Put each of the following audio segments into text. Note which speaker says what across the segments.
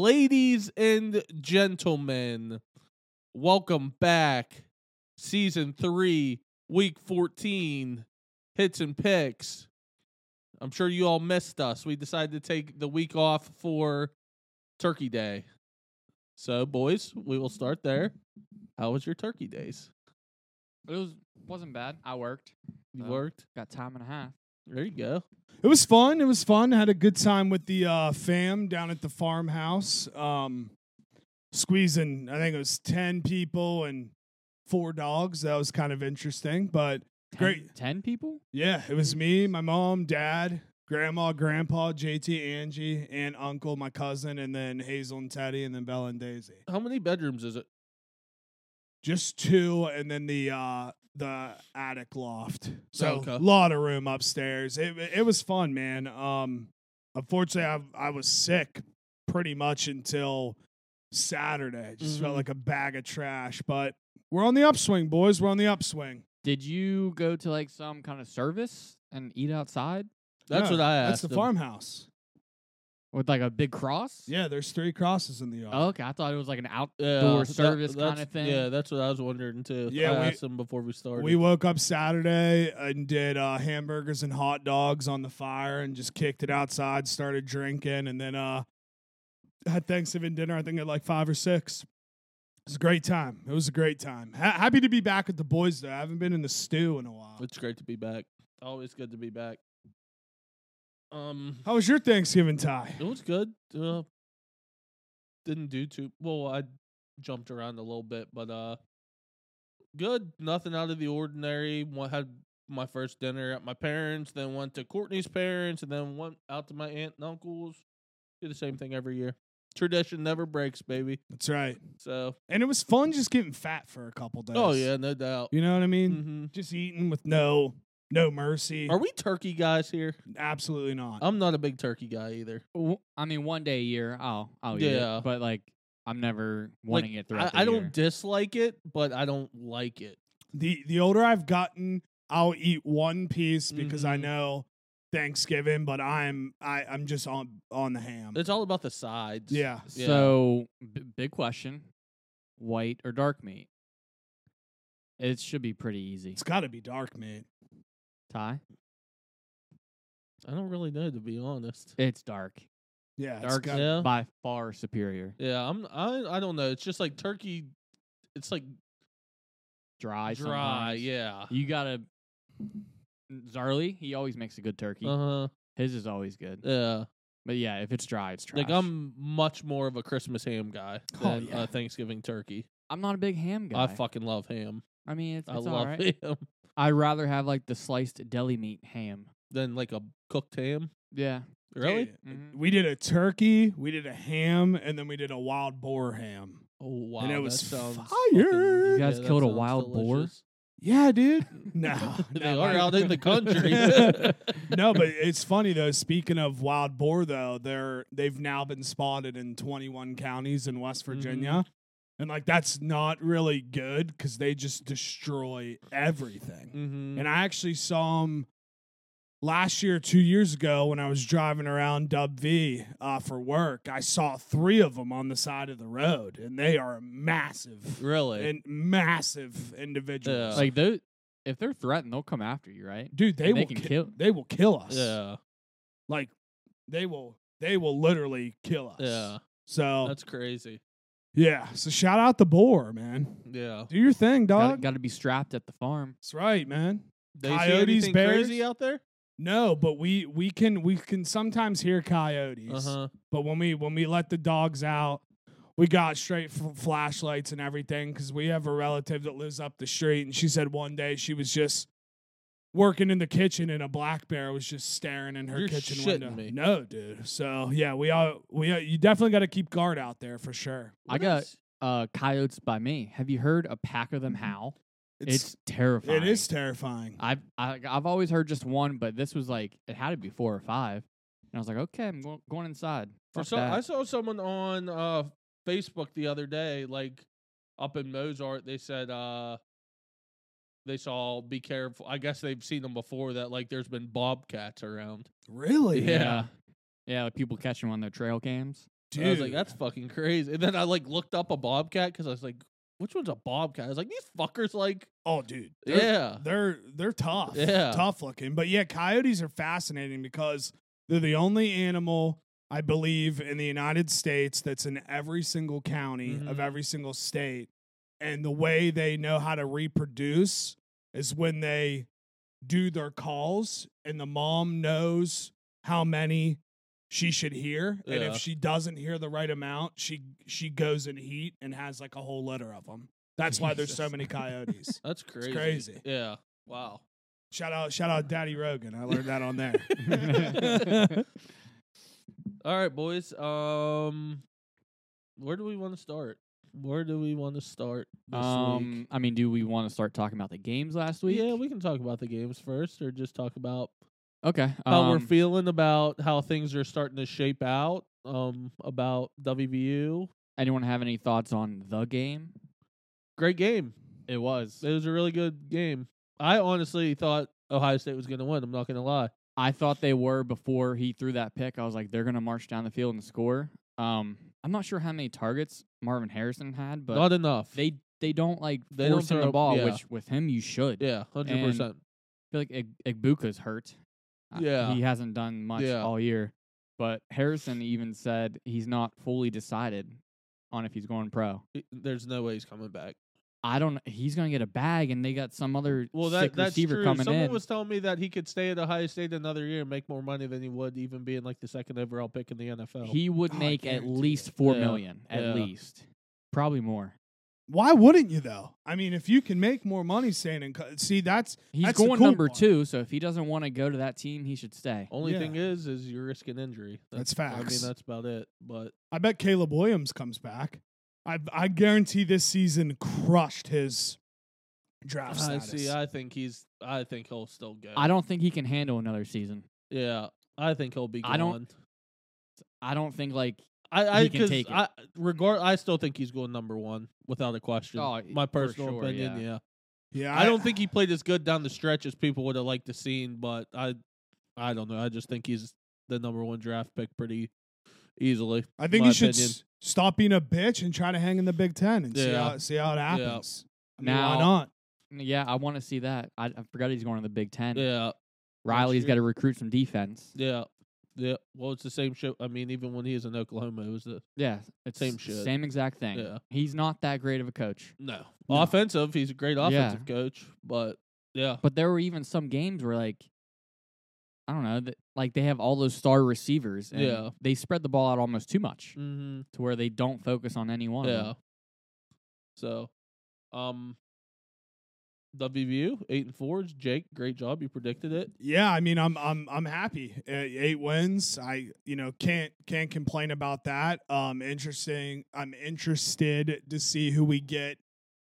Speaker 1: Ladies and gentlemen, welcome back. Season 3, week 14, hits and picks. I'm sure you all missed us. We decided to take the week off for Turkey Day. So, boys, we will start there. How was your turkey days?
Speaker 2: It was wasn't bad. I worked.
Speaker 1: You
Speaker 2: Uh,
Speaker 1: worked?
Speaker 2: Got time and a half.
Speaker 1: There you go.
Speaker 3: It was fun. It was fun. Had a good time with the uh, fam down at the farmhouse. Um, squeezing, I think it was 10 people and four dogs. That was kind of interesting. But
Speaker 2: Ten,
Speaker 3: Great.
Speaker 2: Ten people.
Speaker 3: yeah, it was me, my mom, dad, grandma, grandpa, JT, Angie, and uncle, my cousin, and then Hazel and Teddy, and then Bella and Daisy.
Speaker 1: How many bedrooms is it?
Speaker 3: Just two, and then the. Uh, the attic loft, so
Speaker 1: Okay.
Speaker 3: a lot of room upstairs. It it was fun, man. Um, unfortunately I, I was sick pretty much until saturday just
Speaker 1: Mhm.
Speaker 3: felt like a bag of trash but we're on the upswing boys we're on the upswing
Speaker 2: Did you go to like some kind of service and eat outside
Speaker 1: That's
Speaker 3: Yeah,
Speaker 1: what I
Speaker 3: that's
Speaker 1: asked.
Speaker 3: the
Speaker 1: him.
Speaker 3: farmhouse
Speaker 2: with like a big cross?
Speaker 3: yeah there's three crosses in the yard
Speaker 2: Oh, okay, I thought it was like an out.
Speaker 1: Yeah,
Speaker 2: Door
Speaker 1: that-
Speaker 2: service kinda
Speaker 1: that's-
Speaker 2: thing.
Speaker 1: Yeah, that's what I was wondering too.
Speaker 3: Yeah,
Speaker 1: I
Speaker 3: we-
Speaker 1: asked him before we started.
Speaker 3: we woke up saturday and did uh, hamburgers and hot dogs on the fire and just kicked it outside started drinking and then uh had thanksgiving dinner i think at like five or six it was a great time it was a great time ha- happy to be back with the boys though i haven't been in the stew in a while
Speaker 1: It's great to be back. Always good to be back. Um,
Speaker 3: How was your Thanksgiving tie?
Speaker 1: it was good. Uh, didn't do too well. I jumped around a little bit, but uh, good. Nothing out of the ordinary. Wa- had my first dinner at my parents, then went to Courtney's parents, and then went out to my aunt and uncles. Do the same thing every year. Tradition never breaks, baby.
Speaker 3: That's right.
Speaker 1: So,
Speaker 3: And it was fun just getting fat for a couple days.
Speaker 1: oh yeah, no doubt.
Speaker 3: You know what I mean?
Speaker 1: hmm
Speaker 3: Just eating with no no mercy.
Speaker 1: Are we turkey guys here?
Speaker 3: Absolutely not.
Speaker 1: I'm not a big turkey guy either.
Speaker 2: W- I mean, one day a year. I'll I'll eat
Speaker 1: Yeah.
Speaker 2: it, but like I'm never wanting it
Speaker 1: I,
Speaker 2: throughout the
Speaker 1: I
Speaker 2: year.
Speaker 1: don't dislike it, but I don't like it.
Speaker 3: the the older I've gotten, I'll eat one piece because I
Speaker 1: Mhm.
Speaker 3: know Thanksgiving, but I'm I, I'm just on on the ham.
Speaker 1: It's all about the sides.
Speaker 3: yeah.
Speaker 1: Yeah.
Speaker 2: So b- big question: white or dark meat? It should be pretty easy.
Speaker 3: It's gotta be dark, mate.
Speaker 2: Ty,
Speaker 1: I don't really know to be honest.
Speaker 2: it's dark.
Speaker 3: Yeah. it's
Speaker 2: Dark
Speaker 3: gotta-
Speaker 1: Yeah.
Speaker 2: by far superior.
Speaker 1: Yeah, I'm I I don't know. It's just like turkey it's like dry,
Speaker 2: Dry, sometimes.
Speaker 1: yeah.
Speaker 2: You gotta Zarly, he always makes a good turkey.
Speaker 1: Uh-huh.
Speaker 2: His is always good.
Speaker 1: Yeah.
Speaker 2: But yeah, if it's dry, it's trash.
Speaker 1: Like I'm much more of a Christmas ham guy
Speaker 3: Oh,
Speaker 1: than
Speaker 3: yeah.
Speaker 1: a Thanksgiving turkey.
Speaker 2: I'm not a big ham guy.
Speaker 1: I fucking love ham.
Speaker 2: I mean, it's,
Speaker 1: I
Speaker 2: it's all
Speaker 1: love
Speaker 2: right.
Speaker 1: ham
Speaker 2: I'd rather have like the sliced deli meat ham.
Speaker 1: than like a cooked ham.
Speaker 2: Yeah.
Speaker 1: Really?
Speaker 3: Yeah.
Speaker 2: Mhm.
Speaker 3: We did a turkey, we did a ham, and then we did a wild boar ham.
Speaker 1: Oh wow.
Speaker 3: it
Speaker 1: that
Speaker 3: was
Speaker 1: sounds
Speaker 3: fire.
Speaker 1: fucking-
Speaker 3: You
Speaker 2: guys
Speaker 1: that
Speaker 2: killed a
Speaker 1: sounds
Speaker 2: wild boar?
Speaker 1: delicious.
Speaker 3: Yeah, dude. No.
Speaker 1: they
Speaker 3: no,
Speaker 1: are
Speaker 3: I-
Speaker 1: out in the country.
Speaker 3: no, but it's funny though. Speaking of wild boar, though, they're they've now been spotted in 21 counties in
Speaker 2: Mm-hmm.
Speaker 3: West Virginia, and like that's not really good because they just destroy everything.
Speaker 2: Mm-hmm.
Speaker 1: hmm
Speaker 3: And I actually saw them last year, two years ago, when I was driving around Dub V uh, for work. I saw three of them on the side of the road, and they are massive
Speaker 1: Really?
Speaker 3: and massive individuals.
Speaker 2: like those if they're threatened, they'll come after you, right?
Speaker 3: dude, they,
Speaker 2: they
Speaker 3: will
Speaker 2: can
Speaker 3: ki-
Speaker 2: kill-
Speaker 3: They will kill us.
Speaker 1: yeah.
Speaker 3: like they will they will literally kill us.
Speaker 1: Yeah.
Speaker 3: So
Speaker 1: That's crazy.
Speaker 3: yeah. So shout out the boar, man.
Speaker 1: Yeah.
Speaker 3: Do your thing, dog.
Speaker 2: Got to be strapped at the farm.
Speaker 3: That's right, man.
Speaker 1: They see
Speaker 3: Coyotes,
Speaker 1: anything crazy
Speaker 3: bears?
Speaker 1: out there?
Speaker 3: No, but we we can we can sometimes hear coyotes.
Speaker 1: Uh huh.
Speaker 3: But when we when we let the dogs out, we got straight f- flashlights and everything because we have a relative that lives up the street, and she said one day she was just working in the kitchen and a black bear was just staring in her
Speaker 1: You're
Speaker 3: kitchen
Speaker 1: shitting
Speaker 3: window.
Speaker 1: me.
Speaker 3: No, dude. So yeah, we all we all, you definitely got to keep guard out there for sure.
Speaker 2: I got uh coyotes by me. Have you heard a pack of them howl? It's, terrifying.
Speaker 3: it is terrifying.
Speaker 2: I've I, I've always heard just one, but this was like it had to be four or five, and I was like, okay, I'm go- going inside.
Speaker 1: For
Speaker 2: Fuck
Speaker 1: so,
Speaker 2: that.
Speaker 1: I saw someone on uh, Facebook the other day, like up in Mozart. They said uh, they saw. Be careful. I guess they've seen them before. That like there's been bobcats around.
Speaker 3: really?
Speaker 1: Yeah.
Speaker 2: yeah, yeah. Like people catching them on their trail cams.
Speaker 1: I was like, that's fucking crazy. And then I like looked up a bobcat because I was like, which one's a bobcat? I was like, these fuckers like,
Speaker 3: oh, dude. They're-
Speaker 1: yeah,
Speaker 3: They're they're tough.
Speaker 1: Yeah.
Speaker 3: Tough looking. But yeah, coyotes are fascinating because they're the only animal I believe in the United States that's in every single county of
Speaker 1: Mhm.
Speaker 3: every single state. And the way they know how to reproduce is when they do their calls and the mom knows how many she should hear and
Speaker 1: Yeah.
Speaker 3: if she doesn't hear the right amount she she goes in heat and has like a whole litter of them that's why there's so
Speaker 1: Jesus.
Speaker 3: many coyotes
Speaker 1: that's crazy.
Speaker 3: crazy.
Speaker 1: Yeah. Wow.
Speaker 3: Shout out, shout out, Daddy Rogan. I learned that on there.
Speaker 1: All right, boys. Um, where do we want to start? Where do we want to start this
Speaker 2: um, I mean, do we want to start talking about the games last
Speaker 1: week?
Speaker 2: week?
Speaker 1: Yeah, we can talk about the games first, or just talk about
Speaker 2: okay.
Speaker 1: how we're
Speaker 2: um,
Speaker 1: feeling about how things are starting to shape out. Um, about WVU.
Speaker 2: anyone have any thoughts on the game?
Speaker 1: Great game.
Speaker 2: It was.
Speaker 1: It was a really good game. I honestly thought Ohio State was going to win. I'm not going to lie.
Speaker 2: I thought they were before he threw that pick. I was like, they're gonna march down the field and score. Um, I'm not sure how many targets Marvin Harrison had, but
Speaker 1: not enough.
Speaker 2: they they don't like
Speaker 1: They don't
Speaker 2: force him the
Speaker 1: throw-
Speaker 2: ball,
Speaker 1: yeah.
Speaker 2: which with him you should.
Speaker 1: yeah, hundred percent.
Speaker 2: I feel like Ig- Igbuka's hurt. Uh,
Speaker 1: Yeah.
Speaker 2: he hasn't done much
Speaker 1: Yeah.
Speaker 2: all year. But Harrison even said he's not fully decided on if he's going pro.
Speaker 1: There's no way he's coming back.
Speaker 2: I don't. He's gonna get a bag, and they got some other
Speaker 1: Well,
Speaker 2: sick
Speaker 1: that, that's
Speaker 2: receiver
Speaker 1: true.
Speaker 2: coming
Speaker 1: Someone
Speaker 2: in.
Speaker 1: was telling me that he could stay at Ohio State another year and make more money than he would even being like the second overall pick in the NFL.
Speaker 2: he would
Speaker 3: Oh, I
Speaker 2: make at
Speaker 3: guarantee
Speaker 2: least
Speaker 3: it.
Speaker 2: four
Speaker 1: Yeah.
Speaker 2: million,
Speaker 1: Yeah.
Speaker 2: at least, probably more.
Speaker 3: Why wouldn't you though? I mean, if you can make more money staying in, co- see, that's
Speaker 2: He's
Speaker 3: That's the
Speaker 2: going
Speaker 3: cool
Speaker 2: number
Speaker 3: part.
Speaker 2: two, so if he doesn't want to go to that team, he should stay.
Speaker 1: Only
Speaker 3: Yeah.
Speaker 1: thing is, is you're risking injury.
Speaker 3: That's
Speaker 1: I mean,
Speaker 3: facts.
Speaker 1: that's about it. But
Speaker 3: I bet Caleb Williams comes back. I I guarantee this season crushed his draft
Speaker 1: I
Speaker 3: status.
Speaker 1: see. I think he's. I think he'll still go.
Speaker 2: I don't think he can handle another season.
Speaker 1: Yeah, I think he'll be. Gone.
Speaker 2: I don't- I don't think like
Speaker 1: I, I
Speaker 2: He can
Speaker 1: 'cause
Speaker 2: take it.
Speaker 1: I regard. I still think he's going number one without a question.
Speaker 2: Oh,
Speaker 1: My
Speaker 2: for
Speaker 1: personal
Speaker 2: sure,
Speaker 1: opinion.
Speaker 2: yeah.
Speaker 1: Yeah.
Speaker 3: yeah,
Speaker 1: I, don't think he played as good down the stretch as people would have liked to seen, but I, I don't know. I just think he's the number one draft pick pretty easily.
Speaker 3: I think
Speaker 1: my
Speaker 3: you should
Speaker 1: opinion.
Speaker 3: s- stop being a bitch and try to hang in the Big Ten and see
Speaker 1: Yeah.
Speaker 3: how see how it happens. I mean,
Speaker 2: Now-
Speaker 3: why not?
Speaker 2: yeah, I want to see that. I, I forgot he's going to the Big Ten.
Speaker 1: Yeah,
Speaker 2: Riley's
Speaker 1: year.
Speaker 2: got to recruit some defense.
Speaker 1: yeah, yeah. Well, it's the same shit. I mean, even when he was in Oklahoma, it was the
Speaker 2: Yeah, it's
Speaker 1: Same
Speaker 2: s-
Speaker 1: shit.
Speaker 2: Same exact thing.
Speaker 1: Yeah.
Speaker 2: He's not that great of a coach.
Speaker 1: no,
Speaker 3: No.
Speaker 1: offensive. He's a great
Speaker 2: Yeah.
Speaker 1: offensive coach, but yeah,
Speaker 2: But there were even some games where like I don't know, that, like they have all those star receivers and
Speaker 1: Yeah.
Speaker 2: they spread the ball out almost too much
Speaker 1: mm-hmm.
Speaker 2: to where they don't focus on any one. of
Speaker 1: yeah.
Speaker 2: them.
Speaker 1: So, um, WVU eight and four. Jake, great job. You predicted it.
Speaker 3: Yeah, I mean, I'm I'm I'm happy. Uh, eight wins. I you know can't can't complain about that. Um, interesting. I'm interested to see who we get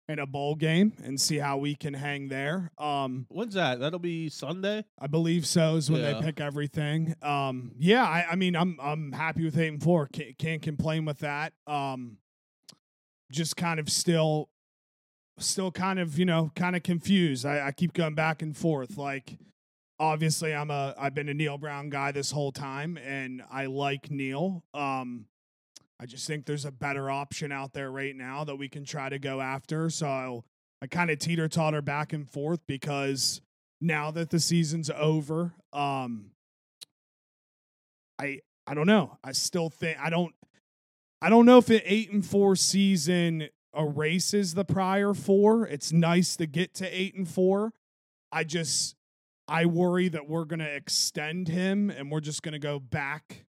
Speaker 3: in a bowl game and see how we can hang there. Um,
Speaker 1: When's that? That'll be Sunday.
Speaker 3: I believe so is when
Speaker 1: Yeah.
Speaker 3: they pick everything. Um, yeah, I, I mean, I'm I'm happy with eight and four. Can't, can't complain with that. Um, just kind of still, still kind of you know kind of confused. I, I keep going back and forth. Like, obviously, I'm a I've been a Neil Brown guy this whole time, and I like Neil. Um, I just think there's a better option out there right now that we can try to go after. So I kind of teeter totter back and forth because now that the season's over um i i don't know i still think i don't i don't know if an eight and four season erases the prior four it's nice to get to eight and four i just i worry that we're gonna extend him and we're just gonna go back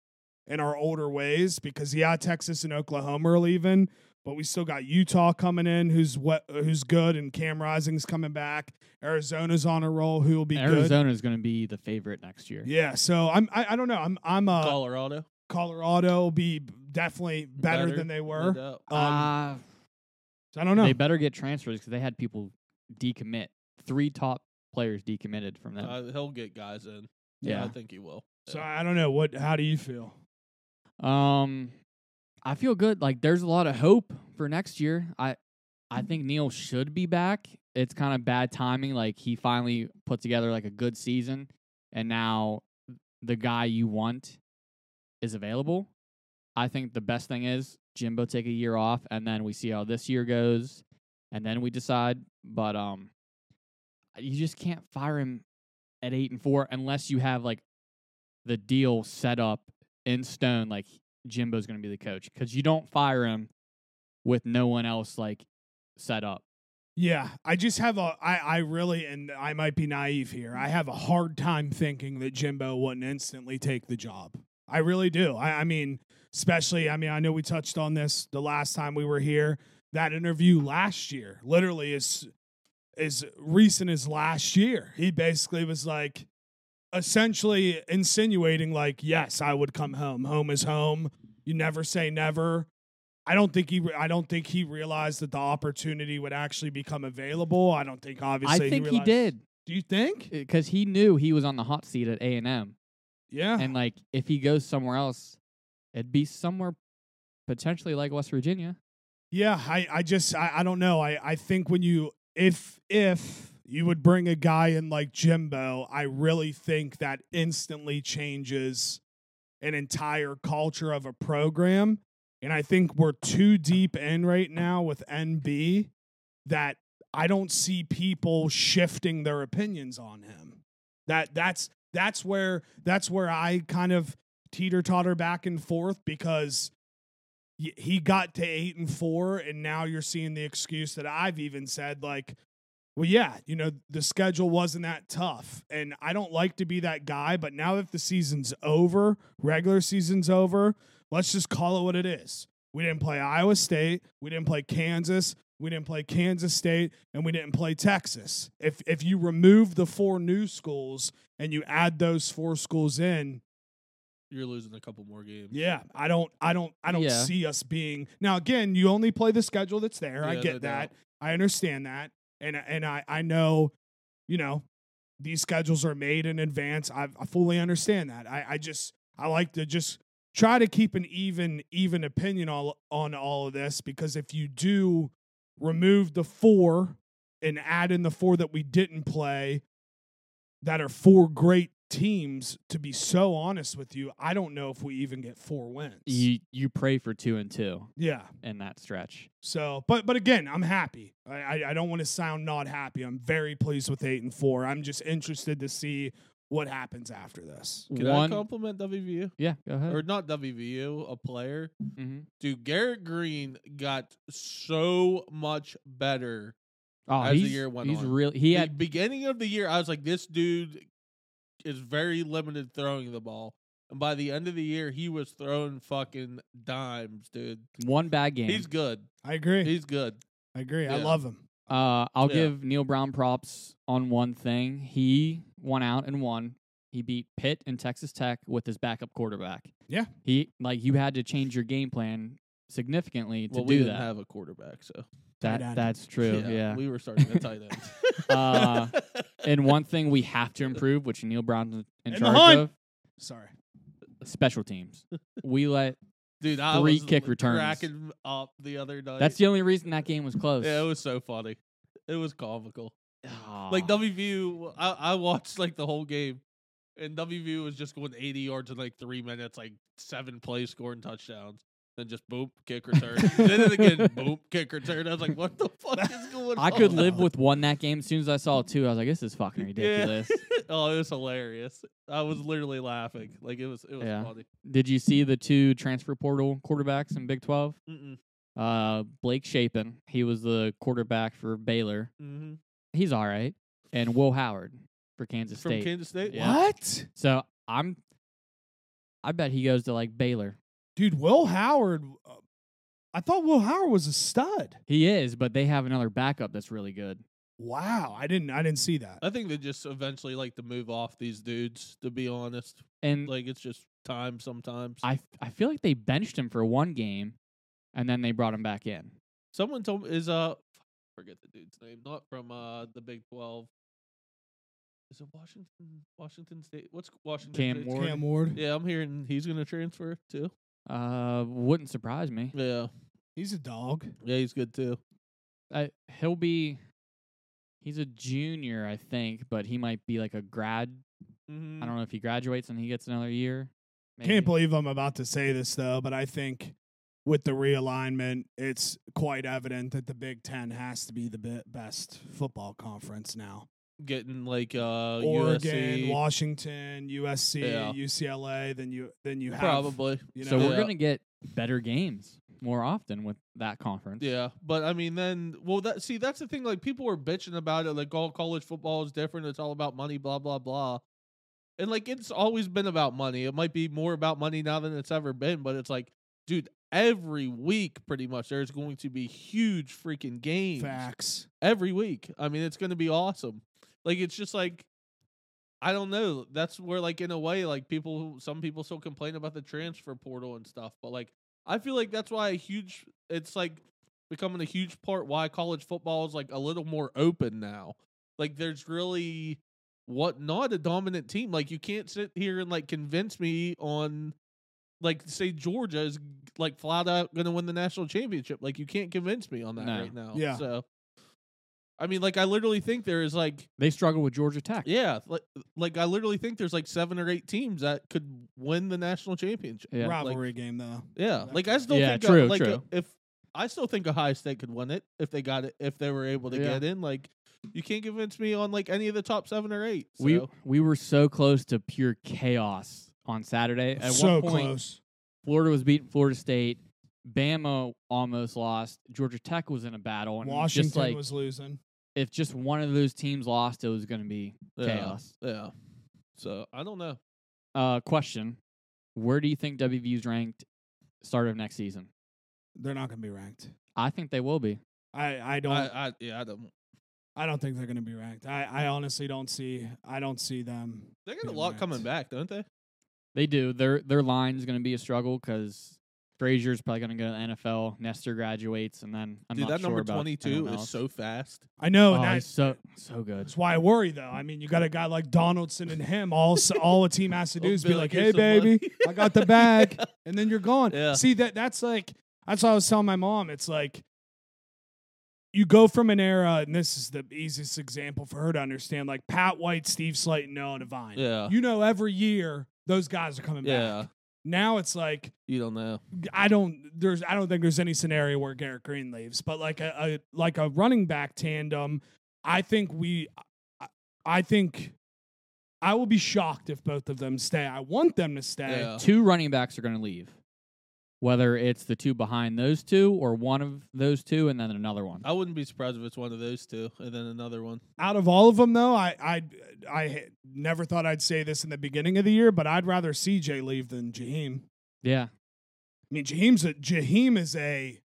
Speaker 3: in our older ways because yeah texas and oklahoma are leaving but we still got utah coming in who's what who's good and cam rising's coming back Arizona's on a roll. Who will be good?
Speaker 2: Arizona's going to be the favorite next year.
Speaker 3: Yeah. So I'm. I, I don't know. I'm. I'm. Uh,
Speaker 1: Colorado.
Speaker 3: Colorado will be definitely better,
Speaker 1: Better,
Speaker 3: than they
Speaker 1: no
Speaker 3: were.
Speaker 1: doubt.
Speaker 3: Um,
Speaker 2: Uh,
Speaker 3: so I don't know.
Speaker 2: They better get transfers because they had people decommit. Three top players decommitted from them.
Speaker 1: Uh, he'll get guys in. I
Speaker 2: yeah.
Speaker 1: think he will.
Speaker 3: so
Speaker 1: Yeah.
Speaker 3: I don't know. What? How do you feel?
Speaker 2: Um, I feel good. Like there's a lot of hope for next year. I, I think Neil should be back. It's kind of bad timing. Like he finally put together like a good season, and now the guy you want is available. I think the best thing is Jimbo take a year off, and then we see how this year goes, and then we decide. But um, you just can't fire him at eight and four unless you have like the deal set up in stone, like Jimbo's going to be the coach, because you don't fire him with no one else like set up.
Speaker 3: Yeah, I just have a I I really and I might be naive here. I have a hard time thinking that Jimbo wouldn't instantly take the job. I really do. I I mean, especially I mean, I know we touched on this the last time we were here. That interview last year literally is as recent as last year. He basically was like essentially insinuating like, "Yes, I would come home. Home is home. You never say never." I don't think he. re- I don't think he realized that the opportunity would actually become available. I don't think
Speaker 2: I
Speaker 3: obviously.
Speaker 2: think he,
Speaker 3: realized-
Speaker 2: did
Speaker 3: Do you think?
Speaker 2: because he knew he was on the hot seat at A and M,
Speaker 1: Ah.
Speaker 3: Yeah.
Speaker 2: and like if he goes somewhere else, it'd be somewhere potentially like West Virginia.
Speaker 3: Yeah, I, I just I, I don't know. I, I think when you if if you would bring a guy in like Jimbo, I really think that instantly changes an entire culture of a program. And I think we're too deep in right now with NB that I don't see people shifting their opinions on him. That that's that's where that's where I kind of teeter totter back and forth because y- he got to eight and four, and now you're seeing the excuse that I've even said, like, well, yeah, you know, the schedule wasn't that tough. And I don't like to be that guy, but now that the season's over, regular season's over, let's just call it what it is. We didn't play Iowa State, we didn't play Kansas, we didn't play Kansas State, and we didn't play Texas. If if you remove the four new schools and you add those four schools in,
Speaker 1: You're losing a couple more games.
Speaker 3: yeah, I don't, I don't, I don't
Speaker 2: Yeah.
Speaker 3: see us being. Now again, you only play the schedule that's there. I
Speaker 1: Yeah, no
Speaker 3: get that. I understand that, and and I I know, you know, these schedules are made in advance. I, I fully understand that. I I just I like to just try to keep an even even opinion all on all of this because if you do remove the four and add in the four that we didn't play, that are four great teams. To be so honest with you, I don't know if we even get four wins.
Speaker 2: You you pray for two and two
Speaker 3: yeah.
Speaker 2: in that stretch.
Speaker 3: So, but but again, I'm happy. I I, I don't want to sound not happy. I'm very pleased with eight and four. I'm just interested to see what happens after this.
Speaker 1: Can
Speaker 2: One,
Speaker 1: I compliment WVU
Speaker 2: yeah, go ahead.
Speaker 1: or not WVU? A player,
Speaker 2: hmm
Speaker 1: dude. Garrett Green got so much better.
Speaker 2: Oh,
Speaker 1: As the
Speaker 2: he's,
Speaker 1: year went
Speaker 2: he's
Speaker 1: on.
Speaker 2: really he
Speaker 1: The
Speaker 2: had
Speaker 1: beginning of the year, I was like, this dude is very limited throwing the ball, and by the end of the year, he was throwing fucking dimes, dude.
Speaker 2: one bad game.
Speaker 1: He's good.
Speaker 3: I agree.
Speaker 1: He's good.
Speaker 3: I agree. I
Speaker 1: Yeah.
Speaker 3: love him.
Speaker 2: Uh, I'll
Speaker 1: Yeah.
Speaker 2: give Neil Brown props on one thing. He won out and won. He beat Pitt and Texas Tech with his backup quarterback.
Speaker 3: Yeah.
Speaker 2: He like you had to change your game plan significantly to
Speaker 1: well, we
Speaker 2: do
Speaker 1: didn't
Speaker 2: that.
Speaker 1: have a quarterback, so
Speaker 2: that
Speaker 3: Tight end.
Speaker 2: that's true. Yeah.
Speaker 1: we were starting a tight end.
Speaker 2: Uh, and one thing we have to improve, which Neil Brown's in
Speaker 3: And
Speaker 2: charge
Speaker 3: behind.
Speaker 2: of,
Speaker 3: Sorry.
Speaker 2: special teams. We let
Speaker 1: dude, I
Speaker 2: three
Speaker 1: was
Speaker 2: kick returns.
Speaker 1: cracking up the other night.
Speaker 2: that's the only reason that game was close.
Speaker 1: yeah, it was so funny. It was comical.
Speaker 2: Aw.
Speaker 1: Like WVU, I, I watched like the whole game, and WVU was just going 80 yards in like three minutes, like seven plays, scoring touchdowns, then just boom, kick return. then it again, boom, kick return. I was like, what the fuck is going on?
Speaker 2: I could live with one that game. As soon as I saw two, I was like, "This is fucking ridiculous." Mm.
Speaker 1: Yeah. oh, it was hilarious. I was literally laughing. Like it was, it was
Speaker 2: Yeah.
Speaker 1: funny.
Speaker 2: Did you see the two transfer portal quarterbacks in Big Twelve?
Speaker 1: Mm-mm.
Speaker 2: Uh, Blake Shapen, he was the quarterback for Baylor.
Speaker 1: Mm-hmm.
Speaker 2: He's all right, and Will Howard for Kansas
Speaker 1: From
Speaker 2: State.
Speaker 1: Kansas State.
Speaker 2: Yeah.
Speaker 3: What,
Speaker 2: so I'm, I bet he goes to like Baylor.
Speaker 3: dude? Will Howard. uh, I thought Will Howard was a stud.
Speaker 2: He is, but they have another backup that's really good.
Speaker 3: Wow. I didn't. I didn't see that.
Speaker 1: I think they just eventually like to move off these dudes. To be honest,
Speaker 2: And
Speaker 1: like it's just time sometimes.
Speaker 2: I, I feel like they benched him for one game, and then they brought him back in.
Speaker 1: Someone told me is uh fuck, I forget the dude's name, not from uh the Big Twelve. Is it Washington? Washington State? What's Washington?
Speaker 2: Cam
Speaker 1: State's-
Speaker 2: Ward.
Speaker 3: Cam Ward.
Speaker 1: Yeah, I'm hearing he's gonna transfer too.
Speaker 2: Uh, wouldn't surprise me.
Speaker 1: Yeah,
Speaker 3: He's a dog.
Speaker 1: yeah, he's good too.
Speaker 2: I, he'll be he's a junior
Speaker 1: Hmm.
Speaker 2: i
Speaker 1: Mm-hmm.
Speaker 2: think but he might be like a grad i don't know if he graduates and he gets another year Maybe.
Speaker 3: Can't believe I'm about to say this though, but I think with the realignment, it's quite evident that the Big Ten has to be the be- best football conference now.
Speaker 1: Getting like uh
Speaker 2: Oh,
Speaker 3: Oregon,
Speaker 1: USC,
Speaker 3: Washington, USC,
Speaker 1: Yeah.
Speaker 3: UCLA, then you then you have
Speaker 1: probably.
Speaker 3: You know,
Speaker 2: so we're
Speaker 1: Yeah.
Speaker 2: gonna get better games more often with that conference.
Speaker 1: Yeah, but I mean, then well, that see, that's the thing. Like people are bitching about it, like all college football is different. It's all about money, blah blah blah. And like it's always been about money. It might be more about money now than it's ever been, but it's like, dude, every week pretty much there's going to be huge freaking games
Speaker 3: facts.
Speaker 1: every week. I mean, it's going to be awesome. Like it's just like I don't know. That's where like in a way like people who- some people still complain about the transfer portal and stuff, but like I feel like that's why a huge it's like becoming a huge part why college football is like a little more open now. Like there's really what not a dominant team. Like you can't sit here and like convince me on like say Georgia is like flat out going to win the national championship. Like you can't convince me on that
Speaker 2: No.
Speaker 1: right now.
Speaker 3: Yeah.
Speaker 1: So I mean, like I literally think there is like
Speaker 2: They struggle with Georgia Tech.
Speaker 1: yeah, like like I literally think there's like seven or eight teams that could win the national championship.
Speaker 2: Yeah, like-
Speaker 3: Rivalry game though.
Speaker 1: Yeah, like I still
Speaker 2: Yeah,
Speaker 1: think
Speaker 2: true,
Speaker 1: uh, like
Speaker 2: true.
Speaker 1: if I still think Ohio State could win it if they got it if they were able to
Speaker 2: Yeah.
Speaker 1: get in. Like you can't convince me on like any of the top seven or eight. So.
Speaker 2: We we were so close to pure chaos on Saturday. At
Speaker 3: so
Speaker 2: one point,
Speaker 3: close.
Speaker 2: Florida was beating Florida State. Bama almost lost. Georgia Tech was in a battle, and
Speaker 3: Washington
Speaker 2: just like
Speaker 3: was losing.
Speaker 2: if just one of those teams lost, it was going to be
Speaker 1: yeah,
Speaker 2: chaos.
Speaker 1: Yeah. So I don't know.
Speaker 2: Uh, question: Where do you think WVU's ranked start of next season?
Speaker 3: They're not going to be ranked.
Speaker 2: I think they will be.
Speaker 3: I I don't
Speaker 1: I,
Speaker 3: I,
Speaker 1: I yeah I don't.
Speaker 3: don't think they're going to be ranked. I I honestly don't see I don't see them.
Speaker 1: They got a
Speaker 3: Yeah,
Speaker 1: lot
Speaker 3: right.
Speaker 1: coming back, don't they?
Speaker 2: They do. Their their line is going to be a struggle because Frazier's probably going to go to the NFL. Nestor graduates, and then I'm
Speaker 1: Dude,
Speaker 2: not
Speaker 1: that
Speaker 2: sure
Speaker 1: number
Speaker 2: about
Speaker 1: twenty two
Speaker 2: anyone
Speaker 1: is
Speaker 2: else.
Speaker 1: so fast.
Speaker 3: I know
Speaker 2: Oh,
Speaker 3: and
Speaker 2: he's
Speaker 3: that's
Speaker 2: so so good.
Speaker 3: That's why I worry though. I mean, you got a guy like Donaldson and him. All s- all a team has to do
Speaker 1: I'll
Speaker 3: is
Speaker 1: be
Speaker 3: be like, "Hey,
Speaker 1: "Here's some money."
Speaker 3: baby, I got the bag," and then you're gone.
Speaker 1: Yeah.
Speaker 3: See that? That's like that's what I was telling my mom. It's like you go from an era, and this is the easiest example for her to understand. Like Pat White, Steve Slayton, Noah Devine.
Speaker 1: Yeah.
Speaker 3: You know, every year those guys are coming
Speaker 1: Yeah.
Speaker 3: back. Now it's like
Speaker 1: You don't know.
Speaker 3: I don't there's I don't think there's any scenario where Garrett Green leaves, but like a, a like a running back tandem, I think we I, I think I will be shocked if both of them stay. I want them to stay.
Speaker 1: Yeah.
Speaker 2: Two running backs are going to leave, whether it's the two behind those two or one of those two, and then another one.
Speaker 1: I wouldn't be surprised if it's one of those two and then another one.
Speaker 3: Out of all of them though, I I I h- never thought I'd say this in the beginning of the year, but I'd rather CJ leave than Jaheim.
Speaker 2: Yeah,
Speaker 3: I mean, Jaheim's a Jaheim is a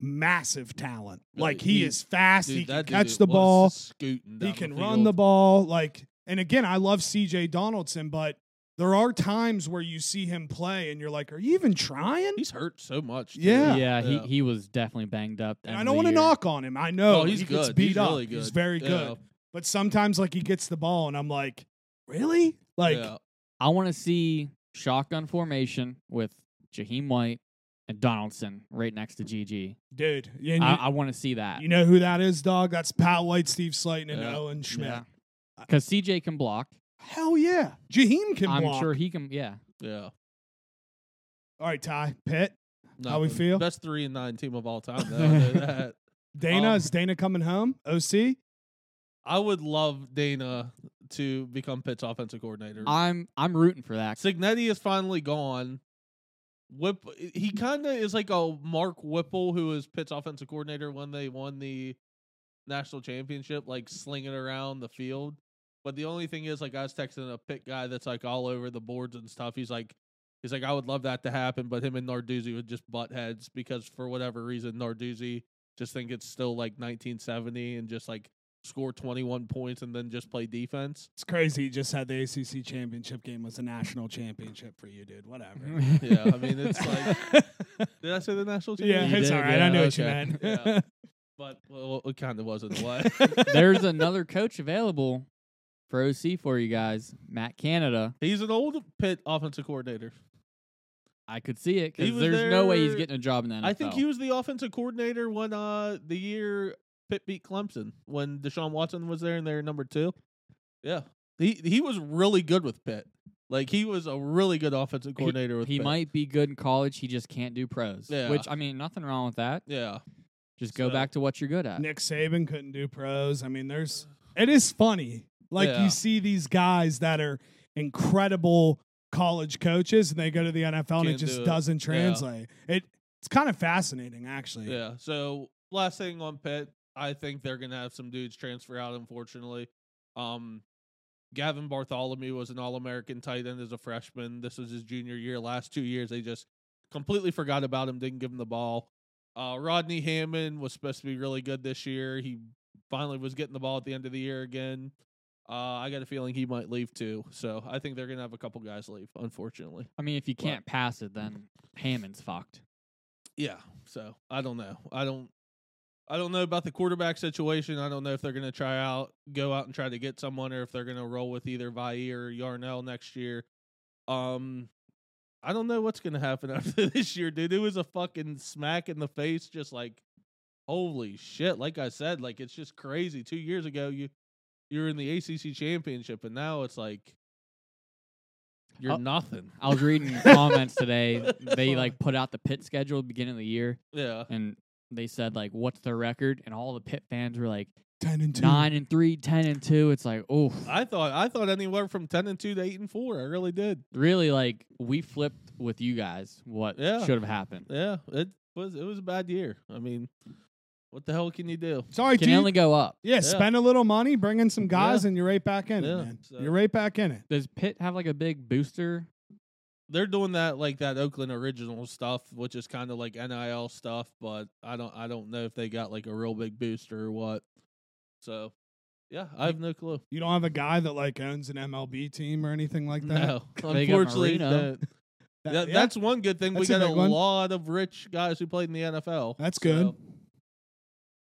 Speaker 3: massive talent.
Speaker 1: Yeah,
Speaker 3: Like he
Speaker 1: he-
Speaker 3: is fast,
Speaker 1: Dude,
Speaker 3: he can
Speaker 1: that dude
Speaker 3: catch the
Speaker 1: was
Speaker 3: ball.
Speaker 1: Scooting
Speaker 3: he
Speaker 1: down
Speaker 3: can
Speaker 1: the
Speaker 3: run
Speaker 1: field.
Speaker 3: the ball like and again i love cj donaldson but there are times where you see him play and you're like are you even trying
Speaker 1: He's hurt so much. too.
Speaker 3: Yeah.
Speaker 2: He, he was definitely banged up.
Speaker 3: and
Speaker 2: end
Speaker 3: i
Speaker 2: of
Speaker 3: don't
Speaker 2: the
Speaker 3: want to
Speaker 2: year.
Speaker 3: knock on him i know
Speaker 1: Oh, he's
Speaker 3: he gets
Speaker 1: good.
Speaker 3: beat
Speaker 1: He's
Speaker 3: up
Speaker 1: really
Speaker 3: he's
Speaker 1: good.
Speaker 3: very
Speaker 1: Yeah.
Speaker 3: good but sometimes like he gets the ball and i'm like really like
Speaker 1: yeah.
Speaker 2: I want to see shotgun formation with Jaheim White and Donaldson right next to GG.
Speaker 3: dude and you,
Speaker 2: I, I want to see that.
Speaker 3: you know who that is dog that's pat white steve slayton and
Speaker 1: Yeah.
Speaker 3: owen schmidt
Speaker 2: Because CJ can block.
Speaker 3: hell yeah Jaheim can
Speaker 2: I'm
Speaker 3: block
Speaker 2: sure he can. Yeah.
Speaker 1: yeah.
Speaker 3: all right ty pitt How we
Speaker 1: Nothing.
Speaker 3: feel?
Speaker 1: Best three and nine team of all time. Though, I know that.
Speaker 3: dana
Speaker 1: Um,
Speaker 3: is dana coming home oc
Speaker 1: I would love Dana to become Pitt's offensive coordinator.
Speaker 2: I'm I'm rooting for that.
Speaker 1: Signetti is finally gone. Whip.
Speaker 3: Mm-hmm.
Speaker 1: He kind of is like a Mark Whipple, who was Pitt's offensive coordinator when they won the national championship, like slinging around the field. But the only thing is, like, I was texting a Pitt guy that's like all over the boards and stuff. He's like, he's like, I would love that to happen, but him and Narduzzi would just butt heads because for whatever reason, Narduzzi just think it's still like 1970 and just like score 21 points and then just play defense.
Speaker 3: It's crazy. You just had the ACC championship game was a national championship for you, dude. Whatever.
Speaker 1: Yeah, I mean, it's like. Did I say the national
Speaker 3: yeah,
Speaker 1: championship?
Speaker 2: You
Speaker 3: it's
Speaker 2: did,
Speaker 3: all right. I
Speaker 2: yeah,
Speaker 3: knew what you
Speaker 1: okay.
Speaker 3: meant.
Speaker 1: Yeah. But well, it kind of wasn't what.
Speaker 2: There's another coach available for OC for you guys, Matt Canada.
Speaker 1: He's an old Pitt offensive coordinator.
Speaker 2: I could see it
Speaker 1: He
Speaker 2: because
Speaker 1: was
Speaker 2: there's no way he's
Speaker 1: there-
Speaker 2: getting a job in the NFL.
Speaker 1: I think he was the offensive coordinator when uh the year Pitt beat Clemson when Deshaun Watson was there and they were number two. Yeah, he he was really good with Pitt. Like he was a really good offensive coordinator with
Speaker 2: He
Speaker 1: Pitt.
Speaker 2: might be good in college. He just can't do pros.
Speaker 1: Yeah.
Speaker 2: Which I mean, nothing wrong with that.
Speaker 1: Yeah.
Speaker 2: Just go
Speaker 1: So-
Speaker 2: back to what you're good at.
Speaker 3: Nick Saban couldn't do pros. I mean, there's it is funny. Like
Speaker 1: Yeah.
Speaker 3: you see these guys that are incredible college coaches and they go to the NFL and it
Speaker 1: Can't
Speaker 3: just
Speaker 1: do it.
Speaker 3: doesn't translate. It it's kind of fascinating actually.
Speaker 1: Yeah. So last thing on Pitt, I think they're gonna have some dudes transfer out, unfortunately. Um Gavin Bartholomew was an all American tight end as a freshman. This was his junior year. Last two years they just completely forgot about him, didn't give him the ball. Uh Rodney Hammond was supposed to be really good this year. He finally was getting the ball at the end of the year again. Uh, I got a feeling he might leave too. So I think they're gonna have a couple guys leave, unfortunately.
Speaker 2: I mean, if you
Speaker 1: But-
Speaker 2: can't pass it, then Hammond's fucked.
Speaker 1: Yeah. So I don't know. I don't. I don't know about the quarterback situation. I don't know if they're going to try out, go out and try to get someone, or if they're going to roll with either Vair or Yarnell next year. Um, I don't know what's going to happen after this year, dude. It was a fucking smack in the face, just like, holy shit! Like I said, like it's just crazy. Two years ago, you you're in the ACC championship, and now it's like you're
Speaker 2: Oh.
Speaker 1: nothing.
Speaker 2: I was reading comments today. They like put out the pit schedule at the beginning of the year,
Speaker 1: Yeah.
Speaker 2: and they said like, "What's their record?" And all the pit fans were like,
Speaker 3: Ten and two.
Speaker 2: nine and three, ten and two. It's like, oh,
Speaker 1: I thought I thought anywhere from ten and two to eight and four. I really did.
Speaker 2: really? Like we flipped with you guys. What
Speaker 1: Yeah.
Speaker 2: should have happened?
Speaker 1: Yeah, it was it was a bad year. I mean, what the hell can you do?
Speaker 3: Sorry,
Speaker 2: Can
Speaker 3: dude.
Speaker 2: only go up.
Speaker 3: yeah, spend a little money, bring in some guys,
Speaker 1: Yeah.
Speaker 3: and you're right back in it,
Speaker 1: Yeah,
Speaker 3: man.
Speaker 1: so-
Speaker 3: You're right back in it.
Speaker 2: Does Pitt have like a big booster?
Speaker 1: They're doing that like that Oakland original stuff, which is kind of like NIL stuff, but I don't I don't know if they got like a real big booster or what. So, yeah, I have no clue.
Speaker 3: You don't have a guy that like owns an MLB team or anything like that.
Speaker 1: No,
Speaker 2: They got
Speaker 1: unfortunately,
Speaker 2: Marino.
Speaker 1: that-
Speaker 3: That-
Speaker 1: that-
Speaker 3: yeah,
Speaker 1: that's one good thing.
Speaker 3: That's
Speaker 1: we
Speaker 3: a
Speaker 1: got a
Speaker 3: big one.
Speaker 1: lot of rich guys who played in the NFL.
Speaker 3: that's good.
Speaker 1: So,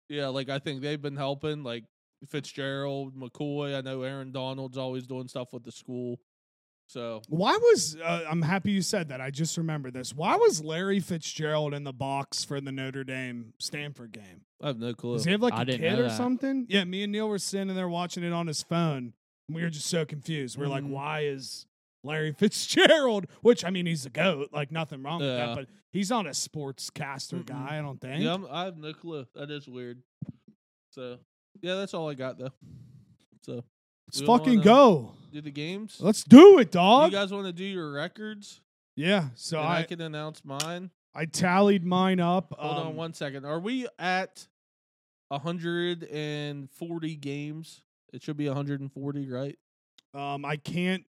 Speaker 1: Yeah, like I think they've been helping, like Fitzgerald, McCoy. I know Aaron Donald's always doing stuff with the school. So
Speaker 3: Why was uh, I'm happy you said that. I just remember this. Why was Larry Fitzgerald in the box for the Notre Dame Stanford game?
Speaker 1: I have no clue.
Speaker 3: Does he have like
Speaker 2: I
Speaker 3: a
Speaker 2: didn't
Speaker 3: kid
Speaker 2: know
Speaker 3: or
Speaker 2: that.
Speaker 3: something? Yeah, me and Neil were sitting there watching it on his phone. And we were just so confused. We are like,
Speaker 1: Mhm.
Speaker 3: why is Larry Fitzgerald? Which I mean, he's a goat. Like nothing wrong with
Speaker 1: Yeah.
Speaker 3: that, but he's not a sportscaster
Speaker 1: Mm-mm.
Speaker 3: guy. I don't think.
Speaker 1: Yeah, I'm, I have no clue. That is weird. So yeah, that's all I got though. So
Speaker 3: Let's
Speaker 1: we
Speaker 3: fucking
Speaker 1: wanna-
Speaker 3: go.
Speaker 1: do the games.
Speaker 3: Let's do it,
Speaker 1: You
Speaker 3: dog.
Speaker 1: guys want to do your records?
Speaker 3: yeah. So
Speaker 1: and I,
Speaker 3: I,
Speaker 1: can announce mine.
Speaker 3: I tallied mine up.
Speaker 1: Hold
Speaker 3: um,
Speaker 1: on one second. Are we at 140 games? It should be 140, right?
Speaker 3: Um, I can't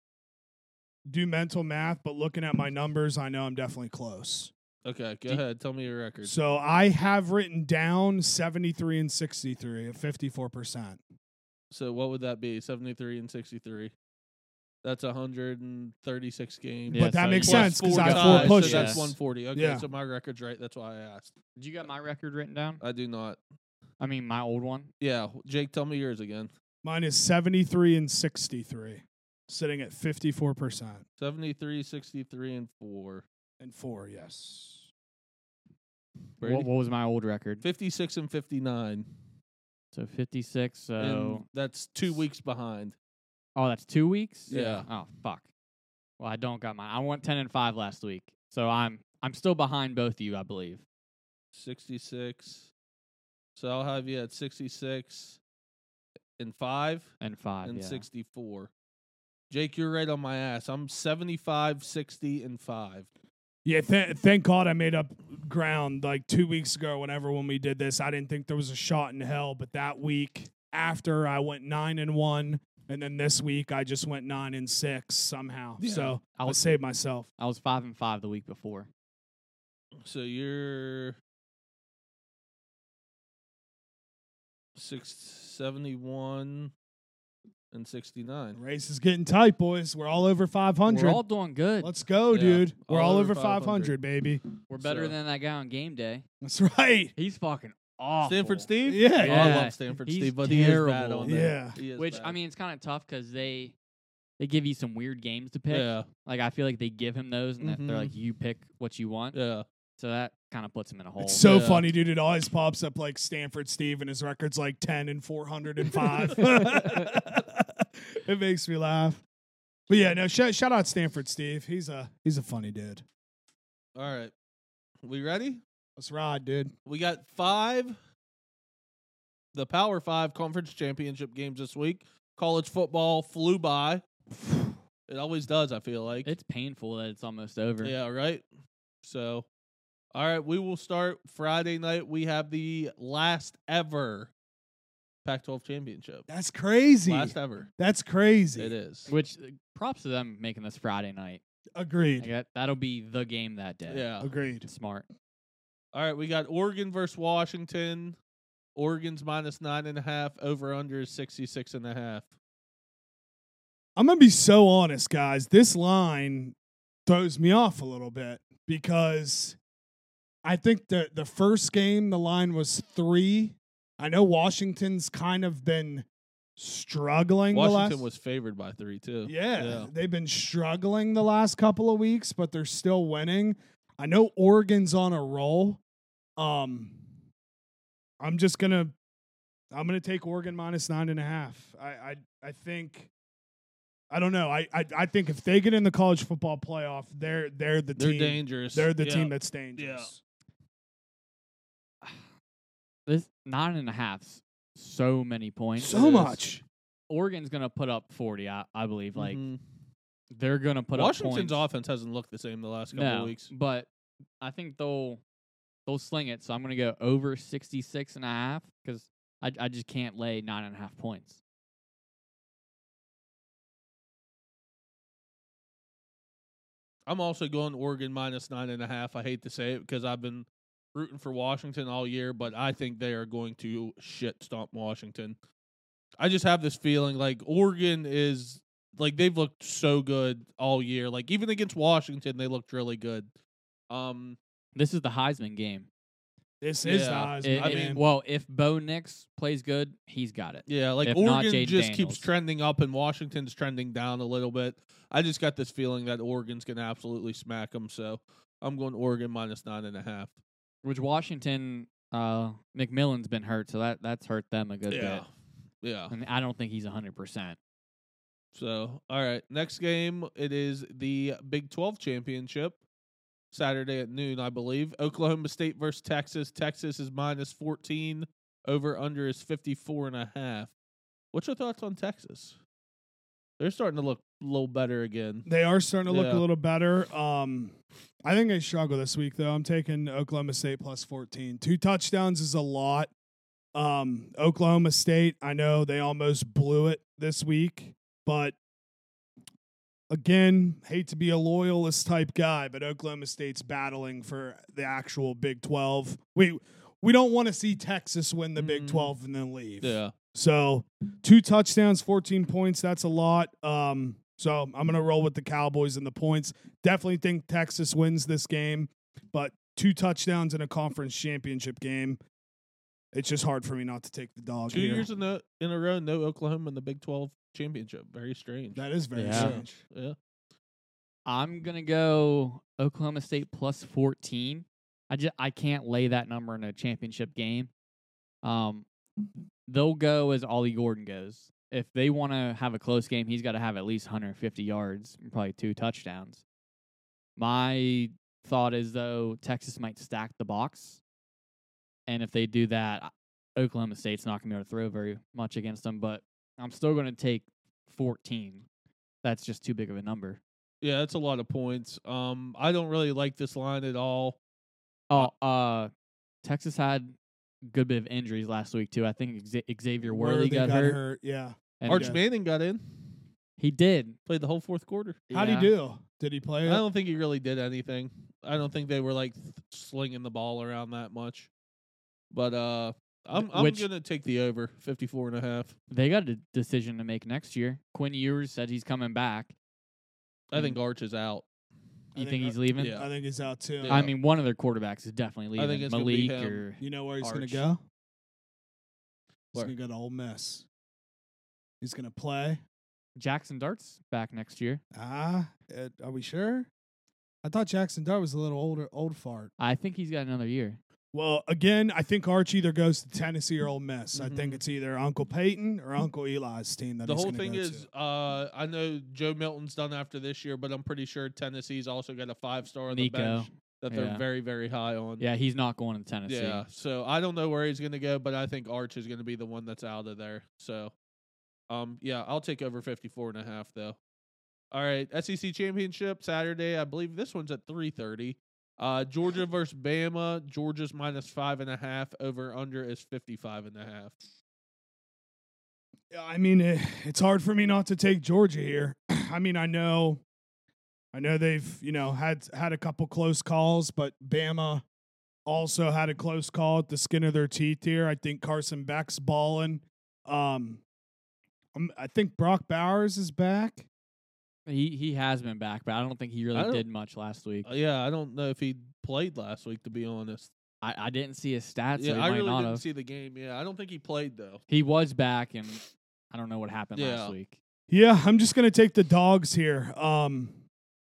Speaker 3: do mental math, but looking at my numbers, I know I'm definitely close.
Speaker 1: Okay, go
Speaker 2: Do-
Speaker 1: ahead. Tell me your record.
Speaker 3: So I have written down 73 and 63 at 54%.
Speaker 1: So what would that be? 73 and 63. That's 136 games.
Speaker 2: Yeah,
Speaker 3: but that
Speaker 2: so
Speaker 3: makes
Speaker 2: you-
Speaker 1: Plus
Speaker 3: sense because
Speaker 1: four
Speaker 3: I
Speaker 1: ties,
Speaker 3: have
Speaker 2: times,
Speaker 1: So
Speaker 3: four
Speaker 1: that's
Speaker 3: pushes.
Speaker 2: Yes. one-
Speaker 1: 140. Okay,
Speaker 3: Yeah.
Speaker 1: so my record's right. That's why I asked.
Speaker 2: Did you got my record written
Speaker 3: Uh,
Speaker 2: down?
Speaker 1: I do not.
Speaker 2: I mean, my old one.
Speaker 1: Yeah, Jake, tell me yours again.
Speaker 3: Mine is 73 and 63, sitting at 54%.
Speaker 1: 73, 63, and 4.
Speaker 3: And four, yes.
Speaker 1: Brady?
Speaker 2: What, what was my old record?
Speaker 1: 56 and 59.
Speaker 2: So fifty six. So
Speaker 1: And that's two weeks behind.
Speaker 2: oh, that's two weeks.
Speaker 1: Yeah.
Speaker 2: Oh fuck. Well, I don't got mine. I went ten and five last week, so I'm I'm still behind both of you, I believe.
Speaker 1: 66. So I'll have you at 66 and 5
Speaker 2: And five.
Speaker 1: and
Speaker 2: Uh, yeah.
Speaker 1: 64. Jake, you're right on my ass. I'm 75, 60, and 5.
Speaker 3: Yeah, th- thank God I made up ground like two weeks ago. Whenever when we did this, I didn't think there was a shot in hell. But that week after, I went nine and one, and then this week I just went nine and six somehow.
Speaker 1: Yeah.
Speaker 3: So
Speaker 2: I
Speaker 3: I'll
Speaker 2: was
Speaker 3: save myself.
Speaker 2: I was five and five the week before.
Speaker 1: So you're six seventy one and sixty
Speaker 3: The
Speaker 1: nine.
Speaker 3: race is getting tight, boys. We're all over five
Speaker 2: We're
Speaker 3: hundred.
Speaker 2: all doing good.
Speaker 3: Let's go,
Speaker 1: Yeah,
Speaker 3: dude. We're all, over five
Speaker 1: 500,
Speaker 3: hundred, baby.
Speaker 2: We're better
Speaker 1: So-
Speaker 2: than that guy on game day.
Speaker 3: That's right.
Speaker 2: He's fucking awful.
Speaker 1: Stanford Steve?
Speaker 3: Yeah,
Speaker 1: Oh, I
Speaker 2: yeah.
Speaker 1: love Stanford
Speaker 2: He's
Speaker 1: Steve, but he is bad
Speaker 2: terrible.
Speaker 1: on there.
Speaker 3: Yeah.
Speaker 1: He is
Speaker 2: Which
Speaker 1: bad.
Speaker 2: I mean, it's kind of tough because they they give you some weird games to pick.
Speaker 1: Yeah.
Speaker 2: Like I feel like they give him those, and that they're
Speaker 1: Mhm.
Speaker 2: like, "You pick what you want."
Speaker 1: Yeah.
Speaker 2: So that kind of puts him in a hole.
Speaker 3: It's so
Speaker 1: Oh, Yeah.
Speaker 3: funny, dude. It always pops up like Stanford Steve, and his record's like ten and four hundred and five. it makes me laugh. But yeah, no. Sh- shout out Stanford Steve. He's a he's a funny dude.
Speaker 1: All right. We ready?
Speaker 3: Let's ride, dude.
Speaker 1: We got five, the Power Five Conference Championship games this week. College football flew by. It always does, I feel like.
Speaker 2: It's painful that it's almost over.
Speaker 1: Yeah, right? So, all right, we will start Friday night. We have the last ever Pac 12 championship.
Speaker 3: That's crazy.
Speaker 1: Last ever.
Speaker 3: That's crazy.
Speaker 1: It is.
Speaker 2: Which uh, props to them making this Friday night. Like,
Speaker 3: Agreed.
Speaker 2: that, that'll be the game that day.
Speaker 1: Yeah.
Speaker 3: Agreed.
Speaker 2: Smart.
Speaker 1: All right, we got Oregon versus Washington. Oregon's minus nine and a half. Over under is 66 and a half.
Speaker 3: I'm gonna be so honest, guys. This line throws me off a little bit because I think the the first game the line was three. I know Washington's kind of been struggling. the last-
Speaker 1: Washington was favored by three, too.
Speaker 3: Yeah,
Speaker 1: Yeah.
Speaker 3: they've been struggling the last couple of weeks, but they're still winning. I know Oregon's on a roll. Um, I'm just gonna, I'm gonna take Oregon minus nine and a half. I, I, I think, I don't know. I, I, I think if they get in the college football playoff, they're they're the
Speaker 1: They're
Speaker 3: team.
Speaker 1: dangerous.
Speaker 3: They're the
Speaker 1: Yeah.
Speaker 3: team that's dangerous.
Speaker 2: This nine and a half's so many points.
Speaker 1: It
Speaker 3: So
Speaker 1: is.
Speaker 3: much.
Speaker 2: Oregon's gonna put up forty, I, I believe. Like
Speaker 1: Mhm.
Speaker 2: they're gonna put
Speaker 1: Washington's
Speaker 2: up points.
Speaker 1: offense hasn't looked the same the last couple
Speaker 2: no,
Speaker 1: of weeks.
Speaker 2: But I think they'll they'll sling it. So I'm gonna go over 66 and a half because I I just can't lay nine and a half points.
Speaker 1: I'm also going Oregon minus nine and a half. I hate to say it because I've been rooting for Washington all year, but I think they are going to shit stomp Washington. I just have this feeling like Oregon is like they've looked so good all year. Like even against Washington, they looked really good. Um,
Speaker 2: This is the Heisman game. Uh,
Speaker 3: This is
Speaker 1: Yeah.
Speaker 3: yeah,
Speaker 2: It-
Speaker 1: I
Speaker 2: it-
Speaker 1: mean-
Speaker 2: well, if Bo Nix plays good, he's got it.
Speaker 1: yeah, like
Speaker 2: If not
Speaker 1: Oregon
Speaker 2: Jaden
Speaker 1: just keeps
Speaker 2: Daniels.
Speaker 1: trending up and Washington's trending down a little bit. I just got this feeling that Oregon's going to absolutely smack them. So I'm going Oregon minus nine and a half.
Speaker 2: Which Washington uh McMillan's been hurt, so that that's hurt them a good
Speaker 1: Yeah.
Speaker 2: bit.
Speaker 1: Yeah.
Speaker 2: And I don't think he's hundred percent.
Speaker 1: So, all right. Next game, it is the Big 12 championship. Saturday at noon, I believe. Oklahoma State versus Texas. Texas is minus 14. Over under is 54 and a half. What's your thoughts on Texas? They're starting to look a little better again.
Speaker 3: They are starting to look
Speaker 1: Yeah.
Speaker 3: a little better. Um, I think they struggle this week, though. I'm taking Oklahoma State plus 14. Two touchdowns is a lot. Um, Oklahoma State, I know they almost blew it this week, but again, hate to be a loyalist type guy, but Oklahoma State's battling for the actual Big 12. We we don't want to see Texas win the Big
Speaker 1: Mm.
Speaker 3: 12 and then leave.
Speaker 1: Yeah.
Speaker 3: So two touchdowns, 14 points. That's a lot. Um, so I'm going to roll with the Cowboys and the points. Definitely think Texas wins this game, but two touchdowns in a conference championship game. It's just hard for me not to take the dog.
Speaker 1: Two
Speaker 3: here.
Speaker 1: years in a, in a row, no Oklahoma in the Big 12 championship. Very strange.
Speaker 3: That is very
Speaker 2: Yeah.
Speaker 3: strange.
Speaker 1: yeah.
Speaker 2: I'm gonna go Oklahoma State plus fourteen. I just I can't lay that number in a championship game. Um, they'll go as Ollie Gordon goes. If they want to have a close game, he's got to have at least 150 yards and probably two touchdowns. My thought is though Texas might stack the box, and if they do that, I- Oklahoma State's not gonna be able to throw very much against them. But I'm still gonna take 14. That's just too big of a number.
Speaker 1: Yeah, that's a lot of points. Um, I don't really like this line at all.
Speaker 2: Oh, uh, Texas had a good bit of injuries last week too. I think Xa- Xavier Worthy,
Speaker 3: Worthy
Speaker 2: got, hurt.
Speaker 3: Yeah.
Speaker 2: and
Speaker 1: Arch
Speaker 3: yeah.
Speaker 1: Manning got in,
Speaker 2: He did.
Speaker 1: played the whole fourth quarter.
Speaker 3: How'd
Speaker 2: Yeah.
Speaker 3: he do? Did he play?
Speaker 1: I
Speaker 3: It?
Speaker 1: don't think he really did anything. I don't think they were like th- slinging the ball around that much. But uh I'm I'm
Speaker 2: Which-
Speaker 1: going to take the over 54 and a half.
Speaker 2: They got a decision to make next year. Quinn Ewers said he's coming back.
Speaker 1: I
Speaker 3: Mm.
Speaker 1: think Arch is out.
Speaker 3: I
Speaker 2: You
Speaker 3: think
Speaker 2: think, he's
Speaker 3: that-
Speaker 2: leaving?
Speaker 1: yeah.
Speaker 3: I think he's out too.
Speaker 1: Yeah.
Speaker 2: I mean, one of their quarterbacks is definitely
Speaker 1: I
Speaker 2: leaving.
Speaker 1: think it's gonna be
Speaker 2: Malik
Speaker 1: him.
Speaker 2: or
Speaker 3: You know where he's going
Speaker 1: Arch.
Speaker 3: to go? He's
Speaker 1: Where?
Speaker 3: going to go to Ole Miss. He's going to play.
Speaker 2: Jackson Dart's back next year.
Speaker 3: Ah, uh, are we sure? I thought Jackson Dart was a little older, old fart.
Speaker 2: I think he's got another year.
Speaker 3: Well, again, I think Arch either goes to Tennessee or Ole Miss. I think
Speaker 1: Mhm.
Speaker 3: it's either Uncle Peyton or Uncle Eli's team. That
Speaker 1: the
Speaker 3: he's
Speaker 1: whole
Speaker 3: gonna
Speaker 1: thing
Speaker 3: go
Speaker 1: is,
Speaker 3: to.
Speaker 1: uh, I know Joe Milton's done after this year, but I'm pretty sure Tennessee's also got a five star on
Speaker 2: Nico,
Speaker 1: the bench that they're
Speaker 2: yeah.
Speaker 1: very, very high on.
Speaker 2: Yeah, he's not going to Tennessee.
Speaker 1: Yeah, so I don't know where he's going to go, but I think Arch is going to be the one that's out of there. So, um, yeah, I'll take over 54 and a half, though. All right, SEC Championship Saturday. I believe this one's at 3.30. Uh, Georgia versus Bama. Georgia's minus five and a half. Over under is 55 and a half.
Speaker 3: I mean, it, it's hard for me not to take Georgia here. I mean, I know, I know they've you know had had a couple close calls, but Bama also had a close call at the skin of their teeth here. I think Carson Beck's balling. Um, I'm- I think Brock Bowers is back.
Speaker 2: He he has been back, but I don't think he
Speaker 1: I
Speaker 2: really
Speaker 1: don't-
Speaker 2: did much last week.
Speaker 1: Uh, yeah, I don't know if he played last week, to be honest.
Speaker 2: I, I didn't see his stats. so
Speaker 1: yeah,
Speaker 2: he
Speaker 1: I
Speaker 2: might
Speaker 1: really
Speaker 2: not
Speaker 1: didn't
Speaker 2: have.
Speaker 1: see the game. Yeah, I don't think he played, though.
Speaker 2: He was back, and I don't know what happened
Speaker 1: Yeah.
Speaker 2: last week.
Speaker 3: Yeah, I'm just gonna take the dogs here. Um,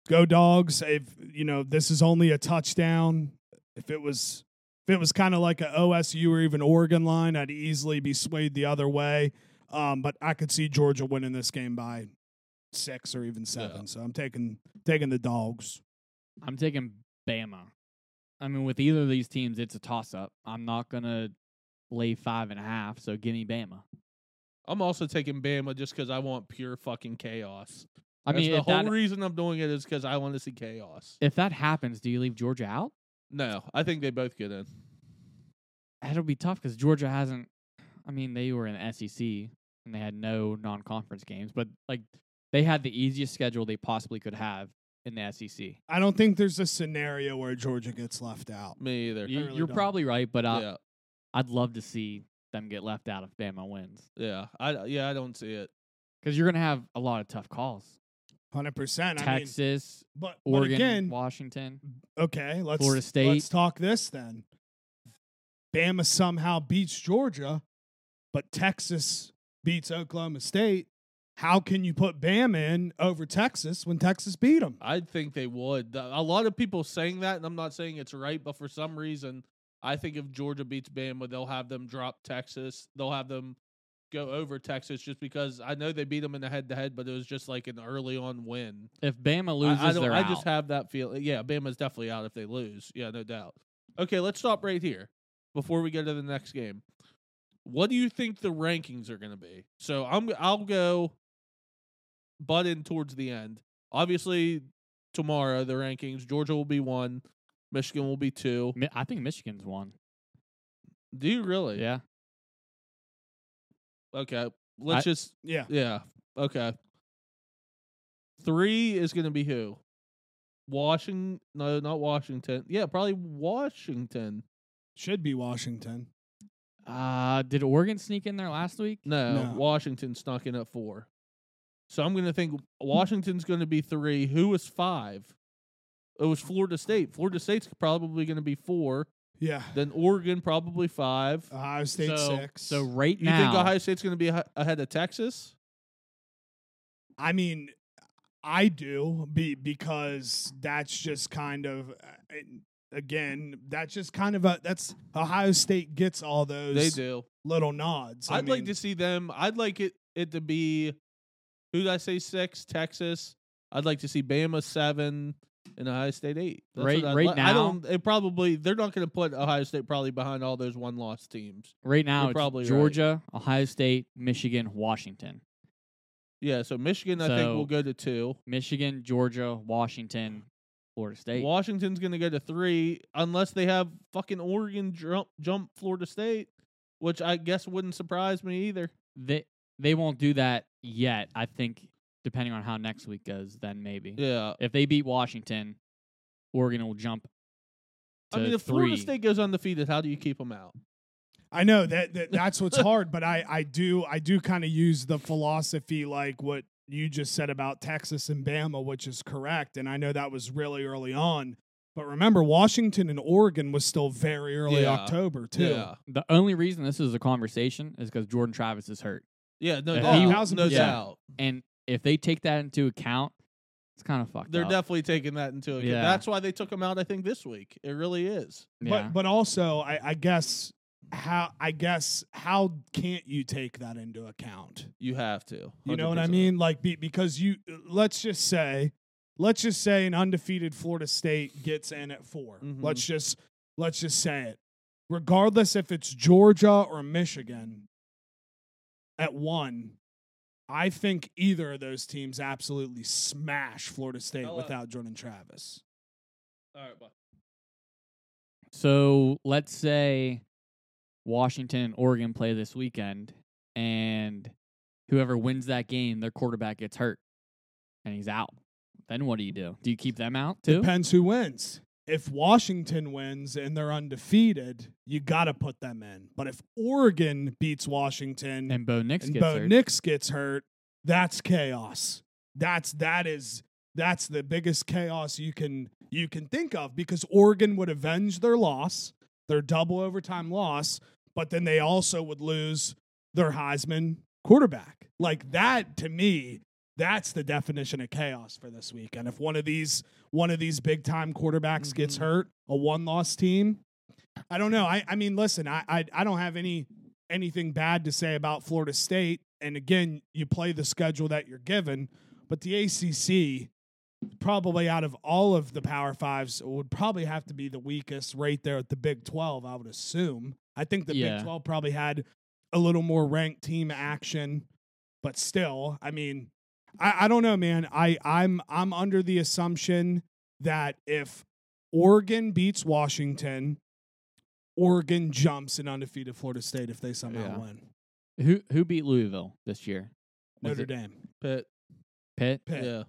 Speaker 3: go dogs. If you know this is only a touchdown. If it was, if it was kind of like a OSU or even Oregon line, I'd easily be swayed the other way. Um, but I could see Georgia winning this game by six or even seven.
Speaker 1: Yeah.
Speaker 3: So I'm taking taking the dogs.
Speaker 2: I'm taking Bama. I mean, with either of these teams, it's a toss up. I'm not gonna lay five and a half, so give me Bama.
Speaker 1: I'm also taking Bama just because I want pure fucking chaos.
Speaker 2: I mean,
Speaker 1: That's
Speaker 2: if
Speaker 1: the whole
Speaker 2: that,
Speaker 1: reason I'm doing it is because I want to see chaos.
Speaker 2: if that happens, do you leave Georgia out?
Speaker 1: No, I think they both get in.
Speaker 2: That'll be tough because Georgia hasn't. I mean, they were in the SEC and they had no non conference games, but like they had the easiest schedule they possibly could have in the E SEC.
Speaker 3: I don't think there's a scenario where Georgia gets left out.
Speaker 1: Me either.
Speaker 2: You,
Speaker 3: really
Speaker 2: you're
Speaker 3: don't.
Speaker 2: probably right, but uh,
Speaker 1: yeah,
Speaker 2: I'd love to see them get left out if Bama wins
Speaker 1: yeah. I yeah, I don't see it.
Speaker 2: because you're gonna have a lot of tough calls.
Speaker 3: Hundred percent. I mean,
Speaker 2: Texas,
Speaker 3: but, but
Speaker 2: Oregon,
Speaker 3: again,
Speaker 2: Washington.
Speaker 3: okay. Let's
Speaker 2: Florida State.
Speaker 3: Let's talk this then. Bama somehow beats Georgia, but Texas beats Oklahoma State. How can you put Bama in over Texas when Texas beat them?
Speaker 1: I think they would. Th- A lot of people saying that, and I'm not saying it's right, but for some reason, I think if Georgia beats Bama, they'll have them drop Texas. They'll have them go over Texas just because I know they beat them in the head to head, but it was just like an early on win.
Speaker 2: If Bama
Speaker 1: I-
Speaker 2: loses,
Speaker 1: I, don't,
Speaker 2: they're
Speaker 1: I
Speaker 2: out.
Speaker 1: just have that feeling. Yeah, Bama's definitely out if they lose. Yeah, no doubt. Okay, let's stop right here before we go to the next game. What do you think the rankings are going to be? So I'm I'll go butt in towards the end. Obviously, tomorrow the rankings Georgia will be one, Michigan will be two.
Speaker 2: Mi- I think Michigan's won.
Speaker 1: Do you really?
Speaker 2: Yeah,
Speaker 1: Okay. Let's just
Speaker 3: Yeah.
Speaker 1: yeah. Okay. Three is going to be who? Washington? No, not Washington. Yeah, probably Washington.
Speaker 3: Should be Washington.
Speaker 2: Uh, did Oregon sneak in there last week?
Speaker 1: No,
Speaker 3: No.
Speaker 1: Washington snuck in at four. So I'm going to think Washington's going to be three. Who was five? It was Florida State. Florida State's probably going to be four.
Speaker 3: Yeah.
Speaker 1: Then Oregon probably five.
Speaker 3: Ohio State
Speaker 2: so,
Speaker 3: six.
Speaker 2: So right
Speaker 1: you
Speaker 2: now,
Speaker 1: think Ohio State's going to be ahe- ahead of Texas?
Speaker 3: I mean, I do be because that's just kind of uh, again, that's just kind of a that's Ohio State gets all those
Speaker 1: They do.
Speaker 3: little nods. I
Speaker 1: I'd like
Speaker 3: mean,
Speaker 1: to see them. I'd like it it to be. Who did I say six? Texas. I'd like to see Bama seven and Ohio State eight.
Speaker 2: Right-
Speaker 1: what I'd
Speaker 2: right
Speaker 1: li- I
Speaker 2: now-
Speaker 1: don't. It probably they're not going to put Ohio State probably behind all those one loss teams.
Speaker 2: right now,
Speaker 1: You're
Speaker 2: it's
Speaker 1: probably right.
Speaker 2: Georgia, Ohio State, Michigan, Washington,
Speaker 1: Yeah, so Michigan I think will
Speaker 2: So-
Speaker 1: go to two.
Speaker 2: Michigan, Georgia, Washington, Florida State.
Speaker 1: Washington's going to go to three unless they have fucking Oregon jump jump Florida State, which I guess wouldn't surprise me either.
Speaker 2: They they won't do that yet. I think depending on how next week goes, then maybe
Speaker 1: Yeah,
Speaker 2: if they beat Washington, Oregon will jump.
Speaker 1: I
Speaker 2: to
Speaker 1: mean if
Speaker 2: three.
Speaker 1: Florida State goes undefeated, how do you keep them out?
Speaker 3: I know that, that that's what's hard, but I I do I do kind of use the philosophy like what you just said about Texas and Bama, which is correct, and I know that was really early on. But remember, Washington and Oregon was still very early
Speaker 1: Yeah.
Speaker 3: October too.
Speaker 1: Yeah,
Speaker 2: The only reason this is a conversation is because Jordan Travis is hurt,
Speaker 1: yeah, no
Speaker 2: If
Speaker 1: doubt,
Speaker 2: he-
Speaker 1: no
Speaker 3: thousand percent.
Speaker 1: doubt.
Speaker 2: and if they take that into account, It's kind of fucked
Speaker 1: They're
Speaker 2: up.
Speaker 1: definitely taking that into account.
Speaker 2: Yeah.
Speaker 1: That's why they took him out. I think this week. It really is.
Speaker 2: yeah.
Speaker 3: But but also I, I guess how I guess how can't you take that into account?
Speaker 1: You have to.
Speaker 3: You know what I
Speaker 1: 100%.
Speaker 3: mean? Like be, because you let's just say let's just say an undefeated Florida State gets in at 4.
Speaker 1: Mhm.
Speaker 3: Let's just let's just say it. Regardless if it's Georgia or Michigan at 1, I think either of those teams absolutely smash Florida State
Speaker 1: Hello.
Speaker 3: without Jordan Travis.
Speaker 1: All right, bye.
Speaker 2: So let's say Washington and Oregon play this weekend, and whoever wins that game, their quarterback gets hurt and he's out. Then what do you do? Do you keep them out too?
Speaker 3: Depends who wins. If Washington wins and they're undefeated, you got to put them in. But if Oregon beats Washington
Speaker 2: and Bo Nix
Speaker 3: and
Speaker 2: gets
Speaker 3: Bo
Speaker 2: hurt.
Speaker 3: Nix gets hurt, that's chaos. That's that is that's the biggest chaos you can you can think of because Oregon would avenge their loss, their double overtime loss, but then they also would lose their Heisman quarterback. Like that to me, that's the definition of chaos for this week. And if one of these one of these big time quarterbacks gets
Speaker 1: Mhm.
Speaker 3: hurt, a one loss team, I don't know. I I mean, listen, I, I I don't have any anything bad to say about Florida State. And again, you play the schedule that you're given, but the ACC probably out of all of the Power Fives would probably have to be the weakest right there at the Big 12, I would assume. I think the
Speaker 2: Yeah.
Speaker 3: Big 12 probably had a little more ranked team action, but still, I mean, I, I don't know, man. I, I'm I'm under the assumption that if Oregon beats Washington, Oregon jumps an undefeated Florida State if they somehow
Speaker 2: Yeah.
Speaker 3: win.
Speaker 2: Who who beat Louisville this year? Was
Speaker 3: Notre
Speaker 2: it
Speaker 3: Dame.
Speaker 1: Pitt.
Speaker 2: Pitt.
Speaker 3: Pitt.
Speaker 1: Yeah.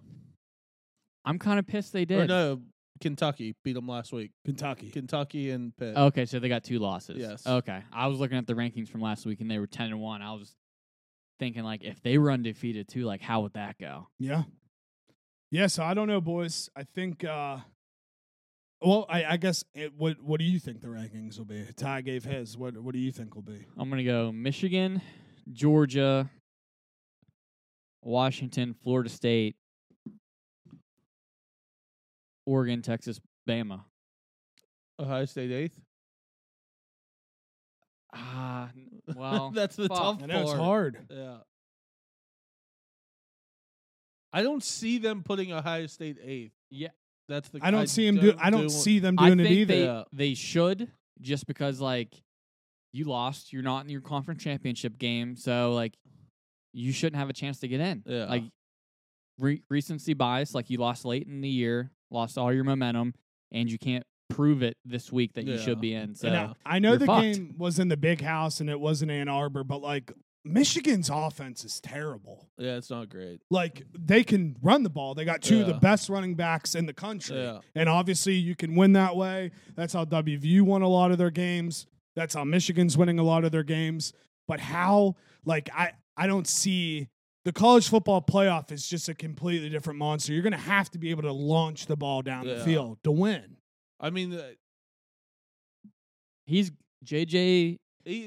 Speaker 2: I'm kind of pissed they
Speaker 1: Or
Speaker 2: did.
Speaker 1: no, Kentucky beat them last week.
Speaker 3: Kentucky.
Speaker 1: Kentucky and Pitt.
Speaker 2: Okay, so they got two losses.
Speaker 1: Yes.
Speaker 2: Okay, I was looking at the rankings from last week and they were ten and one. I was thinking like if they were undefeated too, like how would that go?
Speaker 3: Yeah. Yeah, so I don't know, boys. I think uh well, I, I guess it, what what do you think the rankings will be? Ty gave his. What what do you think will be?
Speaker 2: I'm gonna go Michigan, Georgia, Washington, Florida State, Oregon, Texas, Bama.
Speaker 1: Ohio State eighth.
Speaker 2: Ah, n- well,
Speaker 1: that's the
Speaker 2: fuck.
Speaker 1: tough
Speaker 3: I
Speaker 1: part.
Speaker 3: know it's hard.
Speaker 1: Yeah. I don't see them putting Ohio State eighth.
Speaker 2: Yeah.
Speaker 1: That's the.
Speaker 3: I don't see him do I don't see them
Speaker 2: I
Speaker 3: doing
Speaker 2: think
Speaker 3: it either.
Speaker 2: they uh, they should just because like you lost, you're not in your conference championship game, so like you shouldn't have a chance to get in.
Speaker 1: Yeah.
Speaker 2: Like re- recency bias, like you lost late in the year, lost all your momentum, and you can't prove it this week that you
Speaker 1: Yeah.
Speaker 2: should be in. So
Speaker 3: And I, I know
Speaker 2: you're
Speaker 3: the
Speaker 2: uh, fucked.
Speaker 3: game was in the big house and it was in Ann Arbor, but like Michigan's offense is terrible.
Speaker 1: Yeah, it's not great.
Speaker 3: Like they can run the ball. They got two of the
Speaker 1: Yeah.
Speaker 3: best running backs in the country.
Speaker 1: Yeah.
Speaker 3: And obviously, you can win that way. That's how WVU won a lot of their games. That's how Michigan's winning a lot of their games. But how, like, I, I don't see the college football playoff is just a completely different monster. You're going to have to be able to launch the ball down the
Speaker 1: Yeah.
Speaker 3: field to win.
Speaker 1: I mean, uh,
Speaker 2: he's JJ.
Speaker 1: he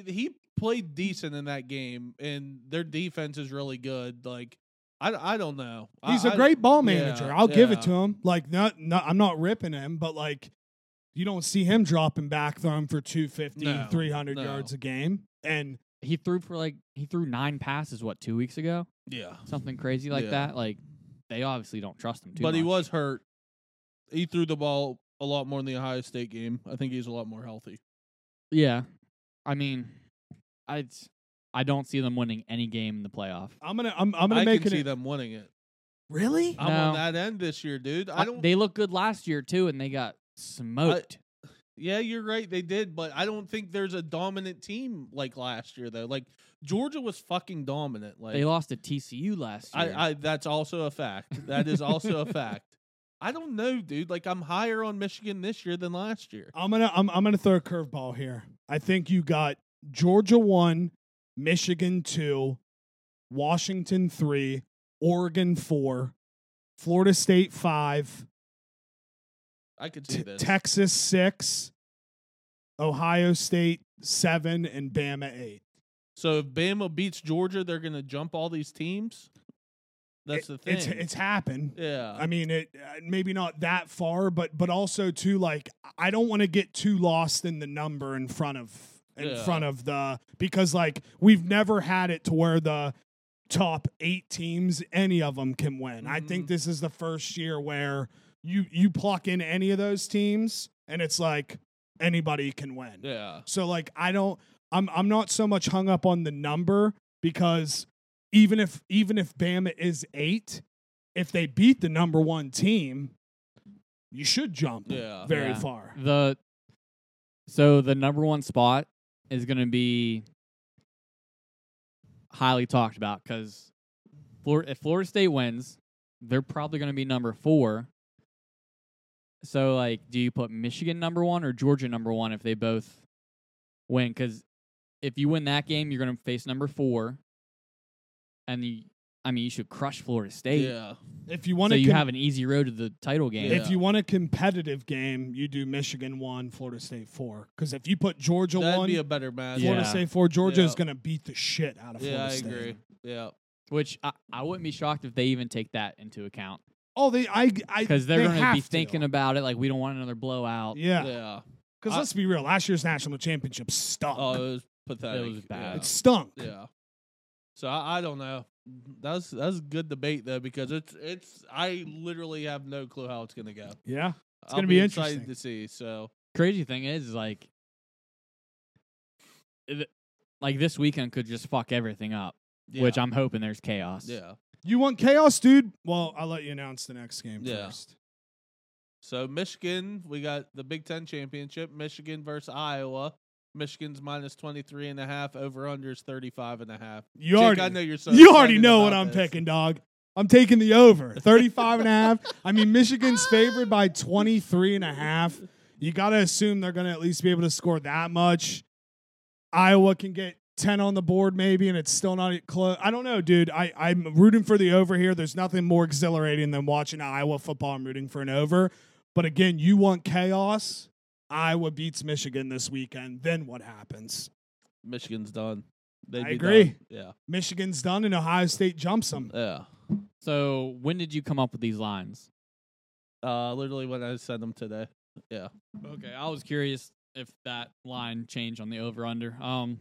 Speaker 1: he played decent in that game, and their defense is really good. Like, I, I don't know. I-
Speaker 3: He's a
Speaker 1: I-
Speaker 3: great ball manager.
Speaker 1: yeah,
Speaker 3: I'll give it
Speaker 1: yeah.
Speaker 3: to him. Like, not, not, I'm not ripping him, but like, you don't see him dropping back, throwing for 250,
Speaker 1: No,
Speaker 3: 300
Speaker 1: no.
Speaker 3: yards a game. And
Speaker 2: He threw for like he threw nine passes what two weeks ago,
Speaker 1: Yeah.
Speaker 2: something crazy like
Speaker 1: Yeah.
Speaker 2: that. Like they obviously don't trust him too.
Speaker 1: but he
Speaker 2: much.
Speaker 1: was hurt. He threw the ball a lot more in the Ohio State game. I think he's a lot more healthy.
Speaker 2: Yeah, I mean, I I don't see them winning any game in the playoff.
Speaker 3: I'm going to, I'm, I'm going
Speaker 1: I
Speaker 3: to make
Speaker 1: can see
Speaker 3: it.
Speaker 1: them winning it.
Speaker 3: Really?
Speaker 1: I'm on
Speaker 2: No.
Speaker 1: that end this year, dude. I
Speaker 2: Uh,
Speaker 1: don't.
Speaker 2: They look good last year too, and they got smoked.
Speaker 1: yeah, you're right. They did, but I don't think there's a dominant team like last year though. Like Georgia was fucking dominant. Like
Speaker 2: they lost to TCU last year.
Speaker 1: I, I that's also a fact. That is also a fact. I don't know, dude. Like I'm higher on Michigan this year than last year.
Speaker 3: I'm gonna I'm I'm gonna throw a curveball here. I think you got Georgia one, Michigan two, Washington three, Oregon four, Florida State five,
Speaker 1: I could see
Speaker 3: T-
Speaker 1: this.
Speaker 3: Texas six, Ohio State seven, and Bama eight.
Speaker 1: so if Bama beats Georgia, they're gonna jump all these teams. That's
Speaker 3: it-
Speaker 1: the thing.
Speaker 3: It's it's happened.
Speaker 1: yeah.
Speaker 3: I mean, it uh, maybe not that far, but but also too like I don't want to get too lost in the number in front of in
Speaker 1: Yeah.
Speaker 3: front of the because like we've never had it to where the top eight teams any of them can win. I think
Speaker 1: Mhm.
Speaker 3: this is the first year where you you pluck in any of those teams and it's like anybody can win.
Speaker 1: yeah.
Speaker 3: So like I don't I'm I'm not so much hung up on the number because even if even if Bama is 8, if they beat the number 1 team, you should jump
Speaker 1: Yeah.
Speaker 3: very
Speaker 2: Yeah.
Speaker 3: far.
Speaker 2: The so the number one spot is going to be highly talked about because Florida, if Florida State wins, they're probably going to be number four. So, like, do you put Michigan number one or Georgia number one if they both win? Because if you win that game, you're going to face number four, and you, I mean, you should crush Florida State.
Speaker 1: Yeah.
Speaker 3: If you
Speaker 2: So
Speaker 3: want to
Speaker 2: you have an easy road to the title game.
Speaker 1: Yeah.
Speaker 3: if you want a competitive game, you do Michigan 1, Florida State 4 cuz if you put Georgia
Speaker 1: That'd
Speaker 3: 1,
Speaker 1: be a better match.
Speaker 2: Yeah.
Speaker 3: Florida State 4, Georgia is
Speaker 1: Yeah.
Speaker 3: going to beat the shit out of
Speaker 1: Yeah,
Speaker 3: Florida
Speaker 1: I
Speaker 3: State.
Speaker 1: agree. Yeah.
Speaker 2: Which I, I wouldn't be shocked if they even take that into account
Speaker 3: Oh, they I I
Speaker 2: because they're
Speaker 3: they
Speaker 2: going to
Speaker 3: have
Speaker 2: be thinking about it like we don't want another blowout.
Speaker 3: yeah,
Speaker 1: Yeah.
Speaker 3: because
Speaker 1: I-
Speaker 3: let's be real. Last year's national championship stunk.
Speaker 1: Oh, it was pathetic.
Speaker 2: bad.
Speaker 1: Yeah.
Speaker 3: it stunk.
Speaker 1: Yeah. So I, I don't know. That's that's a good debate though because it's it's I literally have no clue how it's gonna go.
Speaker 3: Yeah. It's
Speaker 1: I'll
Speaker 3: gonna be
Speaker 1: excited
Speaker 3: interesting.
Speaker 1: to see. So
Speaker 2: Crazy thing is like, th- like this weekend could just fuck everything up,
Speaker 1: yeah.
Speaker 2: which I'm hoping there's chaos.
Speaker 1: yeah.
Speaker 3: You want chaos, dude? Well, I'll let you announce the next game
Speaker 1: Yeah.
Speaker 3: first.
Speaker 1: So Michigan, we got the Big Ten championship. Michigan versus Iowa. Michigan's minus 23 and a half. Over under is 35 and a half.
Speaker 3: You
Speaker 1: Jake,
Speaker 3: already,
Speaker 1: I know you're so
Speaker 3: you already
Speaker 1: excited
Speaker 3: know what
Speaker 1: about
Speaker 3: I'm
Speaker 1: this.
Speaker 3: picking, dog. I'm taking the over. 35 and a half. I mean, Michigan's favored by 23 and a half. You got to assume they're going to at least be able to score that much. Iowa can get 10 on the board maybe and it's still not close. I don't know, dude. I I'm rooting for the over here. There's nothing more exhilarating than watching Iowa football. I'm rooting for an over. But again, you want chaos? Iowa beats Michigan this weekend. Then what happens?
Speaker 1: Michigan's done. They'd
Speaker 3: I
Speaker 1: be
Speaker 3: agree.
Speaker 1: done. Yeah.
Speaker 3: Michigan's done and Ohio State jumps them.
Speaker 1: Yeah.
Speaker 2: So when did you come up with these lines?
Speaker 1: Uh, literally when I sent them today.
Speaker 2: Okay, I was curious if that line changed on the over under. Um,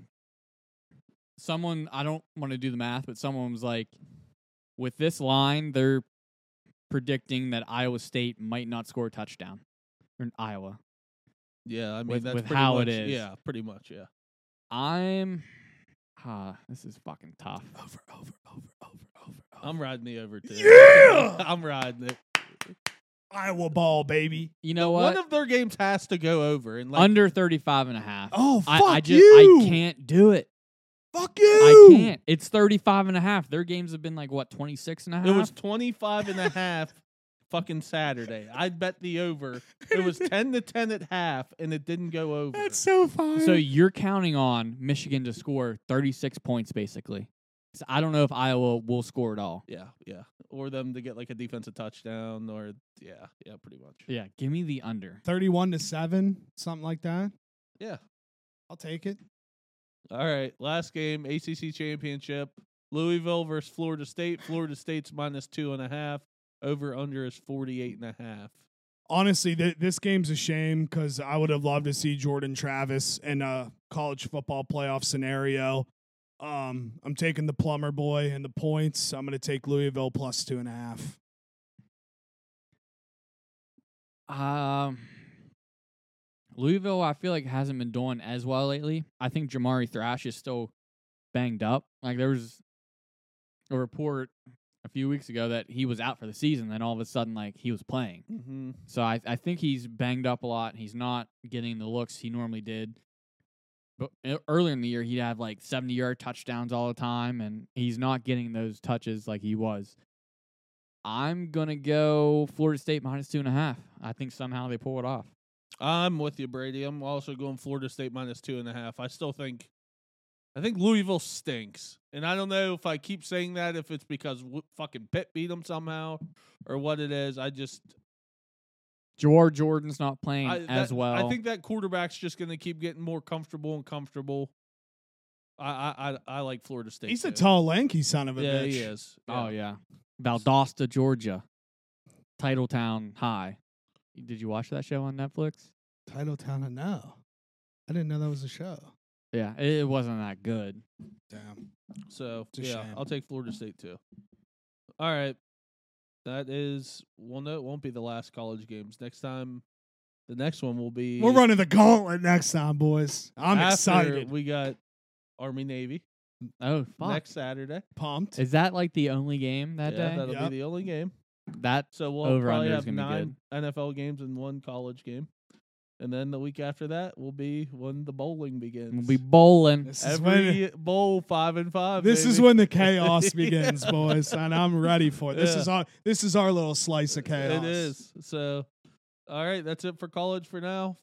Speaker 2: someone I don't want to do the math, but someone was like, with this line, they're predicting that Iowa State might not score a touchdown. Or Iowa.
Speaker 1: Yeah. I mean,
Speaker 2: With-
Speaker 1: that's
Speaker 2: with
Speaker 1: pretty
Speaker 2: how it
Speaker 1: much-
Speaker 2: is.
Speaker 1: Yeah. Pretty much. Yeah.
Speaker 2: I'm. Ah, this is fucking tough.
Speaker 3: Over, over, over, over, over.
Speaker 1: I'm riding the over too.
Speaker 3: Oh. Yeah!
Speaker 1: I'm riding it.
Speaker 3: Iowa ball, baby.
Speaker 2: You know
Speaker 1: One
Speaker 2: what?
Speaker 1: of their games has to go over and like
Speaker 2: under 35 and a half.
Speaker 3: Oh, fuck
Speaker 2: I, I just
Speaker 3: you.
Speaker 2: I can't do it.
Speaker 3: Fuck you.
Speaker 2: I can't. It's 35 and a half. Their games have been like what 26 and a half?
Speaker 1: it was 25 and a half fucking Saturday. I bet the over. It was 10 to 10 at half and it didn't go over.
Speaker 3: That's so fine.
Speaker 2: So you're counting on Michigan to score 36 points, basically. So I don't know if Iowa will score at all.
Speaker 1: yeah, yeah. Or them to get like a defensive touchdown or yeah, yeah, pretty much.
Speaker 2: Yeah, give me the under.
Speaker 3: 31 to 7, something like that.
Speaker 1: Yeah.
Speaker 3: I'll take it.
Speaker 1: All right, last game, ACC championship, Louisville versus Florida State. Florida State's minus two and a half. Over under is 48 and a half.
Speaker 3: Honestly, th- this game's a shame because I would have loved to see Jordan Travis in a college football playoff scenario. Um, I'm taking the plumber boy and the points. I'm going to take Louisville plus two and a half.
Speaker 2: Um, Louisville, I feel like hasn't been doing as well lately. I think Jamari Thrash is still banged up. Like there was a report a few weeks ago that he was out for the season, then all of a sudden, like he was playing.
Speaker 1: Mm-hmm.
Speaker 2: So I, I think he's banged up a lot. He's not getting the looks he normally did. But e- earlier in the year, he'd have like 70 yard touchdowns all the time, and he's not getting those touches like he was. I'm going to go Florida State minus two and a half. I think somehow they pull it off.
Speaker 1: I'm with you, Brady. I'm also going Florida State minus two and a half. I still think, I think Louisville stinks, and I don't know if I keep saying that if it's because w- fucking Pitt beat them somehow or what it is. I just
Speaker 2: George Jordan's not playing
Speaker 1: I,
Speaker 2: as
Speaker 1: that-
Speaker 2: well.
Speaker 1: I think that quarterback's just going to keep getting more comfortable and comfortable. I I I, I like Florida State.
Speaker 3: He's a
Speaker 1: too.
Speaker 3: tall, lanky son of a
Speaker 1: Yeah,
Speaker 3: bitch.
Speaker 1: he is.
Speaker 2: Oh yeah, Valdosta, Georgia, Titletown High. Did you watch that show on Netflix?
Speaker 3: Title Town, I know. I didn't know that was a show.
Speaker 2: Yeah, it it wasn't that good.
Speaker 3: Damn.
Speaker 1: So
Speaker 3: It's a
Speaker 1: yeah,
Speaker 3: shame.
Speaker 1: I'll take Florida State too. All right, that is well, no, it won't be the last college games. Next time, the next one will be.
Speaker 3: We're running the gauntlet next time, boys. I'm
Speaker 1: after
Speaker 3: excited.
Speaker 1: We got Army Navy
Speaker 2: Oh fuck!
Speaker 1: next Saturday.
Speaker 3: Pumped.
Speaker 2: Is that like the only game that
Speaker 1: yeah,
Speaker 2: day?
Speaker 1: that'll
Speaker 3: Yep.
Speaker 1: be the only game.
Speaker 2: That
Speaker 1: So we'll
Speaker 2: Over
Speaker 1: probably
Speaker 2: under is
Speaker 1: have
Speaker 2: gonna be
Speaker 1: nine NFL games and one college game, and then the week after that will be when the bowling begins.
Speaker 2: will be bowling.
Speaker 3: This is when
Speaker 1: every bowl five and five.
Speaker 3: this is
Speaker 1: Ah, baby.
Speaker 3: when the chaos
Speaker 1: Yeah.
Speaker 3: begins, boys, and I'm ready for it. This
Speaker 1: Yeah.
Speaker 3: is our this is our little slice of chaos.
Speaker 1: It is. So, all right, that's it for college for now.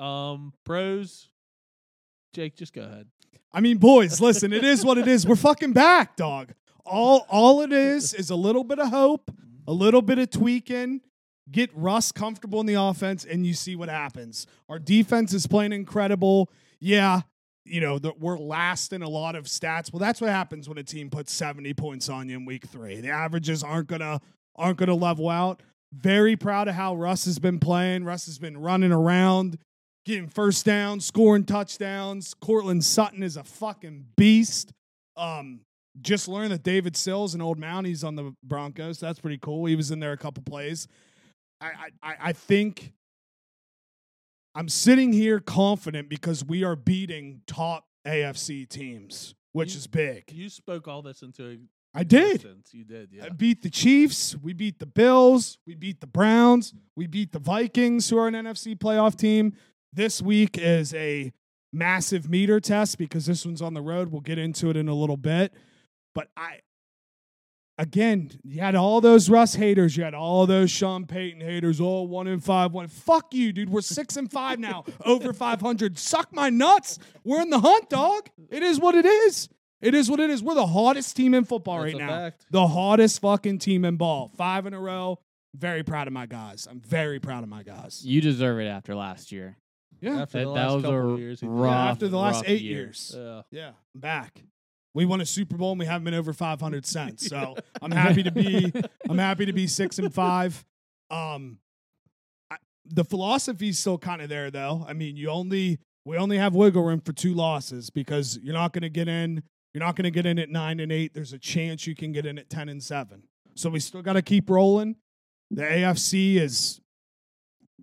Speaker 1: Um, pros. Jake, just go ahead.
Speaker 3: I mean, boys, listen, it is what it is. We're fucking back, dog. All all it is is a little bit of hope, a little bit of tweaking. Get Russ comfortable in the offense, and you see what happens. Our defense is playing incredible. Yeah, you know that we're last in a lot of stats. Well, that's what happens when a team puts seventy points on you in week three. The averages aren't gonna aren't gonna level out. Very proud of how Russ has been playing. Russ has been running around getting first downs, scoring touchdowns. Cortland Sutton is a fucking beast. Um, just learned that David Sills and Old Mountie's on the Broncos. That's pretty cool. He was in there a couple plays. I I, I I think I'm sitting here confident because we are beating top AFC teams, which
Speaker 1: You-
Speaker 3: is big.
Speaker 1: You spoke all this into
Speaker 3: I did.
Speaker 1: existence. You did, yeah.
Speaker 3: I beat the Chiefs. We beat the Bills. We beat the Browns. We beat the Vikings, who are an NFC playoff team. This week is a massive meter test because this one's on the road. We'll get into it in a little bit. But I, again, you had all those Russ haters. You had all those Sean Payton haters. All one in five, one. Fuck you, dude. We're six and five now, over 500. Suck my nuts. We're in the hunt, dog. It is what it is. It is what it is. We're the hottest team in football
Speaker 1: That's
Speaker 3: right
Speaker 1: a
Speaker 3: now
Speaker 1: fact.
Speaker 3: the hottest fucking team in ball. Five in a row. Very proud of my guys. I'm very proud of my guys.
Speaker 2: You deserve it after last year.
Speaker 3: Yeah.
Speaker 1: After
Speaker 2: that,
Speaker 1: the
Speaker 2: that
Speaker 1: last
Speaker 2: was a
Speaker 1: couple of years, he did.
Speaker 2: rough,
Speaker 1: Yeah,
Speaker 3: After the last
Speaker 2: rough
Speaker 3: eight
Speaker 2: year.
Speaker 3: years.
Speaker 1: Yeah.
Speaker 3: Yeah. I'm back. We won a Super Bowl and we haven't been over 500 cents. So I'm happy to be I'm happy to be six and five. Um, I, the philosophy's still kind of there though. I mean, you only we only have wiggle room for two losses because you're not going to get in. You're not going to get in at nine and eight. There's a chance you can get in at ten and seven. So we still got to keep rolling. The AFC is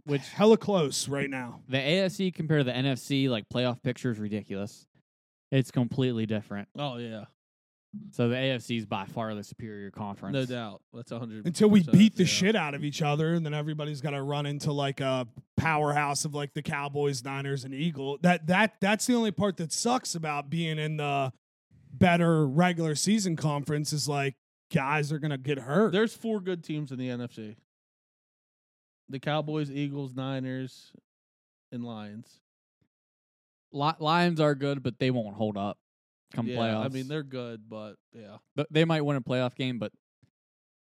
Speaker 2: Which
Speaker 3: hella close right now.
Speaker 2: the AFC compared to the NFC like playoff picture is ridiculous. It's completely different.
Speaker 1: Oh yeah.
Speaker 2: So the AFC is by far the superior conference.
Speaker 1: No doubt. That's a hundred.
Speaker 3: Until we beat the
Speaker 1: yeah.
Speaker 3: shit out of each other, and then everybody's got to run into like a powerhouse of like the Cowboys, Niners, and Eagle. That that that's the only part that sucks about being in the better regular season conference is like guys are gonna get hurt.
Speaker 1: There's four good teams in the NFC. The Cowboys, Eagles, Niners, and Lions.
Speaker 2: Li- Lions are good, but they won't hold up come
Speaker 1: yeah,
Speaker 2: playoffs.
Speaker 1: I mean they're good, but yeah.
Speaker 2: Th- they might win a playoff game, but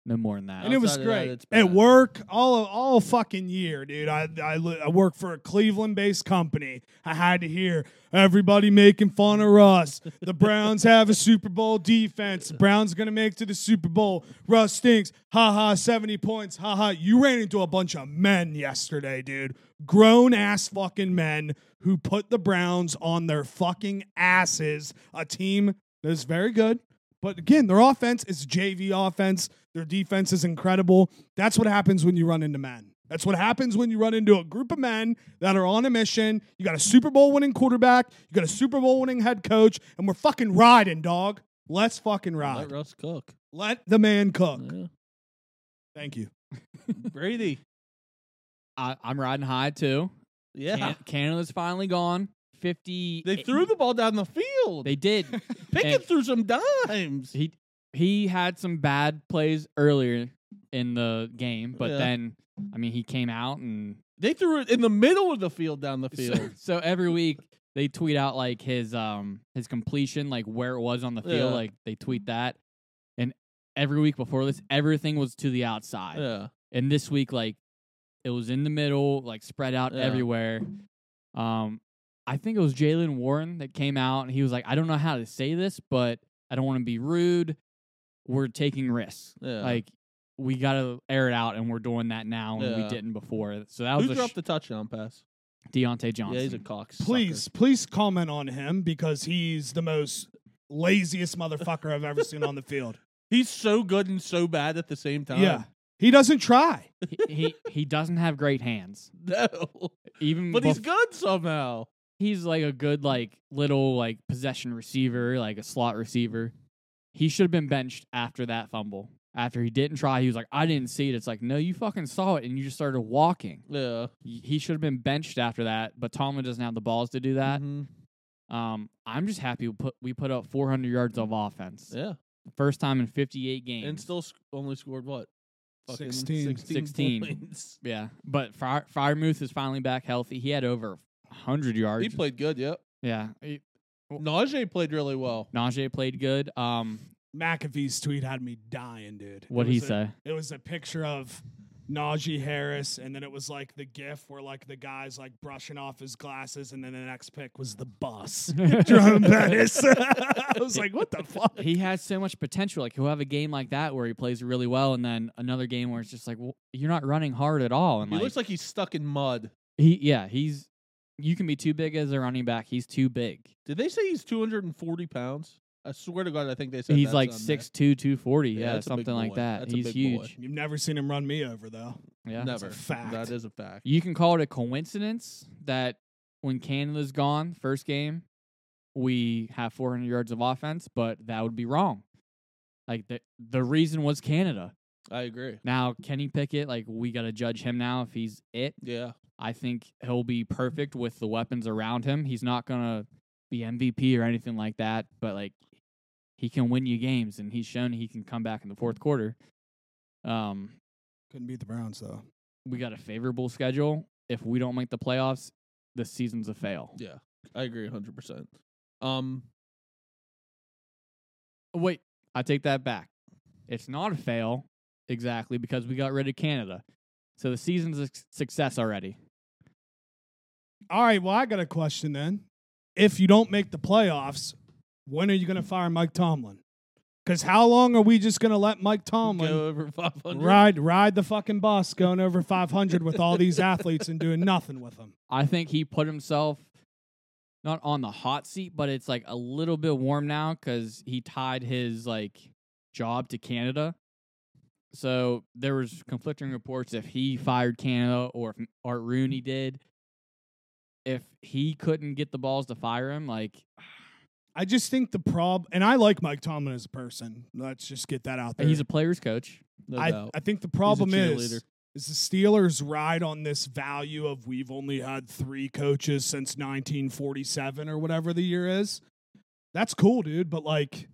Speaker 2: no more than that.
Speaker 3: and it was
Speaker 1: Outside of that,
Speaker 3: great
Speaker 1: it's
Speaker 3: at
Speaker 1: bad.
Speaker 3: work all all fucking year, dude. I I, li- I work for a Cleveland based company. I had to hear everybody making fun of Russ. The Browns have a Super Bowl defense. The Browns gonna make it to the Super Bowl. Russ stinks. Ha ha. Seventy points. Ha ha. You ran into a bunch of men yesterday, dude. Grown ass fucking men who put the Browns on their fucking asses. A team that is very good. But again, their offense is JV offense. Their defense is incredible. That's what happens when you run into men. That's what happens when you run into a group of men that are on a mission. You got a Super Bowl winning quarterback, you got a Super Bowl winning head coach, and we're fucking riding, dog. Let's fucking
Speaker 1: Let
Speaker 3: ride.
Speaker 1: Russ cook.
Speaker 3: Let the man cook.
Speaker 1: Yeah.
Speaker 3: Thank you.
Speaker 1: Brady.
Speaker 2: I, I'm riding high too.
Speaker 1: Yeah.
Speaker 2: Can- Canada's finally gone. Fifty. e-,
Speaker 1: They threw the ball down the field.
Speaker 2: They did.
Speaker 1: Pickett
Speaker 2: and-
Speaker 1: threw some dimes.
Speaker 2: he he had some bad plays earlier in the game, but
Speaker 1: Yeah.
Speaker 2: then I mean he came out and
Speaker 1: They threw it in the middle of the field down the
Speaker 2: so,
Speaker 1: field.
Speaker 2: so every week they tweet out like his um his completion, like where it was on the field,
Speaker 1: Yeah.
Speaker 2: like they tweet that. And every week before this, everything was to the outside.
Speaker 1: yeah.
Speaker 2: And this week like it was in the middle, like spread out
Speaker 1: Yeah.
Speaker 2: everywhere. Um I think it was Jalen Warren that came out and he was like, I don't know how to say this, but I don't want to be rude. We're taking risks.
Speaker 1: Yeah.
Speaker 2: Like we gotta air it out and we're doing that now and
Speaker 1: Yeah.
Speaker 2: we didn't before. So that was
Speaker 1: Who
Speaker 2: a
Speaker 1: dropped
Speaker 2: sh-
Speaker 1: the touchdown pass?
Speaker 2: Deontay Johnson.
Speaker 1: Yeah, he's a cox.
Speaker 3: Please, please comment on him because he's the most laziest motherfucker I've ever seen on the field.
Speaker 1: He's so good and so bad at the same time.
Speaker 3: Yeah. He doesn't try.
Speaker 2: he, he he doesn't have great hands.
Speaker 1: No.
Speaker 2: Even
Speaker 1: But he's
Speaker 2: bef-
Speaker 1: good somehow.
Speaker 2: he's like a good like little like possession receiver, like a slot receiver. He should have been benched after that fumble. After he didn't try, he was like, "I didn't see it." It's like, no, you fucking saw it, and you just started walking.
Speaker 1: Yeah.
Speaker 2: Y- He should have been benched after that, but Tomlin doesn't have the balls to do that.
Speaker 1: Mhm.
Speaker 2: Um, I'm just happy we put we put up 400 yards of offense,
Speaker 1: Yeah.
Speaker 2: first time in 58 games.
Speaker 1: And still sc- only scored what?
Speaker 3: 16.
Speaker 2: 16.
Speaker 1: points.
Speaker 2: yeah, but Fire Firemouth is finally back healthy. He had over 100 yards.
Speaker 1: He played good, yep.
Speaker 2: yeah, he,
Speaker 3: Oh.
Speaker 1: Najee played really well.
Speaker 2: Najee played good. Um,
Speaker 3: McAfee's tweet had me dying, dude.
Speaker 2: what would
Speaker 3: It
Speaker 2: he
Speaker 3: was a-
Speaker 2: say?
Speaker 3: It was a picture of Najee Harris, and then it was like the gif where like the guy's like brushing off his glasses, and then the next pick was the bus. Jerome Bettis. I was like, what the fuck?
Speaker 2: he has so much potential. Like he'll have a game like that where he plays really well, and then another game where it's just like, well, you're not running hard at all. And
Speaker 1: He
Speaker 2: like,
Speaker 1: looks like he's stuck in mud.
Speaker 2: he, yeah, he's you can be too big as a running back. He's too big.
Speaker 1: Did they say he's 240 pounds? I swear to God, I think they said
Speaker 2: he's
Speaker 1: that's
Speaker 2: like
Speaker 1: on there.
Speaker 2: six two, two forty.
Speaker 1: Yeah,
Speaker 2: Yeah,
Speaker 1: that's a big
Speaker 2: something like
Speaker 1: boy.
Speaker 2: that.
Speaker 1: That's a
Speaker 2: he's
Speaker 1: big boy.
Speaker 2: huge.
Speaker 3: You've never seen him run me over though.
Speaker 2: Yeah,
Speaker 1: Never.
Speaker 3: That's a fact.
Speaker 1: That is a fact.
Speaker 2: you can call it a coincidence that when Canada's gone first game, we have 400 yards of offense, but that would be wrong. Like the the reason was Canada.
Speaker 1: I agree.
Speaker 2: Now Kenny Pickett, like we got to judge him now if he's it.
Speaker 1: Yeah.
Speaker 2: I think he'll be perfect with the weapons around him. He's not gonna be MVP or anything like that, but like he can win you games, and he's shown he can come back in the fourth quarter. Um,
Speaker 3: Couldn't beat the Browns though.
Speaker 2: we got a favorable schedule. If we don't make the playoffs, the season's a fail.
Speaker 1: Yeah. I agree 100%. Um,
Speaker 2: Wait, I take that back. It's not a fail exactly because we got rid of Canada, so the season's a s- success already.
Speaker 3: All right, well, I got a question then. If you don't make the playoffs, when are you going to fire Mike Tomlin? Because how long are we just going to let Mike
Speaker 1: go
Speaker 3: Tomlin
Speaker 1: over 500.
Speaker 3: ride ride the fucking bus going over 500 with all these athletes and doing nothing with them?
Speaker 2: I think he put himself not on the hot seat, but it's like a little bit warm now because he tied his like job to Canada. So there was conflicting reports if he fired Canada or if Art Rooney did. If he couldn't get the balls to fire him, like
Speaker 3: I just think the prob, and I like Mike Tomlin as a person. Let's just get that out there.
Speaker 2: he's a player's coach.
Speaker 1: No
Speaker 3: I,
Speaker 1: doubt.
Speaker 3: I think the problem
Speaker 1: cheerleader.
Speaker 3: is is the Steelers ride on this value of we've only had three coaches since 1947 or whatever the year is. That's cool, dude. But like,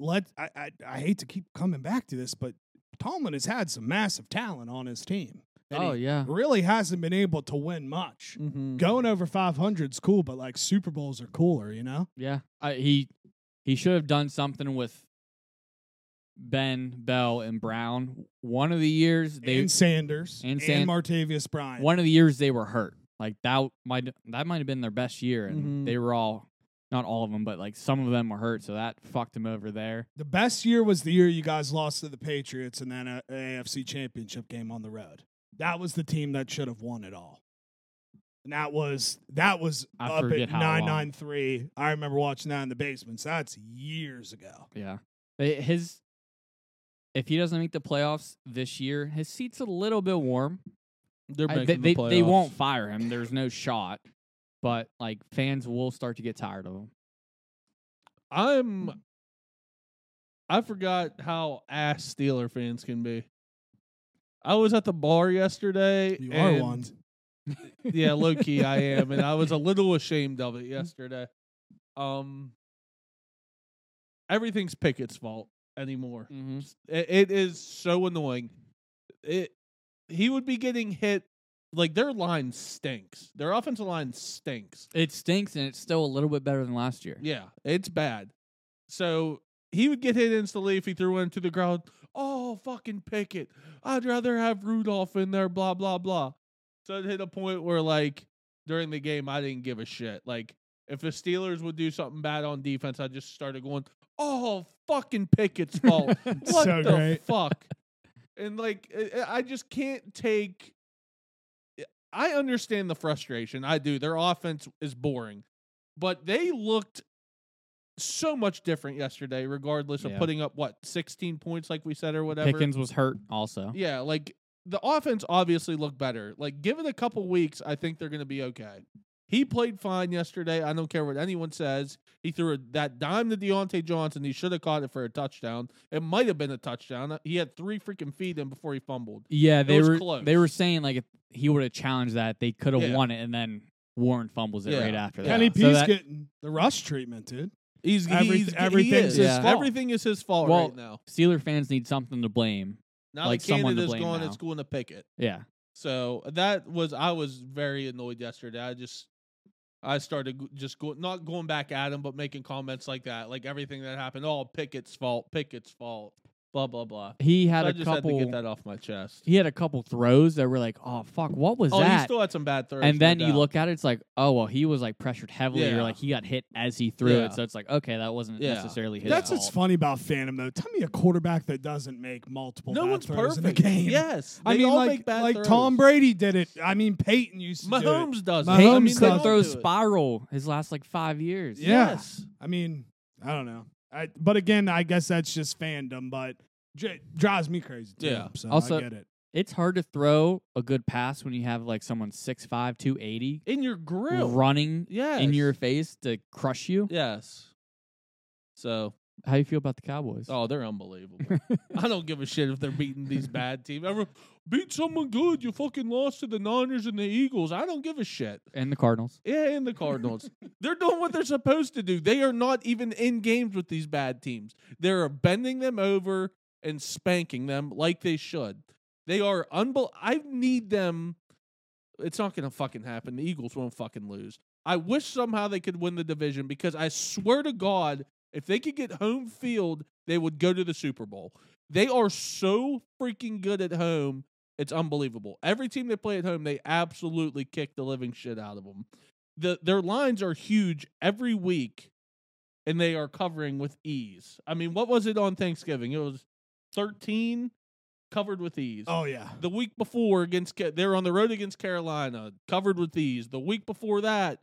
Speaker 3: let I I, I hate to keep coming back to this, but Tomlin has had some massive talent on his team. and
Speaker 2: Oh
Speaker 3: he
Speaker 2: yeah. Mm-hmm.
Speaker 3: really hasn't been able to win much.
Speaker 1: Mhm.
Speaker 3: Going over 500's cool, but like Super Bowls are cooler, you know.
Speaker 2: Yeah, I, he he should have done something with Ben Bell and Brown. One of the years they
Speaker 3: and Sanders
Speaker 2: and
Speaker 3: and,
Speaker 2: San-
Speaker 3: Martavius Bryant.
Speaker 2: one of the years they were hurt. Like that might that might have been their best year, and
Speaker 1: Mhm.
Speaker 2: they were all not all of them, but like some of them were hurt, so that fucked them over there.
Speaker 3: The best year was the year you guys lost to the Patriots in that uh, AFC Championship game on the road. That was the team that should have won it all. And that was that was
Speaker 2: I
Speaker 3: up
Speaker 2: forget
Speaker 3: at
Speaker 2: how long.
Speaker 3: nine nine three. I remember watching that in the basements. That's years ago.
Speaker 2: Yeah, They- his if he doesn't make the playoffs this year, his seat's a little bit warm.
Speaker 1: They're
Speaker 2: I-
Speaker 1: making
Speaker 2: they,
Speaker 1: the
Speaker 2: they, they
Speaker 1: playoffs.
Speaker 2: won't fire him. There's no shot, but like fans will start to get tired of him.
Speaker 3: Mm.
Speaker 1: I'm. I forgot how ass Steeler fans can be. I was at the bar yesterday.
Speaker 3: You are
Speaker 1: and-
Speaker 3: one.
Speaker 1: Yeah, low key I am, and I was a little ashamed of it yesterday. Um, everything's Pickett's fault anymore.
Speaker 2: Mm-hmm.
Speaker 1: It, it is so annoying. It he would be getting hit. Like their line stinks. Their offensive line stinks.
Speaker 2: It stinks, and it's still a little bit better than last year.
Speaker 1: Yeah, it's bad. So he would get hit instantly if he threw into the crowd. Oh, fucking Pickett. I'd rather have Rudolph in there, blah, blah, blah. So it hit a point where, like, during the game, I didn't give a shit. Like if the Steelers would do something bad on defense, I just started going, "Oh, fucking Pickett's fault." what
Speaker 3: So
Speaker 1: the
Speaker 3: great.
Speaker 1: fuck? And like, I- I I just can't take. eh, I understand the frustration. I do. Their offense is boring, but they looked so much different yesterday. Regardless of
Speaker 2: Yeah.
Speaker 1: putting up what sixteen points, like we said, or whatever.
Speaker 2: Pickens was hurt also.
Speaker 1: Yeah, like the offense obviously looked better. Like, give it a couple weeks, I think they're going to be okay. He played fine yesterday. I don't care what anyone says. He threw a, that dime to Deontay Johnson. He should have caught it for a touchdown. It might have been a touchdown. uh, He had three freaking feet in before he fumbled.
Speaker 2: Yeah, they
Speaker 1: was
Speaker 2: were
Speaker 1: close.
Speaker 2: they were saying like if he would have challenged that, they could have
Speaker 1: Yeah.
Speaker 2: won it, and then Warren fumbles it
Speaker 1: Yeah.
Speaker 2: right after that.
Speaker 1: Yeah.
Speaker 3: Kenny
Speaker 2: So
Speaker 3: P's
Speaker 2: that-
Speaker 3: getting the rush treatment, dude.
Speaker 1: He's,
Speaker 3: Everyth-
Speaker 1: he's he
Speaker 3: everything's
Speaker 1: is.
Speaker 2: his Yeah. fault.
Speaker 1: Everything is his fault
Speaker 2: Well,
Speaker 1: right now.
Speaker 2: Steeler fans need something to blame.
Speaker 1: Now
Speaker 2: like
Speaker 1: the
Speaker 2: someone
Speaker 1: candidate
Speaker 2: to
Speaker 1: is
Speaker 2: blame
Speaker 1: gone.
Speaker 2: now.
Speaker 1: It's going to pick it.
Speaker 2: Yeah,
Speaker 1: So that was I was very annoyed yesterday. I just I started g- just go, not going back at him, but making comments like that, like everything that happened. Oh, Pickett's fault. Pickett's fault. Blah blah blah.
Speaker 2: he had
Speaker 1: So I
Speaker 2: a
Speaker 1: just
Speaker 2: couple.
Speaker 1: had to get that off my chest.
Speaker 2: He had a couple throws that were like, oh fuck, what was
Speaker 1: oh, he
Speaker 2: that?
Speaker 1: still had some bad throws.
Speaker 2: and
Speaker 1: no
Speaker 2: then you
Speaker 1: doubt.
Speaker 2: look at it, it's like, oh well, he was like pressured heavily,
Speaker 1: Yeah.
Speaker 2: or like he got hit as he threw
Speaker 1: Yeah.
Speaker 2: it. So it's like, okay, that wasn't
Speaker 1: Yeah.
Speaker 2: necessarily his
Speaker 3: That's
Speaker 2: fault.
Speaker 3: what's funny about Phantom though. Tell me a quarterback that doesn't make multiple
Speaker 1: No
Speaker 3: bad
Speaker 1: one's
Speaker 3: throws
Speaker 1: perfect.
Speaker 3: in a game.
Speaker 1: Yes,
Speaker 3: I
Speaker 1: they
Speaker 3: mean,
Speaker 1: all
Speaker 3: like,
Speaker 1: make bad
Speaker 3: like
Speaker 1: throws.
Speaker 3: Tom Brady did it. I mean, Peyton used to do it.
Speaker 1: Mahomes does. it.
Speaker 3: Mahomes
Speaker 1: I mean,
Speaker 2: Peyton
Speaker 1: they
Speaker 3: could
Speaker 2: could
Speaker 1: all
Speaker 3: don't
Speaker 2: throw
Speaker 1: do it.
Speaker 2: spiral his last like five years.
Speaker 3: Yeah.
Speaker 1: Yes.
Speaker 3: I mean, I don't know. I, but again, I guess that's just fandom. But j- drives me crazy. Too,
Speaker 1: Yeah.
Speaker 3: So
Speaker 2: Also-
Speaker 3: I get it.
Speaker 2: It's hard to throw a good pass when you have like someone 6'5", 280
Speaker 1: In your grill.
Speaker 2: running
Speaker 1: Yes.
Speaker 2: in your face to crush you.
Speaker 1: Yes. So,
Speaker 2: How you feel about the Cowboys?
Speaker 1: oh, they're unbelievable. I don't give a shit if they're beating these bad teams. Everyone, beat someone good. You fucking lost to the Niners and the Eagles. I don't give a shit.
Speaker 2: and the Cardinals.
Speaker 1: Yeah, and the Cardinals. they're doing what they're supposed to do. They are not even in games with these bad teams. They're bending them over and spanking them like they should. They are unbel. I need them. It's not going to fucking happen. The Eagles won't fucking lose. I wish somehow they could win the division because I swear to God, if they could get home field, they would go to the Super Bowl. They are so freaking good at home. It's unbelievable. Every team they play at home, they absolutely kick the living shit out of them. The, their lines are huge every week, and they are covering with ease. I mean, what was it on Thanksgiving? It was 13 covered with ease.
Speaker 3: Oh yeah.
Speaker 1: The week before against Ca- they're on the road against Carolina, covered with ease. The week before that,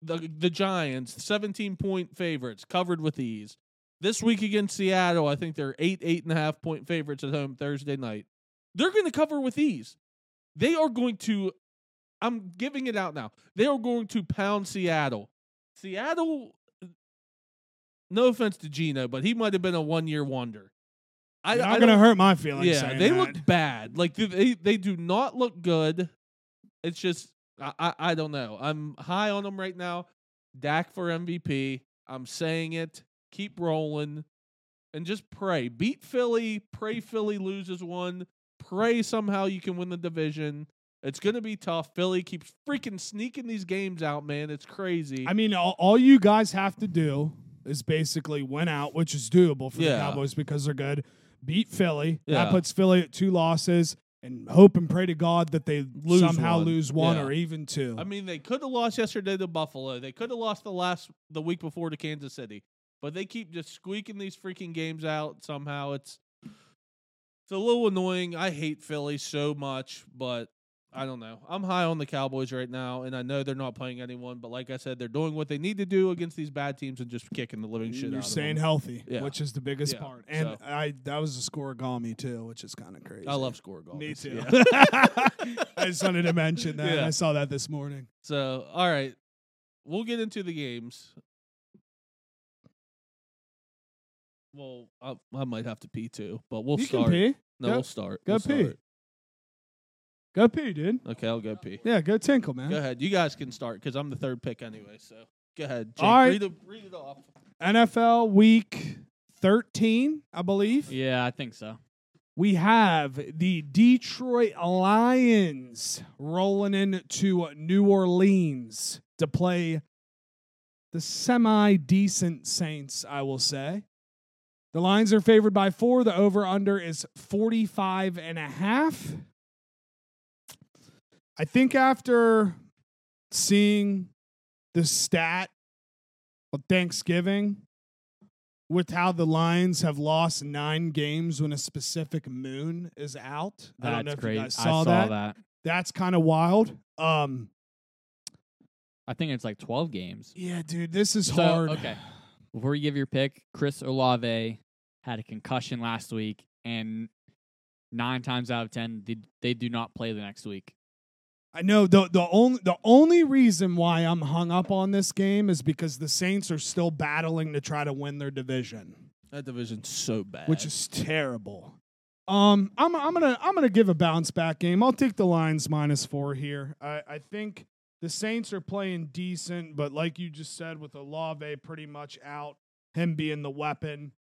Speaker 1: the the Giants, 17 point favorites, covered with ease. This week against Seattle, I think they're eight, eight and a half point favorites at home Thursday night. They're going to cover with ease. They are going to, I'm giving it out now. They are going to pound Seattle. Seattle, no offense to Gino, but he might have been a one year wonder. I,
Speaker 3: Not
Speaker 1: I
Speaker 3: gonna
Speaker 1: don't-
Speaker 3: hurt my feelings.
Speaker 1: yeah,
Speaker 3: saying
Speaker 1: they
Speaker 3: that.
Speaker 1: look bad. Like th- they they do not look good. It's just I, I I don't know. I'm high on them right now. Dak for MVP. I'm saying it. Keep rolling, and just pray. Beat Philly. Pray Philly loses one. Pray somehow you can win the division. It's gonna be tough. Philly keeps freaking sneaking these games out, man. It's crazy.
Speaker 3: I mean, all, all you guys have to do is basically win out, which is doable for the
Speaker 1: Yeah.
Speaker 3: Cowboys because they're good. Beat Philly.
Speaker 1: Yeah.
Speaker 3: That puts Philly at two losses, and hope and pray to God that they
Speaker 1: Lose
Speaker 3: somehow
Speaker 1: one.
Speaker 3: lose one
Speaker 1: Yeah.
Speaker 3: or even two.
Speaker 1: I mean, they could have lost yesterday to Buffalo. They could have lost the last the week before to Kansas City. But they keep just squeaking these freaking games out somehow. It's it's a little annoying. I hate Philly so much, but I don't know. I'm high on the Cowboys right now, and I know they're not playing anyone. But like I said, they're doing what they need to do against these bad teams and just kicking the living shit
Speaker 3: you're
Speaker 1: out
Speaker 3: staying
Speaker 1: of them.
Speaker 3: healthy,
Speaker 1: Yeah.
Speaker 3: which is the biggest
Speaker 1: Yeah,
Speaker 3: part. And
Speaker 1: so.
Speaker 3: I that was a score Gami too, which is kind of crazy.
Speaker 1: I love score goals.
Speaker 3: Me too.
Speaker 1: Yeah.
Speaker 3: I just wanted to mention that.
Speaker 1: Yeah.
Speaker 3: I saw that this morning.
Speaker 1: So, all right, we'll get into the games. Well, I, I might have to pee too, but we'll
Speaker 3: you
Speaker 1: start.
Speaker 3: can pee.
Speaker 1: No,
Speaker 3: Go-
Speaker 1: we'll start.
Speaker 3: go
Speaker 1: We'll
Speaker 3: pee.
Speaker 1: start.
Speaker 3: Go pee, dude.
Speaker 1: Okay, I'll go pee.
Speaker 3: Yeah, go tinkle, man.
Speaker 1: Go ahead. You guys can start because I'm the third pick anyway. So go ahead. Jake,
Speaker 3: All right.
Speaker 1: read, it, read it off.
Speaker 3: NFL week 13, I believe.
Speaker 2: Yeah, I think so.
Speaker 3: We have the Detroit Lions rolling into New Orleans to play the semi decent Saints, I will say. The Lions are favored by four. The over under is 45 and a half. I think after seeing the stat on Thanksgiving with how the Lions have lost nine games when a specific moon is out. I don't know
Speaker 2: That's
Speaker 3: if
Speaker 2: crazy.
Speaker 3: you
Speaker 2: I
Speaker 3: guys
Speaker 2: saw
Speaker 3: that.
Speaker 2: that.
Speaker 3: That's kind of wild. Um,
Speaker 2: I think it's like 12 games.
Speaker 3: yeah, dude, this is
Speaker 2: So,
Speaker 3: hard.
Speaker 2: okay. Before you give your pick, Chris Olave had a concussion last week, and nine times out of 10, they, they do not play the next week.
Speaker 3: I know the the only the only reason why I'm hung up on this game is because the Saints are still battling to try to win their division,
Speaker 1: That division's so bad.
Speaker 3: which is terrible. Um, I'm I'm gonna I'm gonna give a bounce back game. I'll take the Lions minus four here. I I think the Saints are playing decent, but like you just said, with Olave pretty much out, him being the weapon.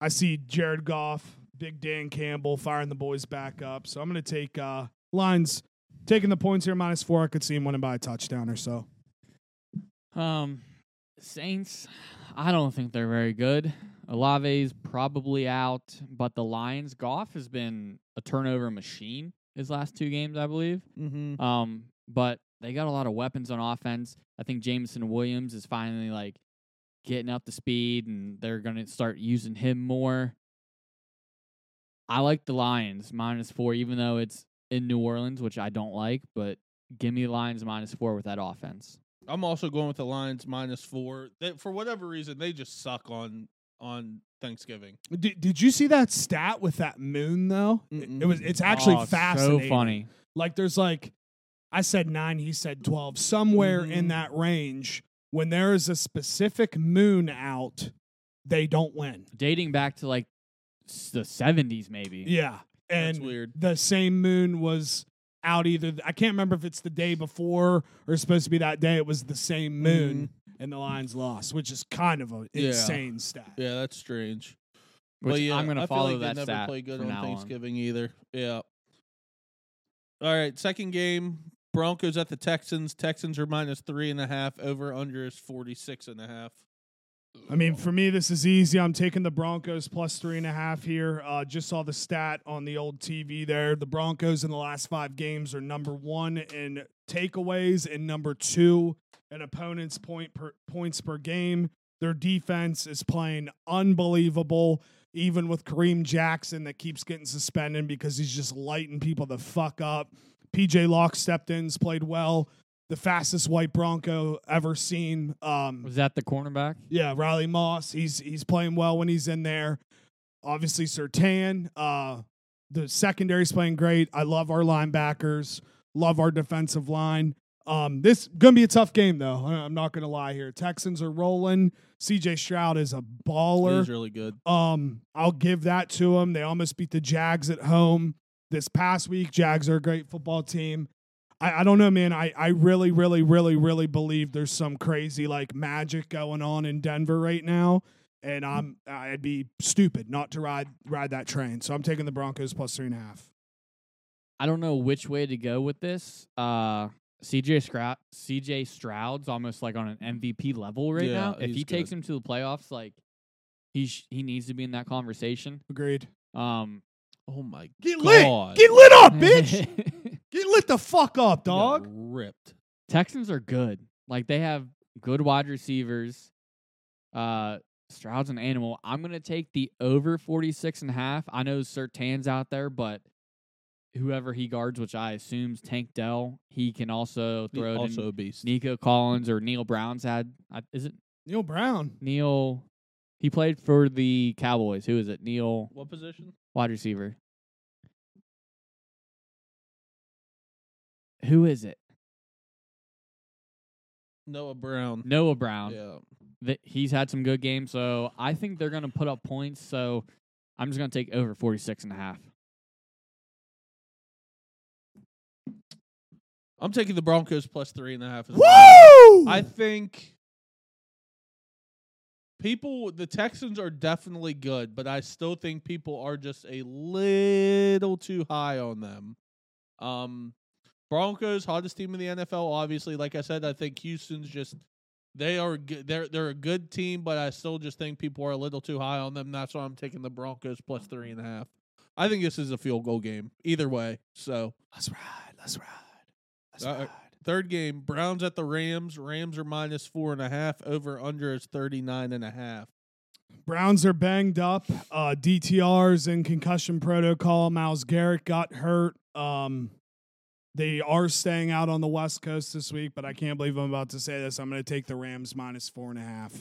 Speaker 3: I see Jared Goff, Big Dan Campbell firing the boys back up. So I'm gonna take uh Lions taking the points here minus four. I could see him winning by a touchdown or so.
Speaker 2: Um, Saints, I don't think they're very good. Olave's probably out, but the Lions, Goff has been a turnover machine his last two games, I believe.
Speaker 1: mm-hmm.
Speaker 2: Um, but they got a lot of weapons on offense. I think Jameson Williams is finally like getting up to speed, and they're going to start using him more. I like the Lions minus four, even though it's in New Orleans, which I don't like. But give me Lions minus four with that offense.
Speaker 1: I'm also going with the Lions minus four. They, for whatever reason, they just suck on on Thanksgiving.
Speaker 3: Did, did you see that stat with that moon though? It,
Speaker 1: Mm-mm.
Speaker 3: it was it's actually
Speaker 2: Oh,
Speaker 3: fascinating.
Speaker 2: So funny.
Speaker 3: Like there's like I said 9, he said 12, somewhere in
Speaker 1: Mhm.
Speaker 3: that range when there is a specific moon out, they don't win.
Speaker 2: Dating back to like s- the seventies, maybe.
Speaker 3: Yeah. And
Speaker 1: That's weird.
Speaker 3: the same moon was out either I can't remember if it's the day before or it's supposed to be that day it was the same moon and the Lions lost, which is kind of an
Speaker 1: Mm-hmm. Yeah.
Speaker 3: insane stat.
Speaker 1: Yeah, that's strange.
Speaker 2: Which
Speaker 1: but yeah,
Speaker 2: I'm gonna
Speaker 1: I feel
Speaker 2: follow
Speaker 1: like
Speaker 2: that
Speaker 1: they never
Speaker 2: stat
Speaker 1: play good
Speaker 2: from
Speaker 1: on
Speaker 2: now
Speaker 1: Thanksgiving either. Yeah. All right, second game. Broncos at the Texans. Texans are minus three and a half. Over under is forty six and a half.
Speaker 3: I mean, for me, this is easy. I'm taking the Broncos plus three and a half here. Uh, just saw the stat on the old TV there. The Broncos in the last five games are number one in takeaways and number two in opponents' point per, points per game. Their defense is playing unbelievable, even with Kareem Jackson that keeps getting suspended because he's just lighting people the fuck up. PJ Locke stepped in, has played well. The fastest white Bronco ever seen. Um,
Speaker 2: On. Was that the cornerback?
Speaker 3: yeah, Riley Moss. He's he's playing well when he's in there. Obviously, Sertan. Uh, the secondary's playing great. I love our linebackers. Love our defensive line. Um, this gonna be a tough game though. I- I'm not gonna lie here. Texans are rolling. C.J. Stroud is a baller.
Speaker 1: He's really good.
Speaker 3: Um, I'll give that to them. They almost beat the Jags at home this past week. Jags are a great football team. I, I don't know, man. I, I really, really, really, really believe there's some crazy like magic going on in Denver right now. And I'm I'd be stupid not to ride ride that train. So I'm taking the Broncos plus three and a half.
Speaker 2: I don't know which way to go with this. Uh, CJ Stroud, CJ Stroud's almost like on an MVP level right
Speaker 1: Yeah,
Speaker 2: now. If he
Speaker 1: he's
Speaker 2: takes
Speaker 1: good.
Speaker 2: him to the playoffs, like he sh- he needs to be in that conversation.
Speaker 3: Agreed.
Speaker 2: Um,
Speaker 1: Oh my
Speaker 3: Get
Speaker 1: God.
Speaker 3: lit. Get lit up, bitch. Get lit the fuck up,
Speaker 1: He got
Speaker 3: dog.
Speaker 1: ripped.
Speaker 2: Texans are good. Like they have good wide receivers. Uh, Stroud's an animal. I'm gonna take the over 46 and a half. I know Sertan's out there, but whoever he guards, which I assume's Tank Dell, he can also
Speaker 1: He
Speaker 2: throw it in
Speaker 1: also a beast.
Speaker 2: Nico Collins or Neil Brown's had. I, is it
Speaker 3: Neil Brown.
Speaker 2: Neil? He played for the Cowboys. Who is it? Neil,
Speaker 1: What position?
Speaker 2: wide receiver. Who is it?
Speaker 1: Noah Brown.
Speaker 2: Noah Brown.
Speaker 1: Yeah.
Speaker 2: Th- he's had some good games, so I think they're going to put up points. So I'm just going to take over 46 and a half.
Speaker 1: I'm taking the Broncos plus three and a half. as well.
Speaker 3: Woo!
Speaker 1: I think people, the Texans are definitely good, but I still think people are just a little too high on them. Um, Broncos, hottest team in the NFL, obviously. Like I said, I think Houston's just they are g- they're they're a good team, but I still just think people are a little too high on them. That's why I'm taking the Broncos plus three and a half. I think this is a field goal game either way. So
Speaker 3: Let's ride. Let's ride. Let's
Speaker 1: Uh,
Speaker 3: ride.
Speaker 1: Third game, Browns at the Rams. Rams are minus four and a half. Over under is 39 and a half.
Speaker 3: Browns are banged up. Uh, DTR's in concussion protocol. Miles Garrett got hurt. Um, they are staying out on the West Coast this week, but I can't believe I'm about to say this. I'm going to take the Rams minus four and a half.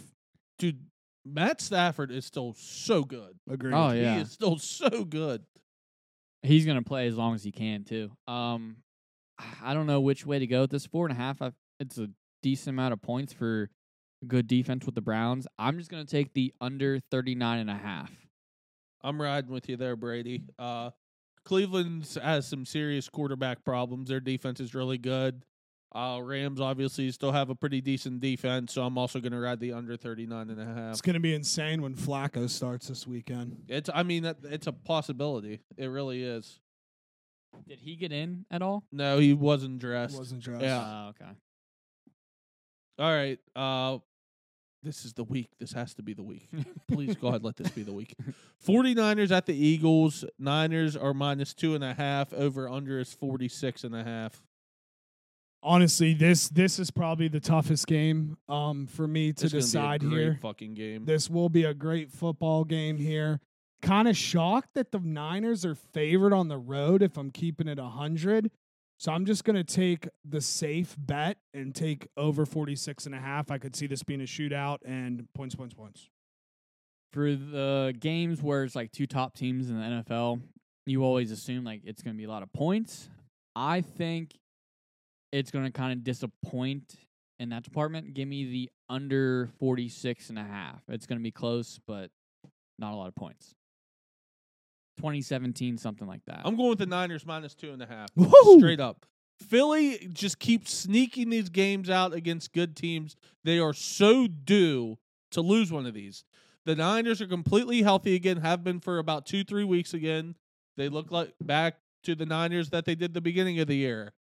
Speaker 1: Dude, Matt Stafford is still so good.
Speaker 3: Agreed.
Speaker 2: Oh
Speaker 1: He
Speaker 2: yeah,
Speaker 1: is still so good.
Speaker 2: he's gonna play as long as he can too. Um, I don't know which way to go. At this four and a half, I, it's a decent amount of points for good defense with the Browns. I'm just gonna take the under thirty nine and a half.
Speaker 1: I'm riding with you there, Brady. Uh, Cleveland's has some serious quarterback problems. Their defense is really good. Uh, Rams obviously still have a pretty decent defense, so I'm also going to ride the under 39 and a half.
Speaker 3: It's going to be insane when Flacco starts this weekend.
Speaker 1: It's I mean that it's a possibility. It really is.
Speaker 2: Did he get in at all?
Speaker 1: No, he wasn't dressed.
Speaker 3: Wasn't dressed.
Speaker 1: Yeah.
Speaker 2: Uh, okay.
Speaker 1: All right. Uh this is the week. This has to be the week. Please God, let this be the week. 49ers at the Eagles. Niners are minus two and a half. Over under is 46 and a half.
Speaker 3: Honestly, this this is probably the toughest game um, for me to
Speaker 1: It's gonna be a
Speaker 3: decide
Speaker 1: great
Speaker 3: here.
Speaker 1: Fucking game.
Speaker 3: This will be a great football game here. Kind of shocked that the Niners are favored on the road if I'm keeping it 100. So I'm just going to take the safe bet and take over 46 and a half. I could see this being a shootout and points, points, points.
Speaker 2: for the games where it's like two top teams in the NFL, you always assume like it's going to be a lot of points. I think it's going to kind of disappoint in that department. Give me the under 46 and a half. It's going to be close, but not a lot of points. 2017, something like that.
Speaker 1: I'm going with the Niners minus two and a half.
Speaker 3: Woo!
Speaker 1: Straight up. Philly just keeps sneaking these games out against good teams. They are so due to lose one of these. The Niners are completely healthy again, have been for about two, three weeks again. They look like back to the Niners that they did the beginning of the year.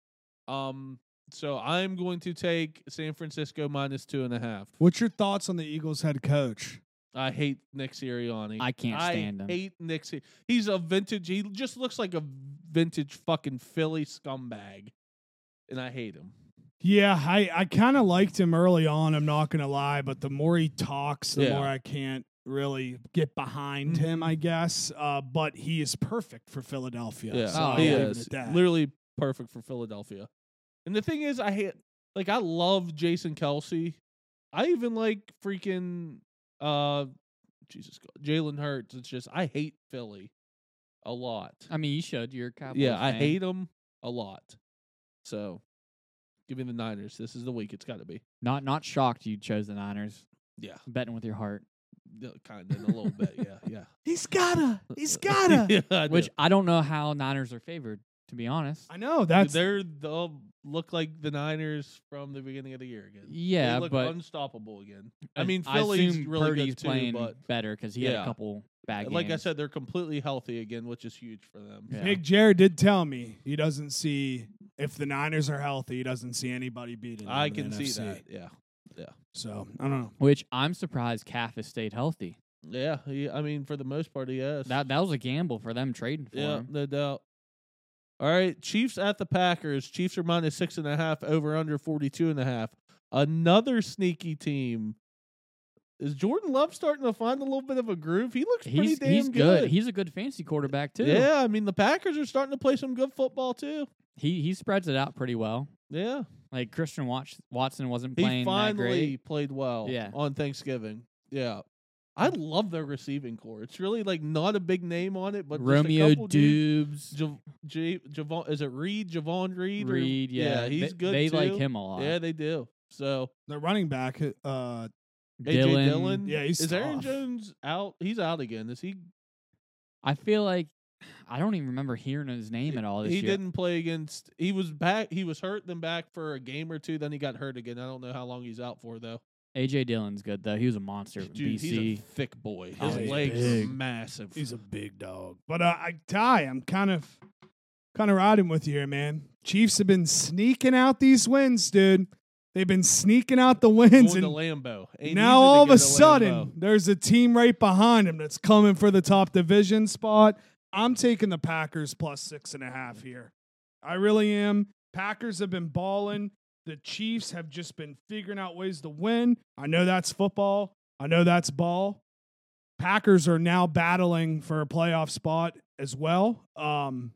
Speaker 1: Um, so I'm going to take San Francisco minus two and a half.
Speaker 3: What's your thoughts on the Eagles head coach?
Speaker 1: I hate Nick Sirianni.
Speaker 2: I can't stand
Speaker 1: I
Speaker 2: him.
Speaker 1: hate Nick. Sir- He's a vintage. He just looks like a vintage fucking Philly scumbag, and I hate him.
Speaker 3: Yeah, I, I kind of liked him early on. I'm not going to lie, but the more he talks, the
Speaker 1: Yeah.
Speaker 3: more I can't really get behind him, I guess. Uh, but he is perfect for Philadelphia.
Speaker 1: Yeah,
Speaker 3: so
Speaker 2: Oh,
Speaker 3: I'll
Speaker 1: he
Speaker 3: leave it
Speaker 1: is
Speaker 3: at that.
Speaker 1: literally perfect for Philadelphia. And the thing is, I hate. Like I love Jason Kelsey. I even like freaking uh, Jesus, God, Jalen Hurts. It's just I hate Philly a lot.
Speaker 2: I mean, you should. You're a Cowboys
Speaker 1: yeah, I
Speaker 2: fan.
Speaker 1: hate him a lot. So, give me the Niners. This is the week. It's got to be.
Speaker 2: Not not shocked you chose the Niners.
Speaker 1: Yeah,
Speaker 2: Betting with your heart,
Speaker 1: kind of a little bit. Yeah, yeah.
Speaker 3: He's gotta. He's gotta.
Speaker 1: yeah, I do.
Speaker 2: which I don't know how Niners are favored. To be honest,
Speaker 3: I know that's
Speaker 1: they're the look like the Niners from the beginning of the year again.
Speaker 2: yeah,
Speaker 1: they look
Speaker 2: but
Speaker 1: unstoppable again. I mean,
Speaker 2: I
Speaker 1: Philly's
Speaker 2: assume
Speaker 1: really
Speaker 2: Purdy's
Speaker 1: good too,
Speaker 2: playing
Speaker 1: but
Speaker 2: better because he had
Speaker 1: Yeah.
Speaker 2: a couple bad games.
Speaker 1: like I said, they're completely healthy again, which is huge for them.
Speaker 2: Yeah.
Speaker 3: Big Jared did tell me he doesn't see if the Niners are healthy, he doesn't see anybody beating.
Speaker 1: I
Speaker 3: them in
Speaker 1: can
Speaker 3: the
Speaker 1: see
Speaker 3: NFC.
Speaker 1: that. Yeah,
Speaker 3: So I don't know.
Speaker 2: which I'm surprised Calf has stayed healthy.
Speaker 1: yeah. He, I mean, for the most part, he has.
Speaker 2: That that was a gamble for them trading for
Speaker 1: yeah,
Speaker 2: him.
Speaker 1: no doubt. All right, Chiefs at the Packers. Chiefs are minus six and a half, over under forty two and a half. Another sneaky team. Is Jordan Love starting to find a little bit of a groove? He looks pretty
Speaker 2: He's
Speaker 1: damn
Speaker 2: he's
Speaker 1: good.
Speaker 2: good. He's a good fantasy quarterback too.
Speaker 1: Yeah, I mean the Packers are starting to play some good football too.
Speaker 2: he he spreads it out pretty well.
Speaker 1: Yeah,
Speaker 2: Like Christian Watch, Watson wasn't
Speaker 1: he
Speaker 2: playing that
Speaker 1: finally
Speaker 2: great.
Speaker 1: played well.
Speaker 2: Yeah. Mm.
Speaker 1: on Thanksgiving. Yeah, I love their receiving core. It's really like not a big name on it, but
Speaker 2: Romeo
Speaker 1: just a couple dudes.
Speaker 2: Dubes,
Speaker 1: Jav- J- Javon, is it Reed? Javon Reed? or-
Speaker 2: Reed. Yeah,
Speaker 1: he's
Speaker 2: they,
Speaker 1: good.
Speaker 2: They like
Speaker 1: too.
Speaker 2: him a lot.
Speaker 1: Yeah, they do. So
Speaker 3: The running back, uh,
Speaker 1: AJ Dillon.
Speaker 2: Dylan.
Speaker 3: yeah, he's
Speaker 1: is Aaron
Speaker 3: tough.
Speaker 1: Jones out? He's out again. Is he?
Speaker 2: I feel like I don't even remember hearing his name at all this
Speaker 1: he
Speaker 2: year.
Speaker 1: didn't play against. He was back. He was hurt, then back for a game or two. Then he got hurt again. I don't know how long he's out for though.
Speaker 2: AJ Dillon's good though. He was a monster. at
Speaker 1: Dude,
Speaker 2: BC.
Speaker 1: he's a thick boy.
Speaker 2: Oh,
Speaker 1: His
Speaker 3: he's
Speaker 1: legs
Speaker 2: big.
Speaker 1: are massive.
Speaker 3: He's a big dog. But uh, I Ty, I'm kind of kind of riding with you here, man. Chiefs have been sneaking out these wins, dude. They've been sneaking out the
Speaker 1: going
Speaker 3: wins,
Speaker 1: to
Speaker 3: and
Speaker 1: Lambeau. Ain't
Speaker 3: now
Speaker 1: easy to
Speaker 3: all of
Speaker 1: go
Speaker 3: a
Speaker 1: to
Speaker 3: sudden
Speaker 1: Lambeau.
Speaker 3: there's a team right behind him that's coming for the top division spot. I'm taking the Packers plus six and a half here. I really am. Packers have been balling. The Chiefs have just been figuring out ways to win. I know that's football. I know that's ball. Packers are now battling for a playoff spot as well. Um,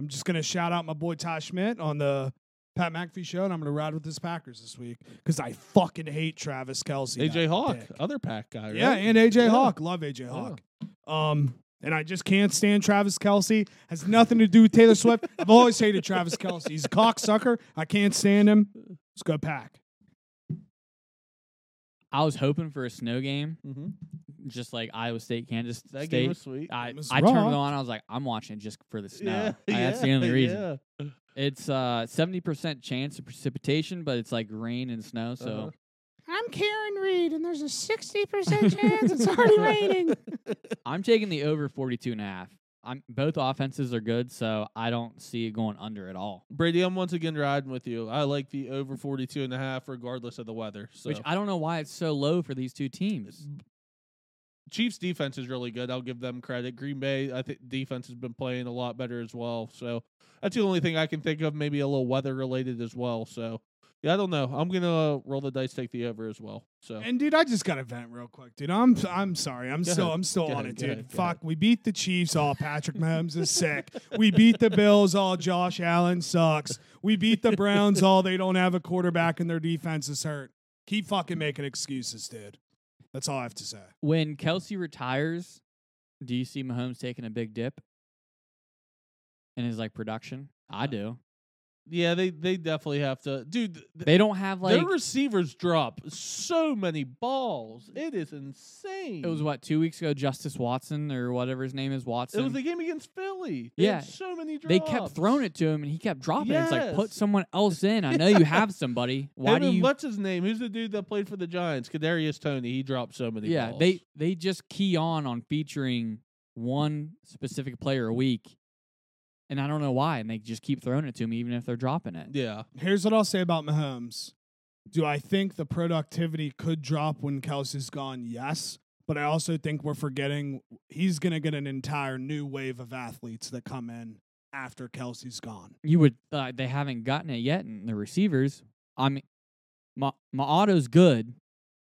Speaker 3: I'm just going to shout out my boy Ty Schmidt on the Pat McAfee show, and I'm going to ride with his Packers this week because I fucking hate Travis Kelsey.
Speaker 1: AJ Hawk,
Speaker 3: dick.
Speaker 1: other pack guy. Right?
Speaker 3: Yeah, and AJ
Speaker 1: Yeah.
Speaker 3: Hawk. Love AJ Hawk. Um, and I just can't stand Travis Kelsey. Has nothing to do with Taylor Swift. I've always hated Travis Kelsey. He's a cocksucker. I can't stand him. Let's go pack.
Speaker 2: I was hoping for a snow game,
Speaker 1: mm-hmm.
Speaker 2: just like Iowa State, Kansas
Speaker 1: that
Speaker 2: State.
Speaker 1: game was sweet.
Speaker 2: I,
Speaker 3: It was
Speaker 2: I turned it
Speaker 3: rough.
Speaker 2: on. I was like, I'm watching it just for the snow. Like, that's the only reason.
Speaker 1: yeah.
Speaker 2: It's uh 70% chance of precipitation, but it's like rain and snow. So
Speaker 1: Uh-huh.
Speaker 3: I'm Karen Reed, and there's a 60%
Speaker 1: chance it's already raining.
Speaker 2: I'm taking the over 42 and a half. I'm both offenses are good, so I don't see it going under at all.
Speaker 1: Brady, I'm once again riding with you. I like the over 42 and a half, regardless of the weather. So
Speaker 2: Which I don't know why it's so low for these two teams.
Speaker 1: Chiefs defense is really good. I'll give them credit. Green Bay, I think defense has been playing a lot better as well. So that's the only thing I can think of. Maybe a little weather related as well. So yeah, I don't know. I'm gonna uh, roll the dice, take the over as well. So
Speaker 3: And dude, I just got to vent real quick, dude. I'm I'm sorry. I'm
Speaker 1: Go
Speaker 3: still
Speaker 1: ahead.
Speaker 3: I'm still
Speaker 1: Go
Speaker 3: on
Speaker 1: ahead,
Speaker 3: it,
Speaker 1: go
Speaker 3: dude.
Speaker 1: ahead, go
Speaker 3: Fuck,
Speaker 1: ahead.
Speaker 3: we beat the Chiefs. All Patrick Mahomes is sick. We beat the Bills. All Josh Allen sucks. We beat the Browns. All they don't have a quarterback and their defense is hurt. Keep fucking making excuses, dude. That's all I have to say.
Speaker 2: When Kelsey retires, do you see Mahomes taking a big dip in his like production?
Speaker 1: Uh,
Speaker 2: I do.
Speaker 1: yeah, they they definitely have to, dude. th-
Speaker 2: They don't have like
Speaker 1: their receivers drop so many balls. It is insane.
Speaker 2: it was what two weeks ago, Justice Watson or whatever his name is Watson.
Speaker 1: It was the game against Philly. They had
Speaker 2: Yeah.
Speaker 1: so many drops.
Speaker 2: they kept throwing it to him and he kept dropping. it. It's like put
Speaker 1: Yes.
Speaker 2: someone else in. I know you have somebody. Why
Speaker 1: Him
Speaker 2: do
Speaker 1: and
Speaker 2: you?
Speaker 1: What's his name? Who's the dude that played for the Giants? Kadarius Tony. He dropped so many.
Speaker 2: yeah,
Speaker 1: balls.
Speaker 2: they they just key on on featuring one specific player a week, and I don't know why. And they just keep throwing it to me, even if they're dropping it.
Speaker 1: Yeah.
Speaker 3: Here's what I'll say about Mahomes. Do I think the productivity could drop when Kelsey's gone? Yes. But I also think we're forgetting he's going to get an entire new wave of athletes that come in after Kelsey's gone.
Speaker 2: You would. Uh, they haven't gotten it yet, and the receivers. I mean, my my auto's good,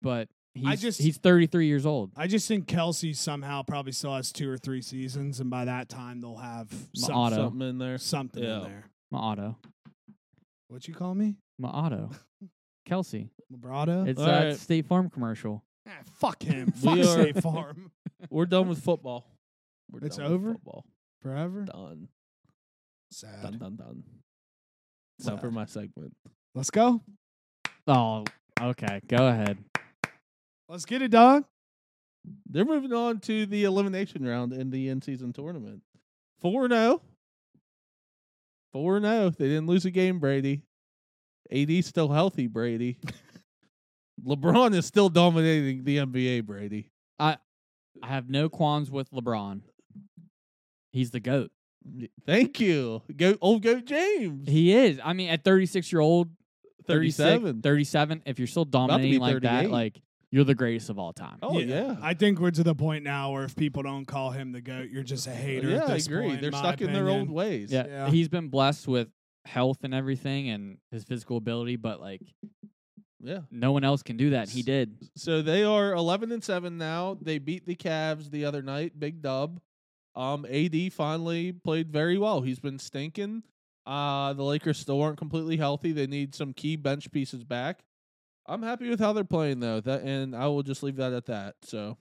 Speaker 2: but he's
Speaker 3: just-
Speaker 2: he's thirty three years old.
Speaker 3: I just think Kelsey somehow probably still has two or three seasons, and by that time they'll have some-
Speaker 2: auto.
Speaker 1: Something in there.
Speaker 3: something
Speaker 1: Yeah.
Speaker 3: in there.
Speaker 2: My auto,
Speaker 3: What you call me?
Speaker 2: my auto, Kelsey.
Speaker 3: Vibrato?
Speaker 2: It's
Speaker 1: All
Speaker 2: that
Speaker 1: right.
Speaker 2: State Farm commercial.
Speaker 3: Ah, fuck him.
Speaker 1: We
Speaker 3: fuck
Speaker 1: are-
Speaker 3: State Farm.
Speaker 1: We're done with football. We're
Speaker 3: It's
Speaker 1: done with
Speaker 3: over?
Speaker 1: football.
Speaker 3: Forever?
Speaker 1: Done. Done.
Speaker 3: Sad.
Speaker 1: Done. Done. It's time for my segment.
Speaker 3: Let's go.
Speaker 2: Oh, okay. Go ahead.
Speaker 3: Let's get it, dog.
Speaker 1: They're moving on to the elimination round in the end season tournament. oh. 4 0. 4 0. oh. They didn't lose a game, Brady. AD still healthy, Brady. LeBron is still dominating the NBA, Brady.
Speaker 2: I have no qualms with LeBron. He's the goat.
Speaker 1: Thank you. Go old goat James.
Speaker 2: He is. I mean, at 36 year old, 37,
Speaker 1: 37.
Speaker 2: 37 if you're still
Speaker 1: be
Speaker 2: dominating like that,
Speaker 1: 38.
Speaker 2: like you're the greatest of all time.
Speaker 1: Oh yeah.
Speaker 3: I think we're to the point now where if people don't call him the goat, you're just a hater.
Speaker 1: yeah,
Speaker 3: at this
Speaker 1: I agree.
Speaker 3: point,
Speaker 1: They're
Speaker 3: my
Speaker 1: stuck in their old
Speaker 3: opinion.
Speaker 1: ways.
Speaker 2: yeah,
Speaker 3: yeah.
Speaker 2: he's been blessed with health and everything and his physical ability, but like
Speaker 1: Yeah.
Speaker 2: no one else can do that. He did.
Speaker 1: So they are 11 and 7 now. They beat the Cavs the other night, big dub. Um AD finally played very well. He's been stinking. Uh the Lakers still aren't completely healthy. They need some key bench pieces back. I'm happy with how they're playing though. That and I will just leave that at that. So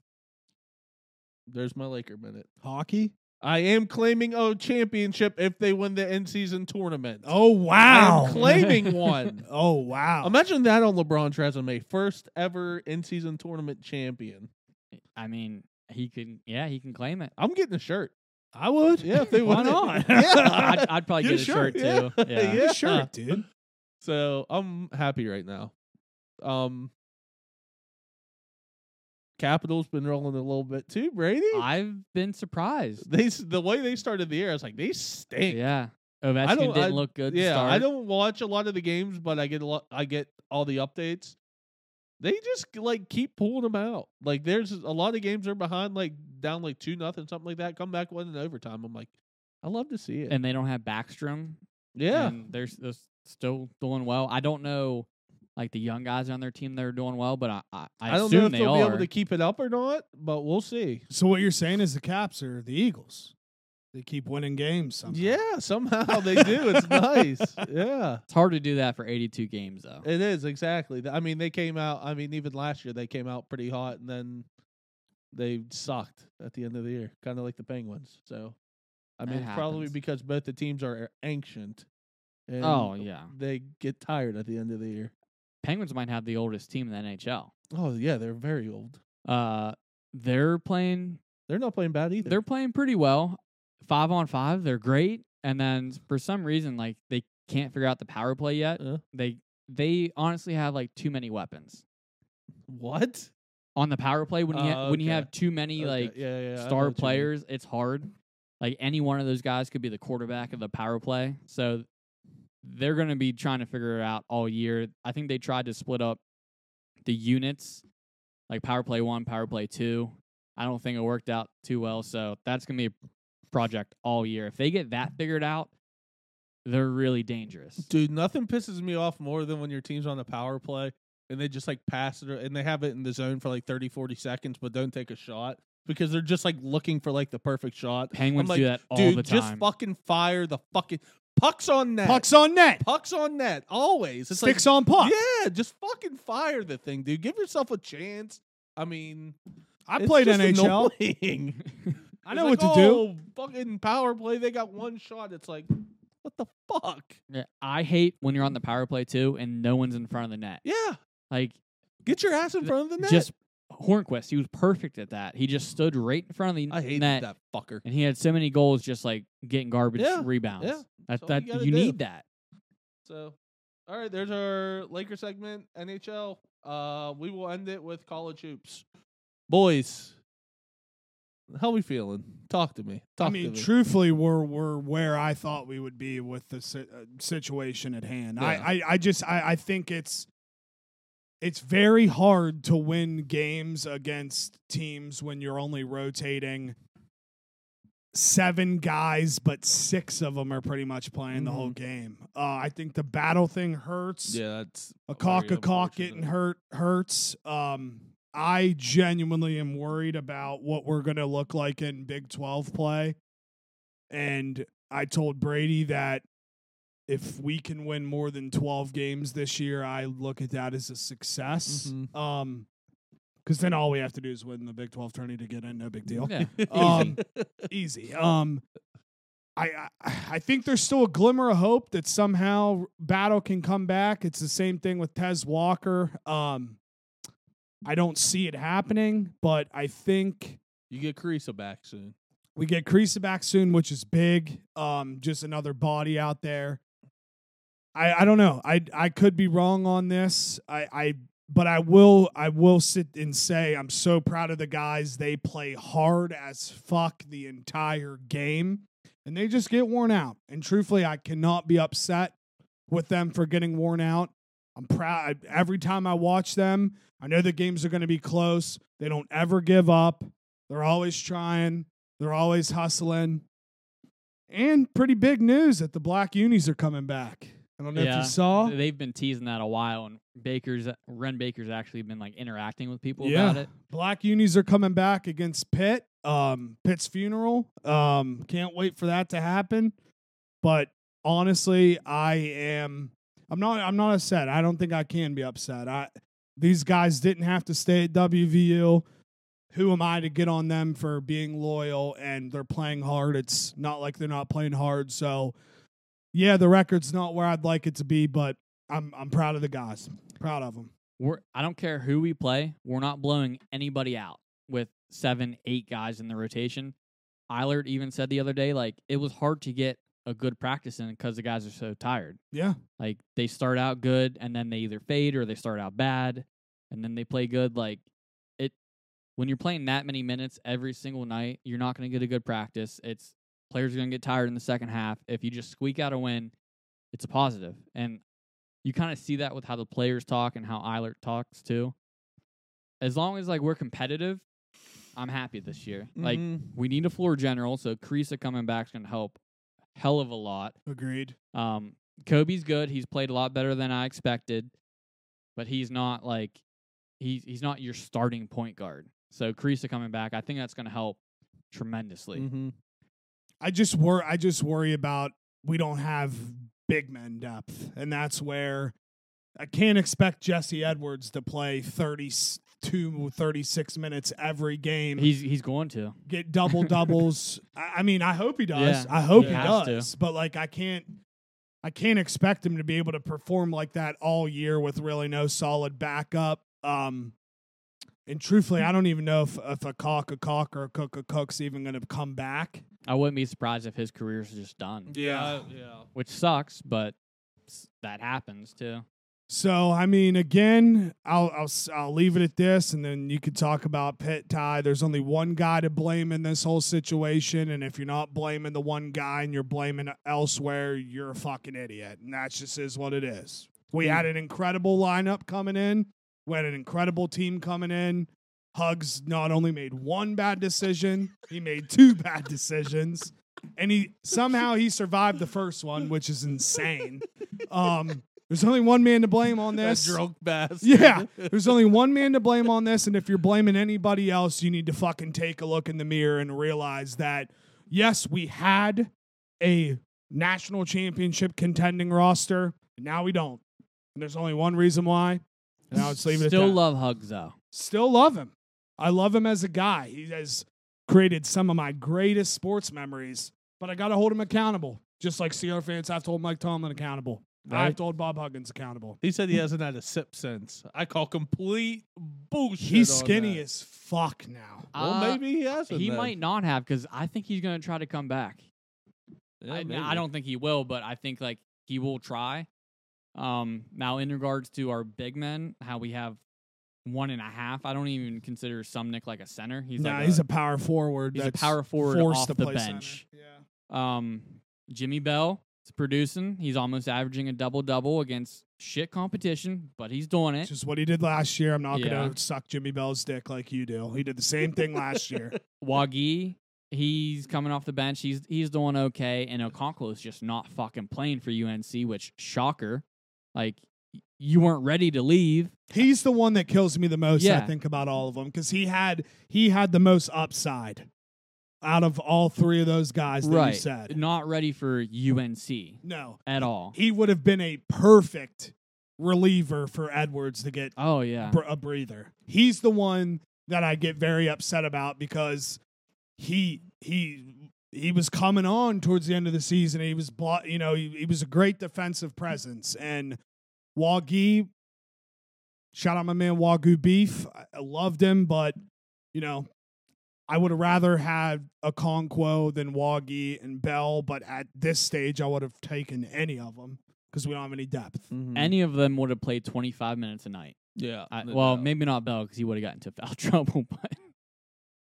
Speaker 1: there's my Laker minute.
Speaker 3: Hockey?
Speaker 1: I am claiming a championship if they win the end season tournament.
Speaker 3: Oh wow!
Speaker 1: I'm claiming one.
Speaker 3: oh wow!
Speaker 1: Imagine that on LeBron's resume. First ever in season tournament champion.
Speaker 2: I mean, he can, yeah, he can claim it.
Speaker 1: I'm getting a shirt.
Speaker 3: I would.
Speaker 1: Yeah, if they
Speaker 3: Why
Speaker 1: win it.
Speaker 3: not?
Speaker 1: Yeah.
Speaker 2: I'd, I'd probably
Speaker 3: Get
Speaker 2: get,
Speaker 3: a
Speaker 2: a
Speaker 3: shirt,
Speaker 2: shirt,
Speaker 1: yeah.
Speaker 2: too. Yeah.
Speaker 1: Yeah.
Speaker 3: Get a shirt, dude.
Speaker 1: So I'm happy right now. Um Capitals been rolling a little bit too, Brady.
Speaker 2: I've been surprised.
Speaker 1: they s- the way they started the year, I was like, they stink.
Speaker 2: Yeah. Ovechkin
Speaker 1: don't-
Speaker 2: didn't
Speaker 1: I-
Speaker 2: look good. to
Speaker 1: Yeah,
Speaker 2: start.
Speaker 1: I don't watch a lot of the games, but I get a lot. I get all the updates. They just like keep pulling them out. Like there's a lot of games are behind, like down like two nothing, something like that. Come back one in overtime. I'm like, I love to see it.
Speaker 2: and they don't have Backstrom.
Speaker 1: Yeah.
Speaker 2: and they're, s- they're s- still doing well. I don't know, like the young guys on their team, they're doing well, but I I, I,
Speaker 1: I don't
Speaker 2: assume
Speaker 1: know if
Speaker 2: they
Speaker 1: will
Speaker 2: are.
Speaker 1: be able to keep it up or not, but we'll see.
Speaker 3: So what you're saying is the Caps are the Eagles. They keep winning games. Somehow.
Speaker 1: Yeah, somehow they do. It's nice. Yeah.
Speaker 2: it's hard to do that for 82 games though.
Speaker 1: It is exactly. Th- I mean, they came out. I mean, even last year they came out pretty hot, and then they sucked at the end of the year, kind of like the Penguins. So, I
Speaker 2: That
Speaker 1: mean, it's probably
Speaker 2: happens.
Speaker 1: because both the teams are ancient. And
Speaker 2: oh yeah,
Speaker 1: they get tired at the end of the year.
Speaker 2: Penguins might have the oldest team in the NHL.
Speaker 1: Oh yeah, they're very old.
Speaker 2: Uh, they're playing
Speaker 1: They're not playing bad either.
Speaker 2: they're playing pretty well. Five on five, they're great. And then for some reason, like they can't figure out the power play yet.
Speaker 1: Uh.
Speaker 2: They they honestly have like too many weapons
Speaker 1: what?
Speaker 2: on the power play. When you ha-
Speaker 1: Oh,
Speaker 2: when you
Speaker 1: okay.
Speaker 2: have too many
Speaker 1: Okay,
Speaker 2: like
Speaker 1: yeah, yeah, I know what you
Speaker 2: star
Speaker 1: mean.
Speaker 2: players, it's hard. Like any one of those guys could be the quarterback of the power play. So they're going to be trying to figure it out all year. I think they tried to split up the units, like power play one, power play two. I don't think it worked out too well. So that's going to be a project all year. If they get that figured out, they're really dangerous.
Speaker 1: Dude, nothing pisses me off more than when your team's on the power play and they just like pass it and they have it in the zone for like 30, 40 seconds, but don't take a shot because they're just like looking for like the perfect shot.
Speaker 2: Penguins
Speaker 1: like,
Speaker 2: do that all
Speaker 1: Dude,
Speaker 2: the time.
Speaker 1: just fucking fire the fucking pucks on net.
Speaker 3: Pucks on net.
Speaker 1: Pucks on net. Always. It's
Speaker 3: Sticks
Speaker 1: like,
Speaker 3: on puck.
Speaker 1: Yeah, just fucking fire the thing, dude. Give yourself a chance. I mean,
Speaker 3: I
Speaker 1: it's
Speaker 3: played
Speaker 1: just
Speaker 3: NHL.
Speaker 1: annoying.
Speaker 3: I
Speaker 1: It's
Speaker 3: know
Speaker 1: like,
Speaker 3: what to do.
Speaker 1: "Oh, Fucking power play. They got one shot. It's like, what the fuck?
Speaker 2: Yeah, I hate when you're on the power play two and no one's in front of the net.
Speaker 1: Yeah.
Speaker 2: Like
Speaker 1: Get your ass in front of the net.
Speaker 2: just Hornquist. He was perfect at that. He just stood right in front of the
Speaker 1: I hate
Speaker 2: net,
Speaker 1: that fucker.
Speaker 2: and he had so many goals just like getting garbage
Speaker 1: Yeah,
Speaker 2: rebounds.
Speaker 1: yeah,
Speaker 2: that
Speaker 1: all
Speaker 2: that
Speaker 1: you gotta
Speaker 2: you
Speaker 1: do.
Speaker 2: need that.
Speaker 1: So, all right, there's our Laker segment, NHL. Uh, we will end it with college hoops. Boys, how we feeling? Talk to me. Talk
Speaker 3: I
Speaker 1: to
Speaker 3: mean,
Speaker 1: me.
Speaker 3: truthfully, we're we're where I thought we would be with the si- uh, situation at hand. I, I I just I I think it's it's very hard to win games against teams when you're only rotating seven guys, but six of them are pretty much playing the whole game. Uh, I think the battle thing hurts.
Speaker 1: Mm-hmm. yeah, that's
Speaker 3: a
Speaker 1: very
Speaker 3: cock a cock getting
Speaker 1: unfortunate.
Speaker 3: hurt hurts. Um, I genuinely am worried about what we're going to look like in Big 12 play. And I told Brady that if we can win more than 12 games this year, I look at that as a success.
Speaker 1: Mhm.
Speaker 3: Um, because then all we have to do is win the Big 12 tourney to get in. No big deal
Speaker 2: Yeah.
Speaker 3: Um, easy. Um, I, I I think there's still a glimmer of hope that somehow Battle can come back. It's the same thing with Tez Walker. Um, I don't see it happening, but I think
Speaker 1: you get Carissa back soon.
Speaker 3: we get Creasa back soon, which is big. Um, just another body out there. I I don't know. I I could be wrong on this. I I but I will I will sit and say I'm so proud of the guys. They play hard as fuck the entire game, and they just get worn out. And truthfully, I cannot be upset with them for getting worn out. I'm proud every time I watch them. I know the games are going to be close. They don't ever give up. They're always trying. They're always hustling. And pretty big news that the black unis are coming back. I don't know if
Speaker 2: Yeah.
Speaker 3: you saw.
Speaker 2: They've been teasing that a while, and Baker's Ren Baker's actually been like interacting with people
Speaker 3: Yeah.
Speaker 2: about it.
Speaker 3: Black unis are coming back against Pitt. Um, Pitt's funeral. Um, can't wait for that to happen. But honestly, I am. I'm not. I'm not upset. I don't think I can be upset. I these guys didn't have to stay at WVU. Who am I to get on them for being loyal and they're playing hard? It's not like they're not playing hard. So, yeah, the record's not where I'd like it to be, but I'm I'm proud of the guys. Proud of them.
Speaker 2: We're I don't care who we play, we're not blowing anybody out with seven, eight guys in the rotation. Eilert even said the other day, like it was hard to get a good practice in because the guys are so tired.
Speaker 3: Yeah.
Speaker 2: Like they start out good and then they either fade or they start out bad and then they play good. Like it when you're playing that many minutes every single night, you're not gonna get a good practice. It's players are gonna get tired in the second half. If you just squeak out a win, it's a positive. And you kind of see that with how the players talk and how Eilert talks too. As long as like we're competitive, I'm happy this year. Like
Speaker 1: Mhm.
Speaker 3: Mm-hmm.
Speaker 2: we need a floor general, so Creasa coming back is going to help hell of a lot.
Speaker 3: Agreed.
Speaker 2: Um, Kobe's good. He's played a lot better than I expected, but he's not like he's he's not your starting point guard. So Creasa coming back, I think that's going to help tremendously.
Speaker 1: Mm-hmm.
Speaker 3: I just wor I just worry about we don't have big men depth, and that's where I can't expect Jesse Edwards to play 32, 36 minutes every game,
Speaker 2: He's he's going to.
Speaker 3: get double doubles. I, I mean, I hope he does.
Speaker 2: Yeah,
Speaker 3: I hope
Speaker 2: he
Speaker 3: he
Speaker 2: has to.
Speaker 3: does. But like, I can't. I can't expect him to be able to perform like that all year with really no solid backup. Um, and truthfully, I don't even know if, if a cock, a cock, or a cook, a cook's even going to come back.
Speaker 2: I wouldn't be surprised if his career's just done,
Speaker 1: yeah.
Speaker 2: which sucks, but s- that happens too.
Speaker 3: So I mean, again, I'll I'll s- I'll leave it at this, and then you could talk about Pit Ty. There's only one guy to blame in this whole situation, and if you're not blaming the one guy and you're blaming elsewhere, you're a fucking idiot, and that just is what it is. We had an incredible lineup coming in. We had an incredible team coming in. Hugs not only made one bad decision, he made two bad decisions, and he somehow he survived the first one, which is insane. Um, there's only one man to blame on
Speaker 1: That
Speaker 3: this.
Speaker 1: drunk bastard.
Speaker 3: Yeah, there's only one man to blame on this, and if you're blaming anybody else, you need to fucking take a look in the mirror and realize that yes, we had a national championship contending roster, but now we don't. And there's only one reason why. And I'll just leave it
Speaker 2: Still
Speaker 3: at that.
Speaker 2: love hugs though.
Speaker 3: Still love him. I love him as a guy. He has created some of my greatest sports memories, but I got to hold him accountable. Just like CR fans, I've told Mike Tomlin accountable. I've
Speaker 2: Right.
Speaker 3: told Bob Huggins accountable.
Speaker 1: He said he hasn't had a sip since. I call complete bullshit.
Speaker 3: He's
Speaker 1: on
Speaker 3: skinny
Speaker 1: that.
Speaker 3: as fuck now.
Speaker 1: Well,
Speaker 2: Uh,
Speaker 1: maybe he hasn't.
Speaker 2: He
Speaker 1: then.
Speaker 2: might not have because I think he's going to try to come back.
Speaker 1: Yeah,
Speaker 2: I,
Speaker 1: maybe.
Speaker 2: I don't think he will, but I think like he will try. Um, now in regards to our big men, how we have one and a half. I don't even consider Sumnick like a center. He's
Speaker 3: nah,
Speaker 2: like
Speaker 3: he's a power forward.
Speaker 2: he's a
Speaker 3: that's
Speaker 2: power forward
Speaker 3: forced
Speaker 2: off
Speaker 3: to
Speaker 2: the
Speaker 3: play center.
Speaker 2: bench. um Jimmy Bell is producing. He's almost averaging a double double against shit competition, but he's doing
Speaker 3: Yeah,
Speaker 2: it.
Speaker 3: which is what he did last year. I'm not
Speaker 2: Yeah.
Speaker 3: gonna suck Jimmy Bell's dick like you do. He did the same thing last year.
Speaker 2: Wagi, he's coming off the bench. He's he's doing okay. And Okonkwo's just not fucking playing for UNC, which shocker. Like y- you weren't ready to leave.
Speaker 3: He's the one that kills me the most. I
Speaker 2: Yeah.
Speaker 3: think about all of them because he had he had the most upside out of all three of those guys that you said.
Speaker 2: Not ready for UNC
Speaker 3: No,
Speaker 2: at all.
Speaker 3: he would have been a perfect reliever for Edwards to get
Speaker 2: Oh yeah.
Speaker 3: br- a breather. He's the one that I get very upset about because he he he was coming on towards the end of the season. He was blo- you know he, he was a great defensive presence and Wagi. Shout out my man Wagyu Beef. I, I loved him, but you know. I would have rather had a Conquo than Wagi and Bell, but at this stage, I would have taken any of them because we don't have any depth.
Speaker 1: Mhm.
Speaker 2: Any of them would have played 25 minutes a night.
Speaker 1: yeah.
Speaker 2: I,
Speaker 1: no
Speaker 2: well,
Speaker 1: doubt.
Speaker 2: maybe not Bell because he would have gotten into foul trouble, but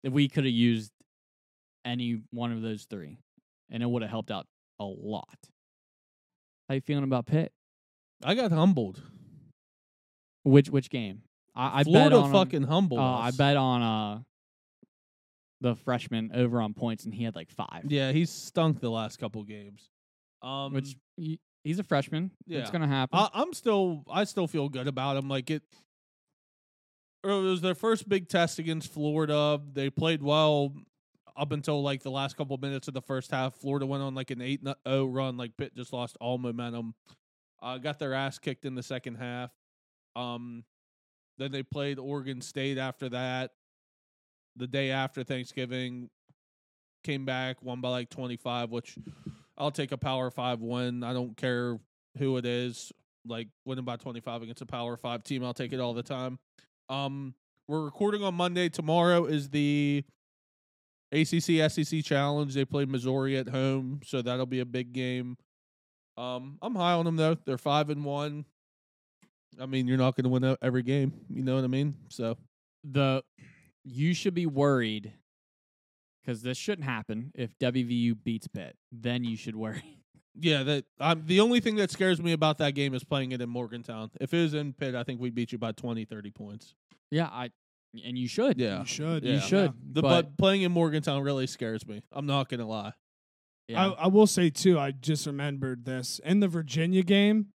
Speaker 2: if we could have used any one of those three, and it would have helped out a lot. How you feeling about Pitt?
Speaker 1: I got humbled.
Speaker 2: Which which game? I, I bet
Speaker 1: Florida
Speaker 2: on 'em-
Speaker 1: fucking humbled.
Speaker 2: Oh, I
Speaker 1: us.
Speaker 2: bet on uh the freshman over on points, and he had like five.
Speaker 1: Yeah, he's stunk the last couple games. Um,
Speaker 2: which he, he's a freshman.
Speaker 1: yeah.
Speaker 2: It's gonna happen.
Speaker 1: I, I'm still, I still feel good about him. Like it, it was their first big test against Florida. They played well up until like the last couple minutes of the first half. Florida went on like an eight zero run. Like Pitt just lost all momentum. Uh, got their ass kicked in the second half. Um, then they played Oregon State after that. The day after Thanksgiving, came back won by like twenty five, which I'll take a Power Five win. I don't care who it is. Like winning by 25 against a Power Five team, I'll take it all the time. Um, we're recording on Monday. Tomorrow is the ACC SEC E Challenge. They play Missouri at home, so that'll be a big game. Um, I'm high on them though. They're five and one. I mean, you're not going to win e- every game. You know what I mean? So
Speaker 2: the you should be worried because this shouldn't happen if WVU beats Pitt. Then you should worry.
Speaker 1: yeah, that I'm the only thing that scares me about that game is playing it in Morgantown. If it was in Pitt, I think we'd beat you by 20, 30 points.
Speaker 2: Yeah, I and you should.
Speaker 1: Yeah,
Speaker 3: You should.
Speaker 1: You
Speaker 2: you
Speaker 1: Yeah.
Speaker 2: should.
Speaker 1: The, but,
Speaker 2: but
Speaker 1: playing in Morgantown really scares me. I'm not gonna lie.
Speaker 2: Yeah.
Speaker 3: I, I will say too, I just remembered this in the Virginia game.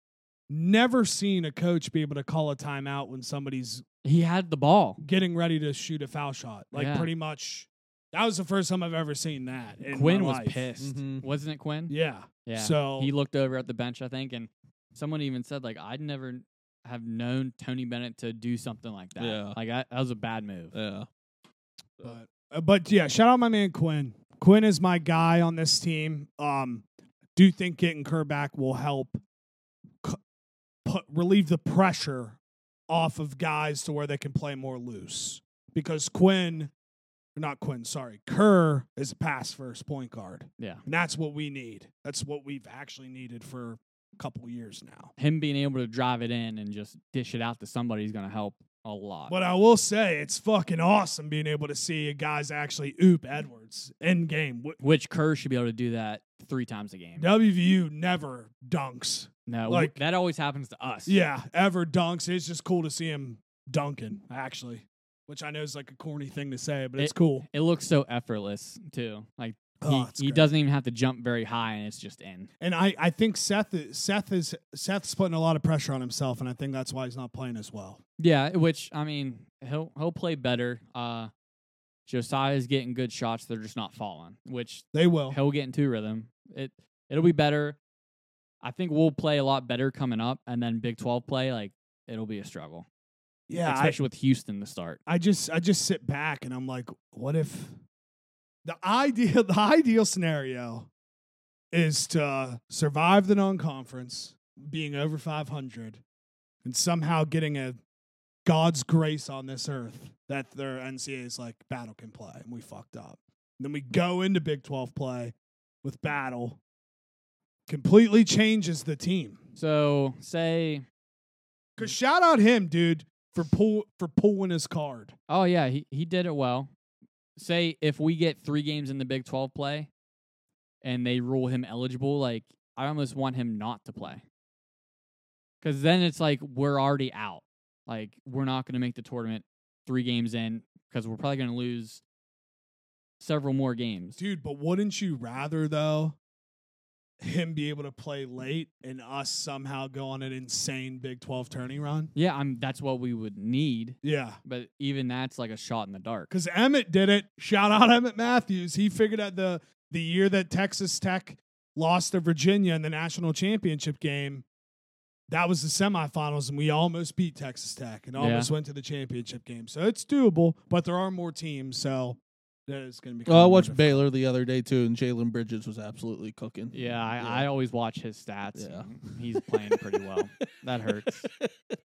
Speaker 3: Never seen a coach be able to call a timeout when somebody's
Speaker 2: he had the ball.
Speaker 3: getting ready to shoot a foul shot. Like
Speaker 2: Yeah.
Speaker 3: pretty much, that was the first time I've ever seen that. in my
Speaker 2: Quinn was
Speaker 3: life.
Speaker 2: pissed,
Speaker 1: Mhm.
Speaker 2: wasn't it? Quinn.
Speaker 3: Yeah.
Speaker 2: Yeah.
Speaker 3: So
Speaker 2: he looked over at the bench, I think, and someone even said like, "I'd never have known Tony Bennett to do something like that.
Speaker 1: Yeah. Uh
Speaker 2: Like I, that was a bad move."
Speaker 1: Yeah.
Speaker 3: But uh, but yeah, shout out my man Quinn. Quinn is my guy on this team. Um, do think getting Kerr back will help c- put relieve the pressure off of guys to where they can play more loose because Quinn, not Quinn, sorry, Kerr is a pass first point guard,
Speaker 2: yeah.
Speaker 3: and that's what we need. That's what we've actually needed for a couple years now.
Speaker 2: Him being able to drive it in and just dish it out to somebody is going to help a lot.
Speaker 3: But I will say it's fucking awesome being able to see guys actually oop Edwards in game. Wh-
Speaker 2: Which Kerr should be able to do that three times a game.
Speaker 3: WVU never dunks.
Speaker 2: No, w-
Speaker 3: like-
Speaker 2: that always happens to us.
Speaker 3: Yeah, ever dunks. It's just cool to see him dunking, actually, which I know is like a corny thing to say, but it's
Speaker 2: It-
Speaker 3: cool.
Speaker 2: It looks so effortless too. Like he,
Speaker 3: Oh, it's
Speaker 2: he
Speaker 3: great.
Speaker 2: doesn't even have to jump very high and it's just in.
Speaker 3: And I, I think Seth is, Seth is Seth's putting a lot of pressure on himself, and I think that's why he's not playing as well.
Speaker 2: Yeah, which I mean, he'll he'll play better. Uh Josiah's getting good shots, they're just not falling, which
Speaker 3: They will.
Speaker 2: he'll get into rhythm. It it'll be better. I think we'll play a lot better coming up and then Big 12 play like it'll be a struggle,
Speaker 3: Yeah, I,
Speaker 2: especially with Houston to start.
Speaker 3: I just I just sit back and I'm like, what if the ideal the ideal scenario is to survive the non-conference, being over 500, and somehow getting a God's grace on this earth that their NCAA's like battle can play, and we fucked up. And then we go into Big 12 play with battle, completely changes the team.
Speaker 2: So, say
Speaker 3: Cause shout out him, dude, for pull for pulling his card.
Speaker 2: Oh yeah, he he did it well. Say if we get three games in the Big Twelve play, and they rule him eligible, like I almost want him not to play, because then it's like we're already out. Like we're not going to make the tournament three games in because we're probably going to lose several more games.
Speaker 3: Dude, but wouldn't you rather though him be able to play late and us somehow go on an insane Big 12 tourney run?
Speaker 2: Yeah, I'm. That's what we would need.
Speaker 3: Yeah.
Speaker 2: But even that's like a shot in the dark.
Speaker 3: Cuz Emmett did it. Shout out Emmett Matthews. He figured out the the year that Texas Tech lost to Virginia in the national championship game. That was the semifinals and we almost beat Texas Tech and
Speaker 2: Yeah.
Speaker 3: almost went to the championship game. So it's doable, but there are more teams, so that is going to be
Speaker 1: Oh, I watched Baylor the other day too, and Jalen Bridges was absolutely cooking.
Speaker 2: Yeah, I,
Speaker 1: Yeah.
Speaker 2: I always watch his stats.
Speaker 1: Yeah.
Speaker 2: and He's playing pretty well. That hurts.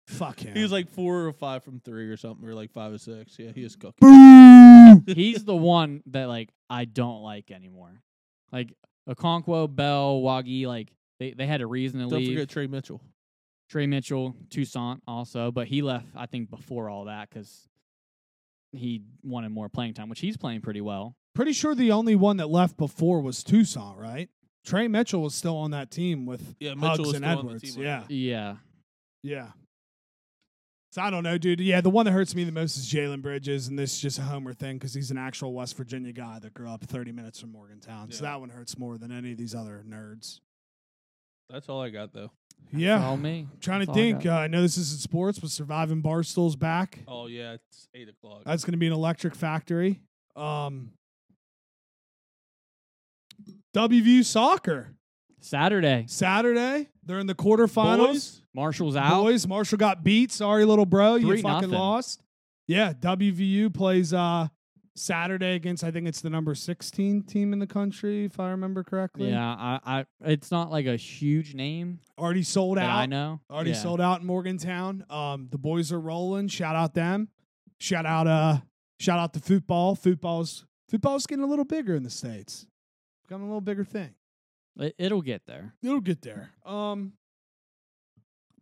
Speaker 3: Fuck him.
Speaker 1: He was like four or five from three or something, or like five or six. Yeah, he is cooking.
Speaker 3: Boo!
Speaker 2: he's the one that like I don't like anymore. Like Okonkwo, Bell, Wagi, like they, they had a reason to
Speaker 1: Don't
Speaker 2: leave.
Speaker 1: forget Trey Mitchell.
Speaker 2: Trey Mitchell, Toussaint also, but he left I think before all that because he wanted more playing time, which he's playing pretty well.
Speaker 3: Pretty sure the only one that left before was Tucson, right? Trey Mitchell was still on that team with
Speaker 1: Yeah, Mitchell
Speaker 3: Hugs
Speaker 1: is
Speaker 3: and
Speaker 1: still on the
Speaker 3: Edwards.
Speaker 1: team, I
Speaker 3: yeah,
Speaker 1: think.
Speaker 2: Yeah,
Speaker 3: yeah. So I don't know, dude. Yeah, the one that hurts me the most is Jalen Bridges, and this is just a homer thing because he's an actual West Virginia guy that grew up 30 minutes from Morgantown. So
Speaker 1: Yeah.
Speaker 3: that one hurts more than any of these other nerds.
Speaker 1: That's all I got though.
Speaker 3: yeah,
Speaker 2: all me.
Speaker 3: I'm trying to
Speaker 2: That's all I
Speaker 3: think.
Speaker 2: got.
Speaker 3: Uh, I know this isn't sports, but surviving Barstool's back.
Speaker 1: Oh yeah, it's eight o'clock.
Speaker 3: That's going to be an electric factory. Um, WVU soccer.
Speaker 2: Saturday,
Speaker 3: Saturday. They're in the quarterfinals.
Speaker 1: Boys?
Speaker 2: Marshall's
Speaker 3: Boys,
Speaker 2: out.
Speaker 3: Marshall got beat. Sorry, little bro. You
Speaker 2: Three nothing.
Speaker 3: fucking lost. Yeah, WVU plays uh Saturday against I think it's the number 16 team in the country, if I remember correctly.
Speaker 2: Yeah, I, I it's not like a huge name
Speaker 3: Already sold
Speaker 2: that I
Speaker 3: out.
Speaker 2: know.
Speaker 3: Already
Speaker 2: Yeah.
Speaker 3: sold out in Morgantown. Um the boys are rolling. Shout out them. Shout out uh shout out to football. Football's football's getting a little bigger in the States. Becoming a little bigger thing.
Speaker 2: It, it'll get there.
Speaker 3: It'll get there. Um,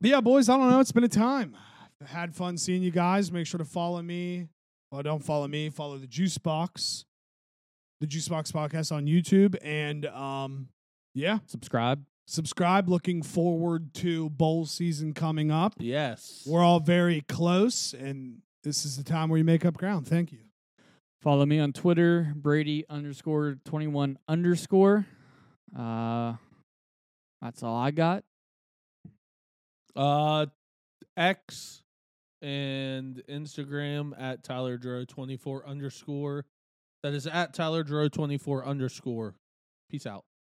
Speaker 3: but yeah, boys, I don't know. It's been a time. I've had fun seeing you guys. Make sure to follow me. Well, don't follow me. Follow the Juice Box, the Juice Box podcast on YouTube, and um, yeah,
Speaker 2: Subscribe.
Speaker 3: subscribe. Looking forward to bowl season coming up.
Speaker 1: Yes.
Speaker 3: We're all very close, and this is the time where you make up ground. Thank you.
Speaker 2: Follow me on Twitter, Brady underscore 21 underscore. Uh, that's all I got.
Speaker 1: Uh, X and Instagram at Tyler Dro twenty four underscore. That is at Tyler Dro twenty four underscore. Peace out.